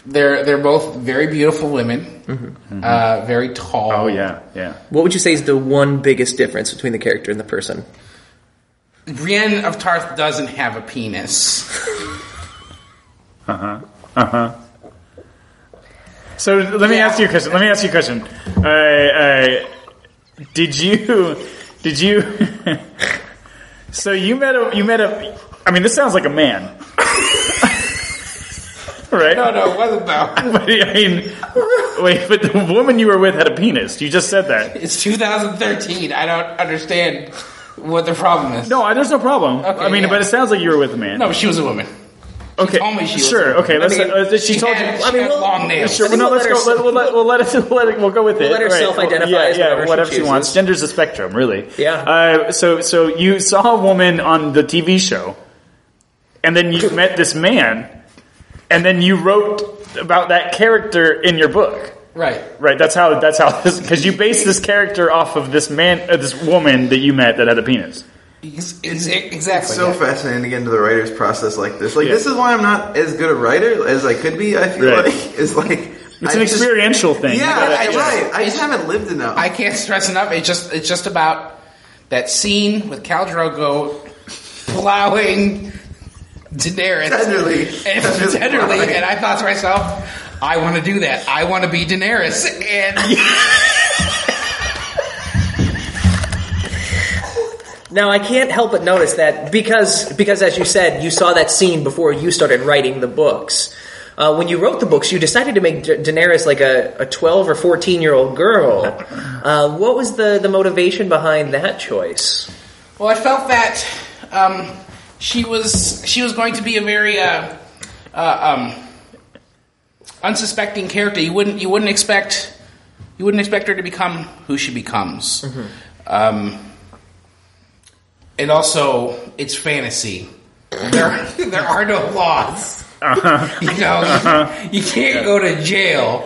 Speaker 4: they're they're both very beautiful women. Uh, very tall.
Speaker 1: Mm-hmm. oh yeah, yeah.
Speaker 2: What would you say is the one biggest difference between the character and the person?
Speaker 4: Brienne of Tarth doesn't have a penis.
Speaker 1: So let me ask you a question. Let me ask you a question. Uh, uh, did you did you? [laughs] so you met a you met a. I mean, this sounds like a man, [laughs] right?
Speaker 4: No, no, it wasn't though.
Speaker 1: But, I mean, wait, but the woman you were with had a penis. You just said that.
Speaker 4: [laughs] It's 2013. I don't understand what the problem is.
Speaker 1: No, I- there's no problem.
Speaker 4: Okay,
Speaker 1: I mean,
Speaker 4: yeah.
Speaker 1: but it sounds like you were with a man.
Speaker 4: no, she was a woman.
Speaker 1: okay,
Speaker 4: told me she was
Speaker 1: sure.
Speaker 4: with a
Speaker 1: okay, let's.
Speaker 2: I mean,
Speaker 1: uh, she, told
Speaker 4: had,
Speaker 1: you.
Speaker 4: she
Speaker 2: I mean,
Speaker 4: had
Speaker 2: we'll-
Speaker 4: long nails.
Speaker 1: Sure, well, no,
Speaker 2: We'll
Speaker 1: let's
Speaker 2: let
Speaker 1: go. Let,
Speaker 2: her s-
Speaker 1: we'll let, we'll let us. We'll, let it, we'll go with it.
Speaker 2: let her
Speaker 1: Right.
Speaker 2: self-identify
Speaker 1: Yeah,
Speaker 2: as
Speaker 1: yeah,
Speaker 2: whatever she
Speaker 1: she, wants.
Speaker 2: chooses.
Speaker 1: Gender's a spectrum, really.
Speaker 2: Yeah.
Speaker 1: Uh, so, so you saw a woman on the TV show, and then you met this man, and then you wrote about that character in your book.
Speaker 4: Right.
Speaker 1: Right, that's how that's how this because you base this character off of this man, uh, this woman that you met that had a penis.
Speaker 4: It's, it's, e-, exactly.
Speaker 3: so
Speaker 4: yeah.
Speaker 3: fascinating to get into the writer's process like this. Like
Speaker 5: Yeah.
Speaker 3: this is why I'm not as good a writer as I could be. I feel
Speaker 5: Right.
Speaker 3: like [laughs] is like
Speaker 5: It's an experiential thing.
Speaker 3: Yeah,
Speaker 4: gotta-
Speaker 3: I-
Speaker 4: it's-
Speaker 3: right. I just haven't lived enough.
Speaker 4: I can't stress enough. It's just it's just about that scene with Cal Drogo plowing
Speaker 3: [laughs]
Speaker 4: Daenerys
Speaker 3: Tenderly.
Speaker 4: and
Speaker 3: Tenderly
Speaker 4: [laughs] tenderly,
Speaker 3: plowing.
Speaker 4: and I thought to myself, I want to do that. I want to be Daenerys, and
Speaker 2: Now I can't help but notice that because because as you said, you saw that scene before you started writing the books. Uh, when you wrote the books, you decided to make Da- Daenerys like a, a twelve or fourteen year old girl. Uh, what was the the motivation behind that choice?
Speaker 4: well, I felt that um, she was she was going to be a very uh, uh, um, unsuspecting character. You wouldn't you wouldn't expect you wouldn't expect her to become who she becomes.
Speaker 1: Mm-hmm.
Speaker 4: Um, and also, it's fantasy. There, [laughs] there are no laws.
Speaker 1: Uh-huh.
Speaker 4: You know, you, can't go to jail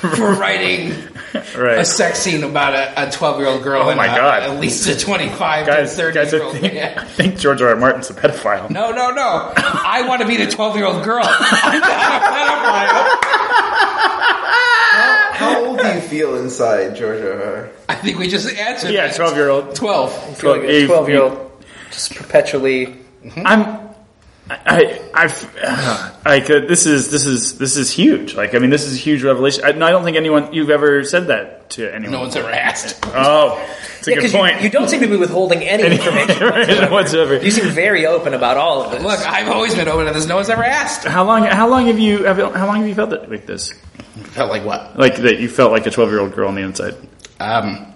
Speaker 4: for writing
Speaker 1: [laughs] Right.
Speaker 4: a sex scene about a twelve-year-old girl. and
Speaker 1: Oh my
Speaker 4: a-
Speaker 1: God.
Speaker 4: At least a twenty-five
Speaker 1: Guys,
Speaker 4: to
Speaker 1: guys, I
Speaker 4: thirty-year-old
Speaker 1: think, I
Speaker 4: man.
Speaker 1: think George R. R. Martin's a pedophile.
Speaker 4: No, no, no! I want to be the twelve-year-old girl. I'm not a pedophile.
Speaker 3: how, how old do you feel inside, Georgia?
Speaker 4: I think we just answered.
Speaker 1: Yeah,
Speaker 4: that.
Speaker 1: 12-year-old.
Speaker 4: Twelve.
Speaker 1: Well, you-
Speaker 2: Twelve year old, just perpetually.
Speaker 1: I'm. I, I, I've, [sighs] like uh, this is this is this is huge. Like I mean, this is a huge revelation. I, and I don't think anyone you've ever said that to anyone.
Speaker 4: No one's ever asked.
Speaker 1: Oh, it's a
Speaker 2: Yeah,
Speaker 1: good
Speaker 2: 'cause you-
Speaker 1: point.
Speaker 2: You, don't seem to be withholding any information.
Speaker 1: [laughs] Right, whatsoever.
Speaker 2: You seem very open about all of this.
Speaker 4: Look, I've always been open to this. No one's ever asked.
Speaker 1: How long? How long have you? Have, how long have you felt that, like this?
Speaker 4: Felt like what?
Speaker 1: Like that you felt like a twelve-year-old girl on the inside.
Speaker 4: Um,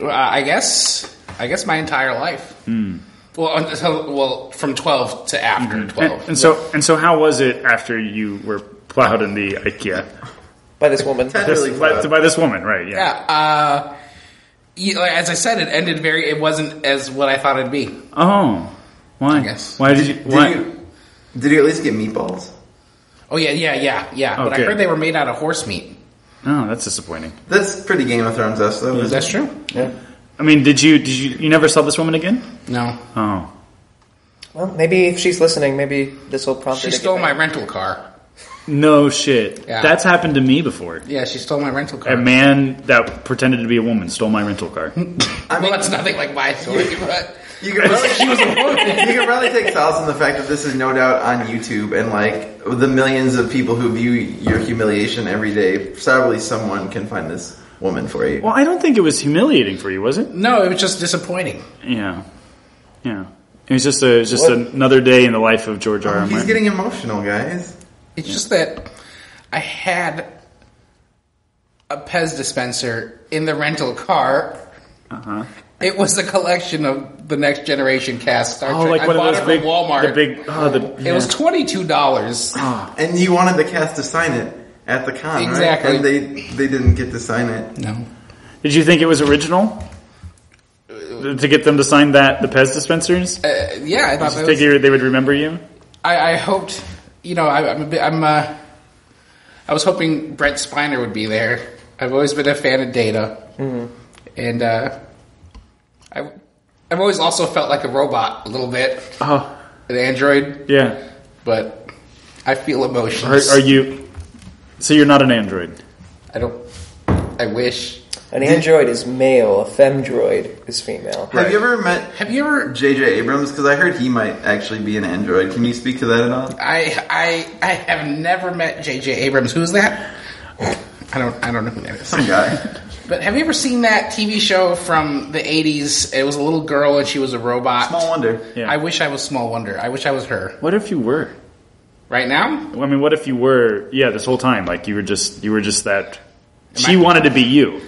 Speaker 4: well, I guess. I guess my entire life.
Speaker 1: Hmm.
Speaker 4: Well, until, well, from twelve to after twelve.
Speaker 1: And, and so, and so, how was it after you were plowed in the IKEA
Speaker 2: by this woman.
Speaker 1: This-
Speaker 3: Really
Speaker 1: by,
Speaker 3: plowed.
Speaker 1: by this woman? Right? Yeah.
Speaker 4: Yeah. Uh, you- like, as I said, it ended very. It wasn't as what I thought it'd be.
Speaker 1: Oh, why?
Speaker 4: guess.
Speaker 1: Why did you?
Speaker 3: Did
Speaker 1: why?
Speaker 3: you did you at least get meatballs?
Speaker 4: Oh yeah, yeah, yeah, yeah. But I
Speaker 1: Okay.
Speaker 4: heard they were made out of horse meat.
Speaker 1: Oh, that's disappointing.
Speaker 3: That's pretty Game of Thrones esque though.
Speaker 4: Is that true?
Speaker 1: I mean, did you? Did you? You never saw this woman again?
Speaker 4: No.
Speaker 1: Oh,
Speaker 2: Well, maybe if she's listening, maybe this will prompt her. to
Speaker 4: She
Speaker 2: get
Speaker 4: stole
Speaker 2: back.
Speaker 4: my rental car.
Speaker 1: no shit.
Speaker 4: Yeah.
Speaker 1: That's happened to me before.
Speaker 4: Yeah, she stole my rental car.
Speaker 1: A man that pretended to be a woman stole my rental car.
Speaker 3: I
Speaker 4: well,
Speaker 3: mean,
Speaker 4: that's nothing like my story, [laughs] but
Speaker 3: you could really,
Speaker 4: she was a woman.
Speaker 3: you can probably take solace in the fact that this is no doubt on YouTube and like the millions of people who view your humiliation every day, probably someone can find this woman for you.
Speaker 1: well, I don't think it was humiliating for you, was it?
Speaker 4: No, it was just disappointing.
Speaker 1: Yeah, yeah. It was just a it was just
Speaker 2: What?
Speaker 1: another day in the life of George R. R.
Speaker 3: He's
Speaker 1: Martin.
Speaker 3: getting emotional, guys.
Speaker 4: It's just that I had a Pez dispenser in the rental car.
Speaker 1: uh-huh.
Speaker 4: It was a collection of the Next Generation cast Star
Speaker 1: Oh,
Speaker 4: Trek.
Speaker 1: like
Speaker 4: I
Speaker 1: one
Speaker 4: bought
Speaker 1: of those
Speaker 4: it
Speaker 1: big
Speaker 4: from Walmart.
Speaker 1: The big. Oh, the,
Speaker 4: It was twenty two dollars.
Speaker 3: And you wanted the cast to sign it at the con, right?
Speaker 4: Exactly.
Speaker 3: And they they didn't get to sign it.
Speaker 4: No.
Speaker 1: Did you think it was original? To get them to sign that the Pez dispensers,
Speaker 4: Uh, yeah, I thought that was,
Speaker 1: figure they would remember you.
Speaker 4: I, I hoped. You know, I, I'm. A bit, I'm. Uh, I was hoping Brett Spiner would be there. I've always been a fan of Data,
Speaker 1: Mm-hmm.
Speaker 4: and uh, I, I've always also felt like a robot a little bit,
Speaker 1: Oh,
Speaker 4: an android.
Speaker 1: yeah.
Speaker 4: But I feel
Speaker 1: Are,
Speaker 4: emotions.
Speaker 1: are you? So you're not an android.
Speaker 4: I don't. I wish.
Speaker 2: An android is male. A femdroid is female.
Speaker 3: Have you ever met
Speaker 4: Have you ever?
Speaker 3: J.J. Abrams? Because I heard he might actually be an android. Can you speak to that at all?
Speaker 4: I I I have never met J.J. Abrams. Who's that? I don't. I don't know who that is.
Speaker 3: Some guy.
Speaker 4: But have you ever seen that TV show from the 80s? It was a little girl and she was a robot.
Speaker 3: Small wonder.
Speaker 1: Yeah.
Speaker 4: I wish I was Small Wonder. I wish I was her.
Speaker 1: What if you were?
Speaker 4: Right now?
Speaker 1: I mean, what if you were? Yeah, this whole time, like you were just you were just that. She
Speaker 4: I-
Speaker 1: wanted to be you,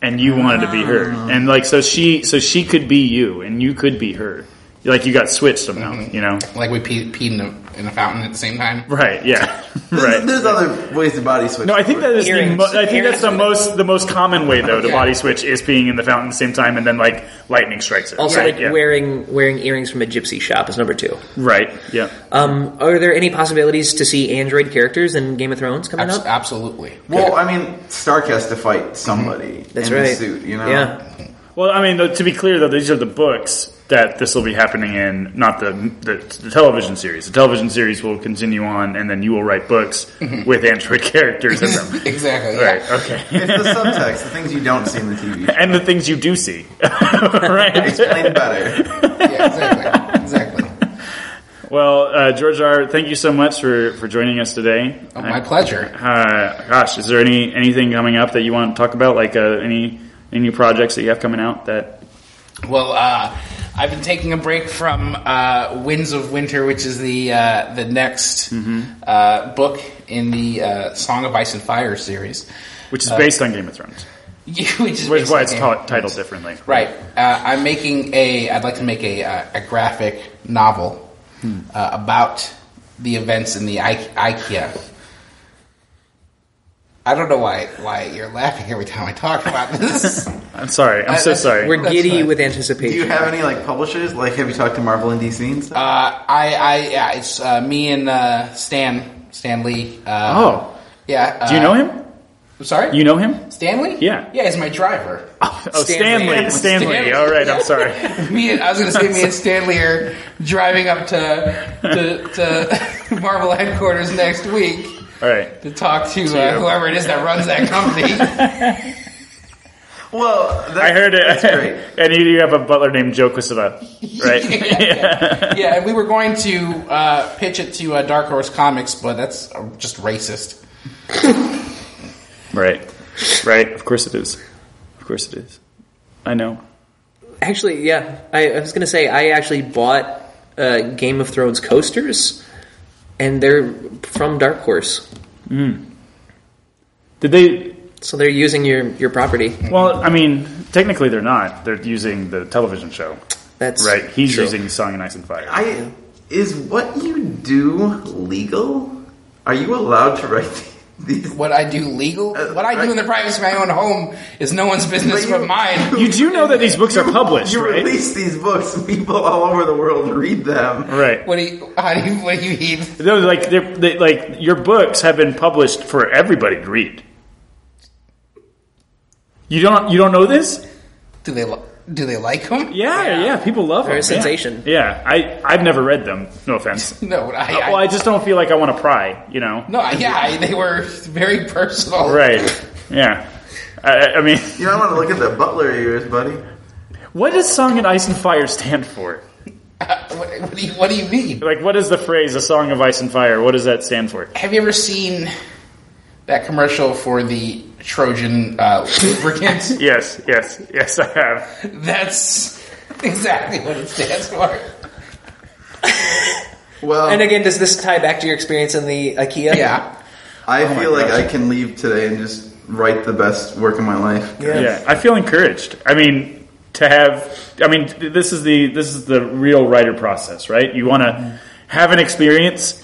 Speaker 1: and you wanted to be her,
Speaker 4: Ah.
Speaker 1: and like so she so she could be you, and you could be her.
Speaker 4: Mm-hmm.
Speaker 1: Like you got switched somehow, you know?
Speaker 4: Like we peed, peed in, a, in a fountain at the same time.
Speaker 1: Right? Yeah. [laughs]
Speaker 3: There's, there's other ways to body switch.
Speaker 1: No, I think that is the
Speaker 2: Earrings.
Speaker 1: mo- I think that's the most the most common way though to
Speaker 4: Yeah.
Speaker 1: body switch is being in the fountain at the same time and then like lightning strikes it.
Speaker 2: Also,
Speaker 1: right,
Speaker 2: like
Speaker 1: yeah.
Speaker 2: wearing wearing earrings from a gypsy shop is number two.
Speaker 1: right, yeah.
Speaker 2: Um, are there any possibilities to see android characters in Game of Thrones coming
Speaker 4: Abs-
Speaker 1: [laughs]
Speaker 2: up?
Speaker 4: absolutely.
Speaker 3: Well, I mean, Stark has to fight somebody
Speaker 2: That's
Speaker 3: in
Speaker 2: right.
Speaker 3: the suit, you know?
Speaker 2: Yeah.
Speaker 1: Well, I mean, though, to be clear though, these are the books that this will be happening in, not the, the the television series. The television series will continue on, and then you will write books with android [laughs] characters in
Speaker 4: [laughs]
Speaker 1: them.
Speaker 4: exactly. Yeah.
Speaker 1: Right. [laughs] Okay.
Speaker 3: [laughs] It's the subtext, the things you don't see in the TV.
Speaker 1: And the things you do see, [laughs] right? [laughs]
Speaker 3: Explain better.
Speaker 4: Yeah, exactly. exactly.
Speaker 1: Well, uh, George R, thank you so much for, for joining us today.
Speaker 4: Oh, my pleasure.
Speaker 1: Uh, gosh, is there any anything coming up that you want to talk about? Like uh, any any new projects that you have coming out? That
Speaker 4: Well, uh, I've been taking a break from uh, Winds of Winter, which is the uh, the next
Speaker 1: Mm-hmm.
Speaker 4: uh, book in the uh, Song of Ice and Fire series, [laughs]
Speaker 1: which
Speaker 4: Uh,
Speaker 1: is based on Game of Thrones,
Speaker 4: which is
Speaker 1: which is why it's
Speaker 4: basically-
Speaker 1: ta- titled differently.
Speaker 4: Right. Uh, I'm making a. I'd like to make a uh, a graphic novel
Speaker 1: Hmm.
Speaker 4: uh, about the events in the I- IKEA. I don't know why why you're laughing every time I talk about
Speaker 1: [laughs]
Speaker 4: this. Uh,
Speaker 1: I'm sorry. I'm so
Speaker 4: I-
Speaker 1: sorry.
Speaker 2: We're
Speaker 4: That's
Speaker 2: giddy
Speaker 4: fine.
Speaker 2: with
Speaker 3: Do you
Speaker 2: anticipation.
Speaker 3: have any, like, publishers? Like, have you talked to Marvel and DC and stuff?
Speaker 4: Uh, I, I, yeah, it's uh, me and uh, Stan, Stan Lee. Uh,
Speaker 1: Oh.
Speaker 4: yeah. uh,
Speaker 1: Do you know him?
Speaker 4: I'm sorry,
Speaker 1: You know him?
Speaker 4: Stanley?
Speaker 1: Yeah.
Speaker 4: yeah, he's my driver.
Speaker 1: Oh, Stanley. Stanley. All right. I'm sorry.
Speaker 4: [laughs] me and I was going to say
Speaker 1: [laughs]
Speaker 4: me and Stanley are driving up to to,
Speaker 1: [laughs]
Speaker 4: to [laughs] Marvel headquarters next week
Speaker 1: All right.
Speaker 4: to talk to uh, whoever it is that
Speaker 3: [laughs]
Speaker 4: runs that company.
Speaker 3: well, that,
Speaker 1: Uh, I heard it. [laughs]
Speaker 3: That's great.
Speaker 1: and you, you have a butler named Joe Quesada, right?
Speaker 4: [laughs] yeah, yeah. Yeah, and we were going to uh, pitch it to uh, Dark Horse Comics, but that's uh, just racist.
Speaker 1: right. Right. Of course it is. Of course it is. I know.
Speaker 2: Actually, yeah. I, I was going to say I actually bought uh, Game of Thrones coasters, and they're from Dark Horse,
Speaker 1: Did they?
Speaker 2: so they're using your your property.
Speaker 1: Well, I mean, technically they're not. They're using the television show,
Speaker 2: That's
Speaker 1: right? He's
Speaker 2: true.
Speaker 1: using "Song and Ice and Fire."
Speaker 3: I, is what you do legal? Are you allowed to write [laughs] these?
Speaker 4: What I do legal,
Speaker 3: Uh,
Speaker 4: what I do in the privacy of my own home is no one's business
Speaker 3: But you- [laughs]
Speaker 4: but mine.
Speaker 1: you do know that these books are published,
Speaker 3: You
Speaker 1: right?
Speaker 3: release these books, [laughs] people all over the world read them.
Speaker 1: Right.
Speaker 4: What do you, how do you, what do you eat?
Speaker 1: No, like they're, they, like your books have been published for everybody to read. You don't you don't know this?
Speaker 4: Do they li- do they like them?
Speaker 1: Yeah, yeah, people love
Speaker 2: They're
Speaker 1: them.
Speaker 2: a
Speaker 1: yeah.
Speaker 2: sensation.
Speaker 1: Yeah. I I've never read them. [laughs] No offense.
Speaker 4: No, I, I,
Speaker 1: well, Oh, I just don't feel like I want to pry. You know.
Speaker 4: no, I- yeah, I, they were very personal.
Speaker 1: Right. Yeah. I- I, I mean,
Speaker 3: You don't want to look at the butler of yours, buddy.
Speaker 1: what does "Song and Ice and Fire" stand for?
Speaker 4: Uh, [laughs] what, what do you, what do you mean?
Speaker 1: Like, what is the phrase "A Song of Ice and Fire"? What does that stand for?
Speaker 4: Have you ever seen that commercial for the Trojan uh, lubricant?
Speaker 1: Yes, yes, yes, I have.
Speaker 4: That's exactly what it stands for.
Speaker 3: Well,
Speaker 2: And again, does this tie back to your experience in the IKEA?
Speaker 4: Yeah.
Speaker 3: I feel like
Speaker 1: gosh.
Speaker 3: I can leave today and just write the best work of my life.
Speaker 1: Yeah. I feel encouraged. I mean, to have, I mean, th- this is the this is the real writer process, right? You want to have an experience,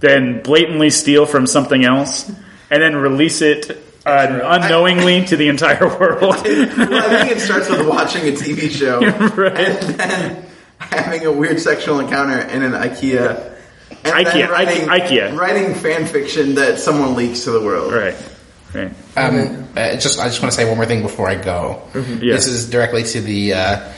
Speaker 1: then blatantly steal from something else, and then release it uh, unknowingly to the entire world.
Speaker 3: Well, I think it starts with watching a TV [laughs] show
Speaker 1: right?
Speaker 3: and then having a weird sexual encounter in an IKEA. And then
Speaker 1: Ikea, Ike- Ikea.
Speaker 3: Writing fan fiction that someone leaks to the world.
Speaker 1: Right. Right.
Speaker 4: Um, uh, just I just want to say one more thing before I go.
Speaker 1: Yeah.
Speaker 4: This is directly to the uh,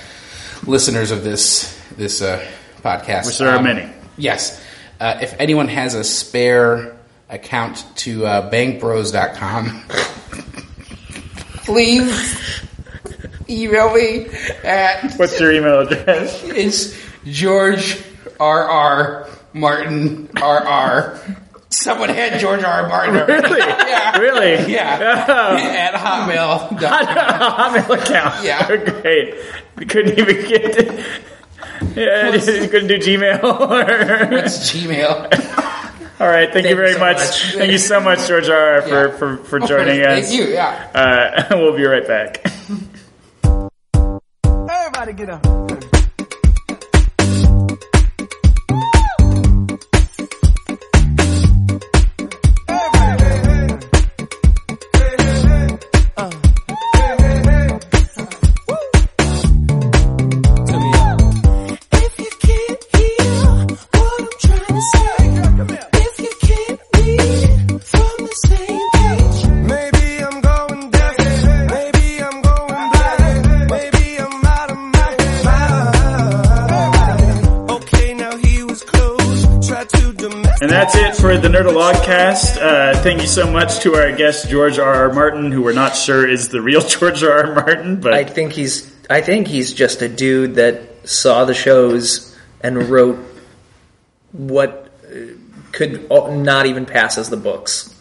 Speaker 4: listeners of this this uh, podcast, Um,
Speaker 1: Which there are many.
Speaker 4: Yes. Uh, if anyone has a spare account to uh, bankbros.com, [laughs] please email me at
Speaker 1: What's your email address?
Speaker 4: It's George R. R. Martin R. R. Someone had George R. R. Martin. Really? Yeah.
Speaker 1: Really?
Speaker 4: Yeah. At Hotmail.
Speaker 1: Hotmail account.
Speaker 4: Yeah.
Speaker 1: [laughs] Great. We couldn't even get to, yeah, you [laughs] couldn't do Gmail. or-
Speaker 4: It's Gmail.
Speaker 1: All right. Thank, you
Speaker 2: you
Speaker 1: very
Speaker 2: so
Speaker 1: much.
Speaker 2: much.
Speaker 1: Thank you so much, George R. R. For,
Speaker 4: Yeah. Oh,
Speaker 1: for, for joining
Speaker 4: Thank
Speaker 1: us.
Speaker 4: you. Yeah.
Speaker 1: Uh, [laughs] we'll be right back.
Speaker 6: Everybody get up.
Speaker 7: too domestic.
Speaker 1: And that's it for the Nerdalog cast. Uh, thank you so much to our guest George R. R. Martin, who we're not sure is the real [laughs] George R. R. Martin, but
Speaker 2: I think he's I think he's just a dude that saw the shows and wrote what uh, could al- not even pass as the books.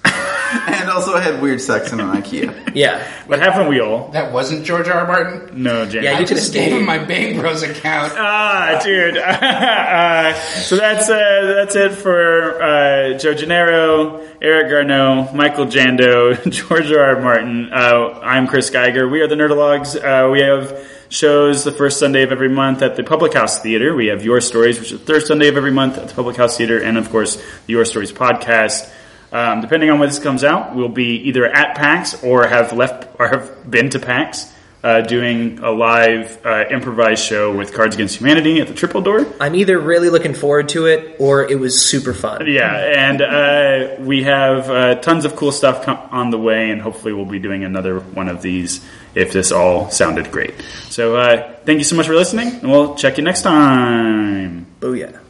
Speaker 3: and also had weird sex in an IKEA.
Speaker 2: Yeah,
Speaker 1: but haven't we all?
Speaker 4: That wasn't George R. R. Martin.
Speaker 1: No, James.
Speaker 2: Yeah,
Speaker 4: I
Speaker 2: you can
Speaker 4: just gave
Speaker 2: escape.
Speaker 4: him my Bang Bros account.
Speaker 1: Ah, dude. [laughs] uh, so that's uh, that's it for uh, Joe Gennaro, Eric Garneau, Michael Jando, [laughs] George R. R. Martin. Uh, I'm Chris Geiger. We are the Nerdalogs. Uh, we have shows the first Sunday of every month at the Public House Theater. We have Your Stories, which is the third Sunday of every month at the Public House Theater, and of course the Your Stories podcast. Um, depending on when this comes out, we'll be either at PAX or have left or have been to PAX uh, doing a live uh, improvised show with Cards Against Humanity at the Triple Door.
Speaker 2: I'm either really looking forward to it or it was super fun.
Speaker 1: Yeah, and uh, we have uh, tons of cool stuff com- on the way, and hopefully we'll be doing another one of these if this all sounded great. So uh, thank you so much for listening, and we'll check you next time.
Speaker 2: Booyah.
Speaker 3: [laughs]